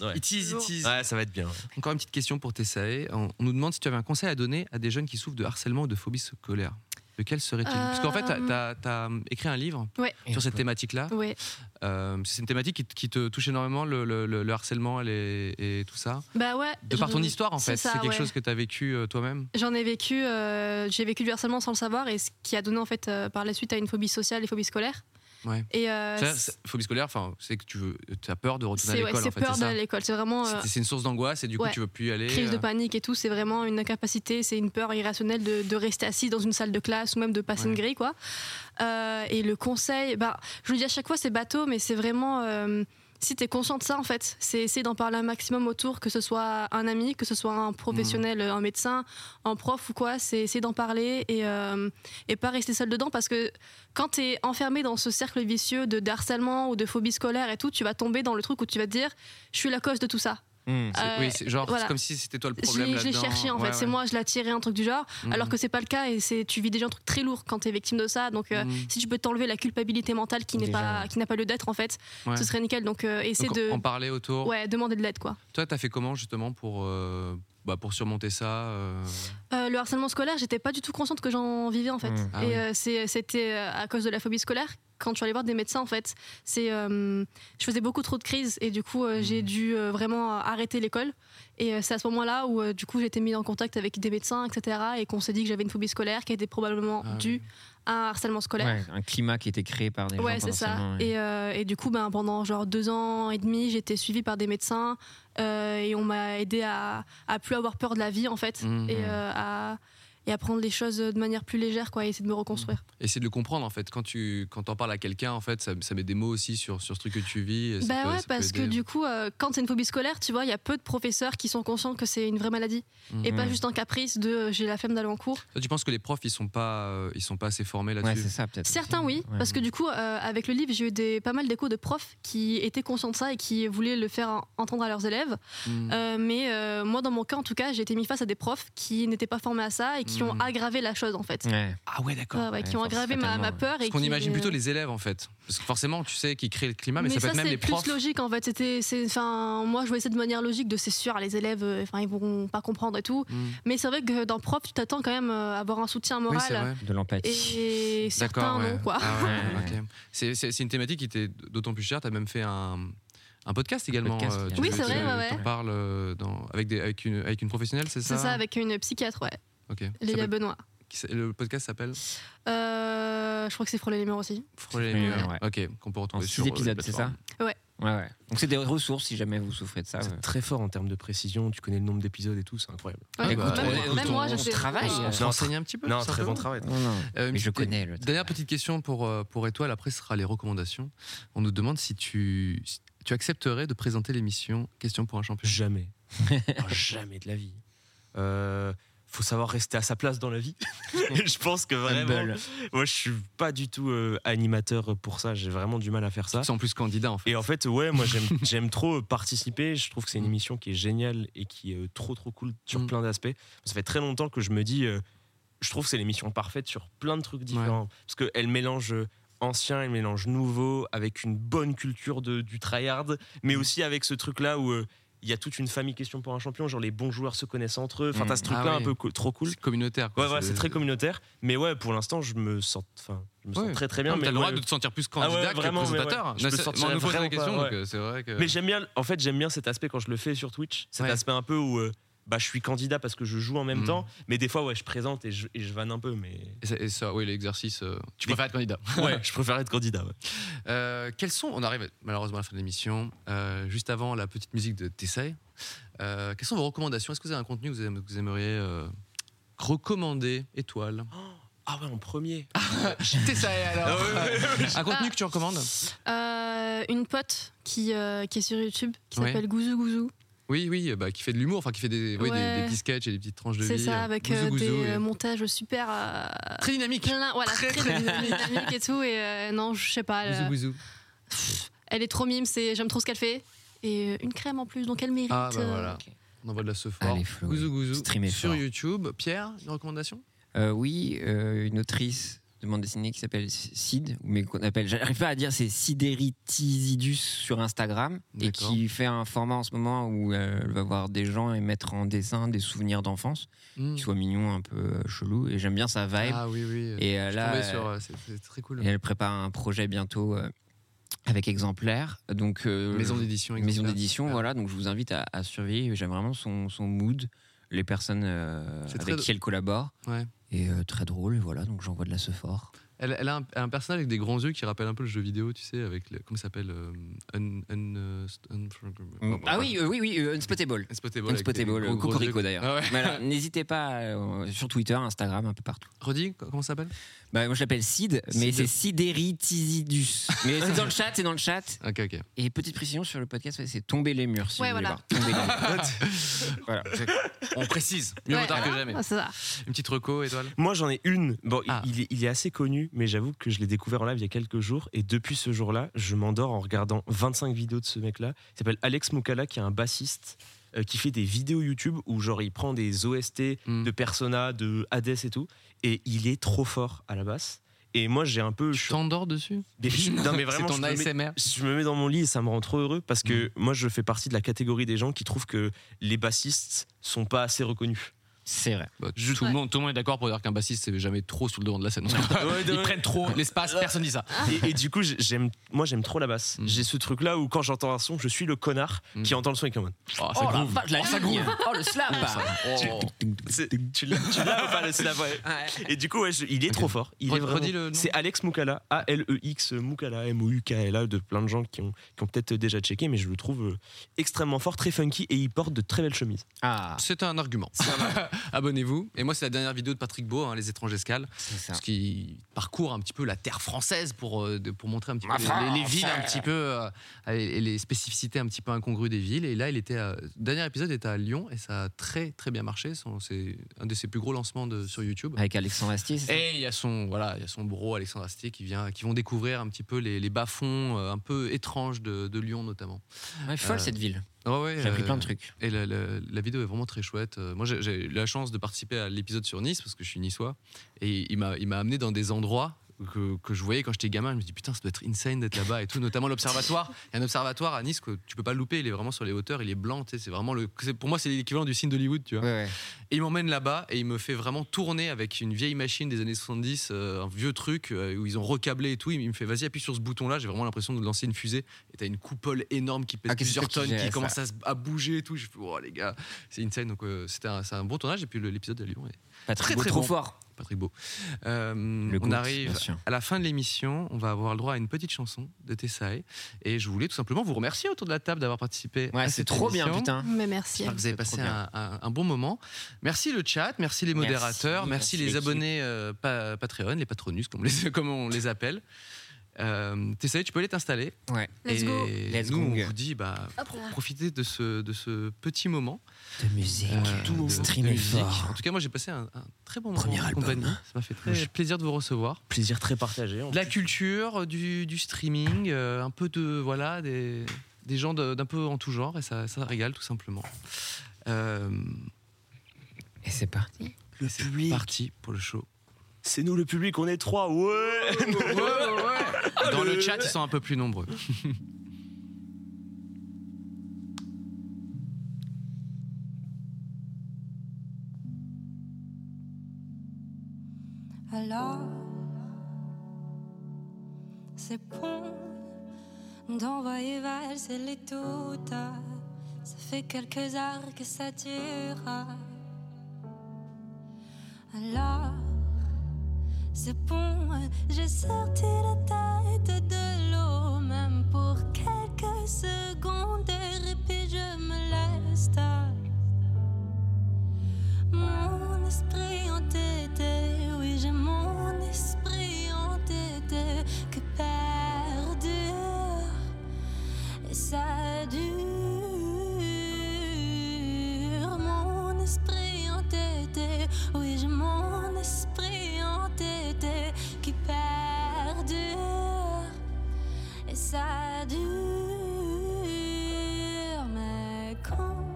Ouais. It is, it is. Ouais, ça va être bien. Encore une petite question pour Tessae. On, on nous demande si tu avais un conseil à donner à des jeunes qui souffrent de harcèlement ou de phobie scolaire. Lequel serait-il Parce qu'en fait, Euh. tu as, écrit un livre Ouais. sur cette thématique-là. Ouais. Euh, c'est une thématique qui, te- qui te touche énormément, le, le- le- le harcèlement et, et tout ça. Bah ouais. De par je- ton histoire, en fait. C'est ça, quelque ouais. chose que tu as vécu euh, toi-même J'en ai vécu, euh, j'ai vécu du harcèlement sans le savoir et ce qui a donné en fait euh, par la suite à une phobie sociale et phobie scolaire. Ouais. Et euh, Ça, c'est- phobie scolaire, enfin, c'est que tu veux, as peur de retourner à c'est ouais, l'école. en c'est fait, peur ça d'aller à l'école, c'est vraiment euh, C'est- C'est une source d'angoisse et du coup, ouais. tu veux plus y aller. crise de euh. panique et tout. C'est vraiment une incapacité, c'est une peur irrationnelle de, de rester assis dans une salle de classe ou même de passer Ouais. une grille quoi. Euh, et le conseil, bah, je le dis à chaque fois, c'est bateau, mais c'est vraiment euh, si tu es conscient de ça en fait, c'est essayer d'en parler un maximum autour, que ce soit un ami, que ce soit un professionnel, Mm. un médecin, un prof ou quoi, c'est essayer d'en parler et, euh, et pas rester seul dedans parce que quand tu es enfermé dans ce cercle vicieux de, de harcèlement ou de phobie scolaire et tout, tu vas tomber dans le truc où tu vas te dire je suis la cause de tout ça. C'est- Euh, oui, c'est genre, c'est voilà. comme si c'était toi le Je problème. l'ai- je l'ai là-dedans. cherché en fait, Ouais, c'est ouais. moi, je l'ai tiré un truc du genre, Mhm. alors que c'est pas le cas et c'est tu vis déjà un truc très lourd quand t'es victime de ça. Donc euh, Mhm. si tu peux t'enlever la culpabilité mentale qui n'est Déjà, pas qui n'a pas lieu d'être en fait, Ouais. ce serait nickel. Donc euh, essaie Donc, de En parler autour. ouais demander de l'aide quoi. Toi, t'as fait comment justement pour euh, bah, pour surmonter ça euh, Euh, le harcèlement scolaire, j'étais pas du tout consciente que j'en vivais en fait. Hmm. Mm. Ah et oui. euh, c'est- c'était euh, à cause de la phobie scolaire. Quand je suis allée voir des médecins, en fait, c'est, euh, je faisais beaucoup trop de crises et du coup, Hmm. euh, j'ai dû euh, vraiment euh, arrêter l'école. Et euh, c'est à ce moment-là où, euh, du coup, j'ai été mise en contact avec des médecins, etc. Et qu'on s'est dit que j'avais une phobie scolaire qui était probablement Ah oui. due à un harcèlement scolaire. Ouais, un climat qui était créé par des Ouais, gens c'est ça. potentiellement, ouais. Et, euh, et du coup, ben, pendant genre deux ans et demi, j'étais suivie par des médecins euh, et on m'a aidé à, à plus avoir peur de la vie en fait Mmh, Mhm. et, euh, à, et à prendre les choses de manière plus légère quoi, et essayer de me reconstruire. Mmh. essayer de le comprendre en fait quand tu quand en parles à quelqu'un en fait ça, ça met des mots aussi sur sur ce truc que tu vis et ça Bah peut- ouais, ça peut parce que aider. hein du coup, euh, quand c'est une phobie scolaire, tu vois, il y a peu de professeurs qui sont conscients que c'est une vraie maladie et Mmh, Mhm. pas juste un caprice de euh, j'ai la flemme d'aller en cours. Toi, tu penses que les profs ils sont pas euh, ils sont pas assez formés là-dessus c'est ça peut-être Certains oui, Ouais. parce que du coup, euh, avec le livre, j'ai eu des, pas mal d'échos de profs qui étaient conscients de ça et qui voulaient le faire en- entendre à leurs élèves. Mm. Euh, mais euh, moi, dans mon cas, en tout cas, j'ai été mis face à des profs qui n'étaient pas formés à ça et qui ont Mm. aggravé la chose en fait. Ah ouais, d'accord. Ouais, ouais, qui ont aggravé ma, ma peur. Parce et qu'on qui- imagine plutôt les élèves en fait. Parce que forcément, tu sais, qui créent le climat, mais, ça peut être même c'est les plus profs. logique en fait. C'était, c'est, enfin, moi je voyais ça de manière logique de c'est sûr les élèves, euh, enfin ils vont pas comprendre et tout. Mm. Mais c'est vrai que dans prof, tu t'attends quand même euh, à avoir un soutien moral. c'est vrai. De l'empathie. Et certains non quoi. Ah ouais, ok. C'est- C'est c'est une thématique qui était d'autant plus chère. Tu as même fait un, un podcast également. podcast, euh, oui. tu- Oui, c'est tu- vrai, ouais, t'en ouais. parles euh, dans- avec, des, avec, une, avec une professionnelle, c'est ça C'est ça avec une psychiatre, ouais. Ok. Léa S'appelle- Benoît. qui c'est- Le podcast s'appelle Euh, je crois que c'est pour les numéros aussi. Frôler les murs. Ok, qu'on peut retrouver En six sur euh, les épisodes, c'est ça plateformes. Ouais. Ouais, ouais. Donc c'est des ressources si jamais vous souffrez de ça. euh, ouais. Très fort en termes de précision, tu connais le nombre d'épisodes et tout, c'est incroyable. Ah bah, Ouais, Écoute, même on- moi, écoute, même on- moi, je on sais. travaille, On euh, se Non, renseigne un petit peu. non, tout très simplement. bon travail. Non, non, Euh, mais je petite- connais le Dernière petite question pour, euh, pour Étoile, après ce sera les recommandations. On nous demande si tu, si tu accepterais de présenter l'émission Question pour un champion. Jamais. Oh, jamais de la vie. Euh, faut savoir rester à sa place dans la vie. je pense que vraiment, Humble. moi je suis pas du tout euh, animateur pour ça. J'ai vraiment du mal à faire ça. en plus candidat en fait. Et en fait, ouais, moi j'aime j'aime trop euh, participer. Je trouve que Mm. c'est une émission qui est géniale et qui est euh, trop trop cool sur plein d'aspects. Ça fait très longtemps que je me dis, euh, je trouve que c'est l'émission parfaite sur plein de trucs différents parce que elle mélange euh, ancien, elle mélange nouveau avec une bonne culture de, du tryhard, mais Mm. aussi avec ce truc là où euh, il y a toute une famille question pour un champion, genre les bons joueurs se connaissent entre eux. Enfin, Mm. t'as ce truc-là Ah oui. un peu co- trop cool. communautaire. Ouais, voilà, c'est très communautaire. Mais ouais, pour l'instant, je me sens, enfin, je me sens Ouais. très très bien. Ah, mais mais t'as le ouais, droit de te sentir plus Ah ouais, candidat que vraiment, mais présentateur. ouais. Non, Je me c'est- sentirais on nous pose la vraiment question, pas, donc, ouais. euh, c'est vrai que- Mais j'aime bien, en fait, j'aime bien cet aspect quand je le fais sur Twitch, cet aspect un peu où euh, bah, je suis candidat parce que je joue en même Mm. temps. Mais des fois, ouais, je présente et je, et je vanne un peu. Mais Et ça, et ça, oui, l'exercice. euh, tu préfères être candidat. ouais, je préfère être candidat. ouais. Euh, quels sont. On arrive malheureusement à la fin de l'émission. Euh, juste avant la petite musique de Tessay. Euh, quelles sont vos recommandations Est-ce que vous avez un contenu que vous, aime- que vous aimeriez euh, recommander Étoile Ah ouais, en premier. Tessay alors Ah ouais, ouais, ouais. Un contenu que tu recommandes Euh, une pote qui, euh, qui est sur YouTube qui Ouais. s'appelle Gouzou Gouzou. Oui, oui, euh, bah, qui fait de l'humour, enfin qui fait des, oui, des- Ouais. des petits sketchs et des petites tranches de vie. C'est ça, euh, avec gouzou, euh, gouzou, des et- euh, montages super. euh, Très dynamique. plein- voilà, Très, très, très dynamique. dynamique. dynamique et tout. Et euh, non, je sais pas. elle- Gouzou, gouzou. Elle est trop mime, c'est j'aime trop ce qu'elle fait. Et euh, une crème en plus, donc elle mérite. Ah bah euh, voilà. On envoie de la ce fort. Gouzou, gouzou. Streamez Sur fort. YouTube. Pierre, une recommandation Euh, oui, euh, une autrice de bande dessinée qui s'appelle Sid, mais qu'on appelle, j'arrive pas à dire, c'est Sideritizidus sur Instagram, et D'accord. qui fait un format en ce moment où euh, elle va voir des gens et mettre en dessin des souvenirs d'enfance, Mm. qui soient mignons, un peu euh, chelous, et j'aime bien sa vibe. Ah oui, oui. Et euh, Je suis là, tombé euh, sur, euh, c'est- c'est très cool. et elle prépare un projet bientôt euh, avec exemplaires. Donc, euh, Maison je- d'édition Maison Exemplaires. d'édition, voilà. Donc je vous invite à, à surveiller. J'aime vraiment son, son mood, les personnes euh, C'est avec très- qui elle collabore. Ouais. Et euh, très drôle, et voilà. Donc j'envoie de la ce fort. Elle, elle a un, elle a un personnage avec des grands yeux qui rappelle un peu le jeu vidéo, tu sais, avec le, comment ça s'appelle euh, un, un, euh, st- un- Mm. Ah oui, euh, oui, oui, euh, Unspotable. Unspotable. avec des Unspotable, gros, euh, gros Cocorico yeux. d'ailleurs. Ah ouais. Voilà, N'hésitez pas euh, sur Twitter, Instagram, un peu partout. Redis, co- comment ça s'appelle Bah, moi je l'appelle Sid, mais Sid. c'est Sideritizidus. mais c'est dans le chat, c'est dans le chat. Ok, ok. Et petite précision sur le podcast, ouais, c'est tomber les murs. Si Ouais, vous voulez voilà. voir. Tomber les murs. voilà. On précise. Mieux Ouais, vaut tard que voilà. jamais. Ah, c'est ça. Une petite reco, étoile Ah. Moi, j'en ai une. Bon, il- il, est, il est assez connu, mais j'avoue que je l'ai découvert en live il y a quelques jours. Et depuis ce jour-là, je m'endors en regardant 25 vidéos de ce mec-là. Il s'appelle Alex Moukala, qui est un bassiste euh, qui fait des vidéos YouTube où, genre, il Hmm. prend des OST de Persona, de Hades et tout. Et il est trop fort à la basse. Et moi, j'ai un peu. Tu t'endors dessus Mais je- non, mais vraiment, C'est ton je, me ASMR. Mets, je me mets dans mon lit et ça me rend trop heureux parce que moi, je fais partie de la catégorie des gens qui trouvent que les bassistes sont pas assez reconnus. C'est vrai. tout, le monde, tout le monde est d'accord pour dire qu'un bassiste, c'est jamais trop sous le devant de la scène. Ils ouais. prennent trop l'espace, personne dit ça. Et, et du coup, j'ai- j'aime, moi, j'aime trop la basse. J'ai ce truc-là où quand j'entends un son, je suis le connard qui entend le son et qui est en mode. Oh, ça groove. la ligne. Oh, le slap. Tu, c'est- tu l'as tu l'as ou pas le slap ouais. Et du coup, ouais, je- il est trop fort. Il est Redis vraiment. le nom. C'est Alex Moukala, A-L-E-X Moukala, M-O-U-K-L-A, de plein de gens qui ont, qui ont peut-être déjà checké, mais je le trouve euh, extrêmement fort, très funky et il porte de très belles chemises. Ah. C'est un argument. Abonnez-vous. Et moi, c'est la dernière vidéo de Patrick Beau, hein, Les étranges escales. Parce qu'il parcourt un petit peu la terre française pour, euh, de- pour montrer un petit peu Ma les- les, les France. villes, un petit peu, euh, et les spécificités un petit peu incongrues des villes. Et là, il était. à- dernier épisode était à Lyon et ça a très, très bien marché. Son- C'est un de ses plus gros lancements de- sur YouTube. Avec Alexandre Astier, c'est ça Et il y a son voilà, il y a son bro Alexandre Astier qui vient, qui vont découvrir un petit peu les, les bas-fonds euh, un peu étranges de, de Lyon notamment. Euh, Ouais, folle, cette ville. Ouais, ouais, J'ai appris plein de trucs. Et la, la- la vidéo est vraiment très chouette. Euh, Moi, j'ai- j'ai eu la chance de participer à l'épisode sur Nice parce que je suis niçois et il m'a il m'a amené dans des endroits. Que, que je voyais quand j'étais gamin, je me dis putain, ça doit être insane d'être là-bas et tout, notamment l'observatoire. Il y a un observatoire à Nice que tu peux pas louper, il est vraiment sur les hauteurs, il est blanc, tu sais, c'est vraiment le. c'est- Pour moi, c'est l'équivalent du signe d'Hollywood, tu vois. Et il m'emmène là-bas et il me fait vraiment tourner avec une vieille machine des années 70, euh, un vieux truc euh, où ils ont recablé et tout. Il me fait vas-y, appuie sur ce bouton-là. J'ai vraiment l'impression de lancer une fusée. Et t'as une coupole énorme qui pèse Ah, qu'est-ce plusieurs que tu tonnes, qui fais, commence ça à, se- à bouger et tout. Je fais oh les gars, c'est insane. Donc euh, c'était un, c'est un bon tournage. Et puis le- l'épisode de Lyon est Patrick très Beau, très trop bon. fort. Patrick Beau. Euh, on goût, arrive bien sûr. à la fin de l'émission. On va avoir le droit à une petite chanson de Tessae. Et je voulais tout simplement vous remercier autour de la table d'avoir participé. Ouais, à c'est cette trop bien, émission. putain. Mais merci. J'espère que vous avez C'est passé trop un, un- un bon moment. Merci le chat, merci les Merci, modérateurs, merci, merci les l'équipe. abonnés euh, pa- Patreon, les patronus, comme, on les- comme on les appelle. Euh, Tessaye, tu peux aller t'installer. Ouais. Et Let's go. Let's nous, gong. on vous dit, bah, Hop là. profitez de ce, de ce petit moment. Euh, De musique. Tout de- streamer de musique. fort. En tout cas, moi, j'ai passé un, un très bon moment en compagnie. Ça m'a fait très plaisir de vous recevoir. Plaisir très partagé. en De la culture, euh, du, du streaming, euh, un peu de voilà des, des gens de- d'un peu en tout genre et ça, ça régale tout simplement. Euh, Et c'est parti. Le public. Parti pour le show. C'est nous le public, on est trois, ouais, Dans le chat, ils sont un peu plus nombreux. Alors, c'est bon d'envoyer valser les doutes. Ça fait quelques heures que ça dure. Alors, c'est bon, j'ai sorti la tête de l'eau, même pour quelques secondes, et puis je me laisse. Mon esprit entêté, oui j'ai mon esprit entêté que perdure et ça dure. Mon esprit entêté, oui j'ai mon esprit entêté qui perdure et ça dure. Mais quand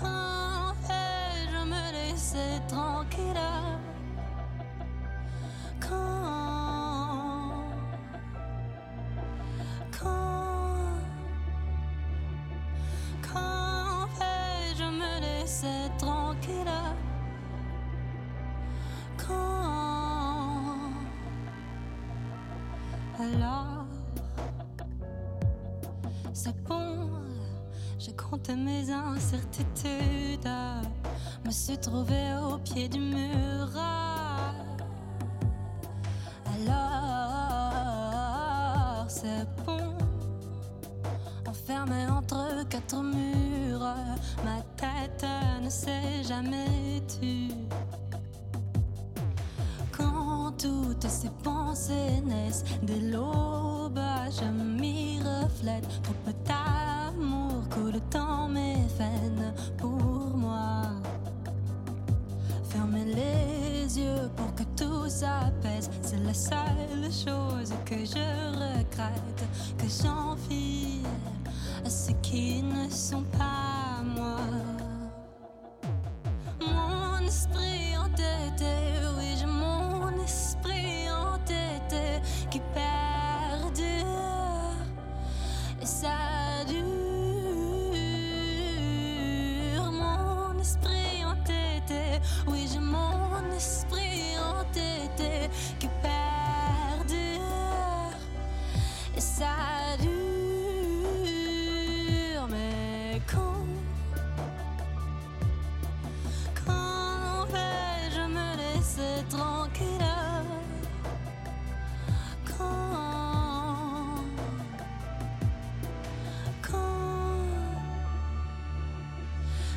quand vais-je me laisser tranquille Quand Quand Quand vais-je me laisser tranquille Quand Alors c'est bon j'ai compté mes incertitudes, me suis trouvée au pied du mur. Alors, c'est bon, enfermé entre quatre murs, ma tête ne s'est jamais tue. Quand toutes ces pensées naissent dès l'aube, je m'y reflète. Trop peu d'amour coule dans mes veines pour moi. Fermez les yeux pour que tout s'apaise. C'est la seule chose que je regrette, que j'envie à ceux qui ne sont pas moi. Mon esprit entêté, oui, je m'en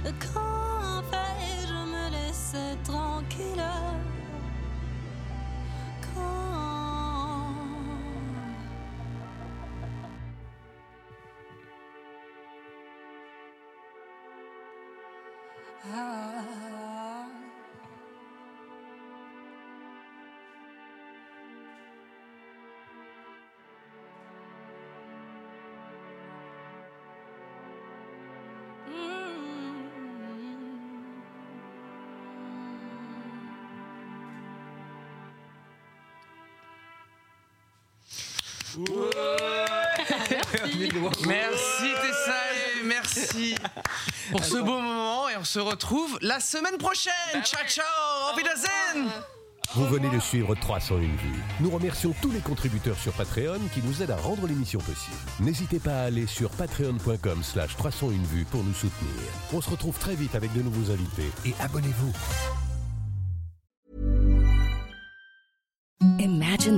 Quand enfin je me laisse tranquille Quand Mm. Ah. Mm. Merci Tessa et merci pour ce beau moment et on se retrouve la semaine prochaine. Ciao ciao, auf Wiedersehen. Vous venez de suivre 301 vues. Nous remercions tous les contributeurs sur Patreon qui nous aident à rendre l'émission possible. N'hésitez pas à aller sur patreon.com slash 301 vues pour nous soutenir. On se retrouve très vite avec de nouveaux invités et abonnez-vous. Imagine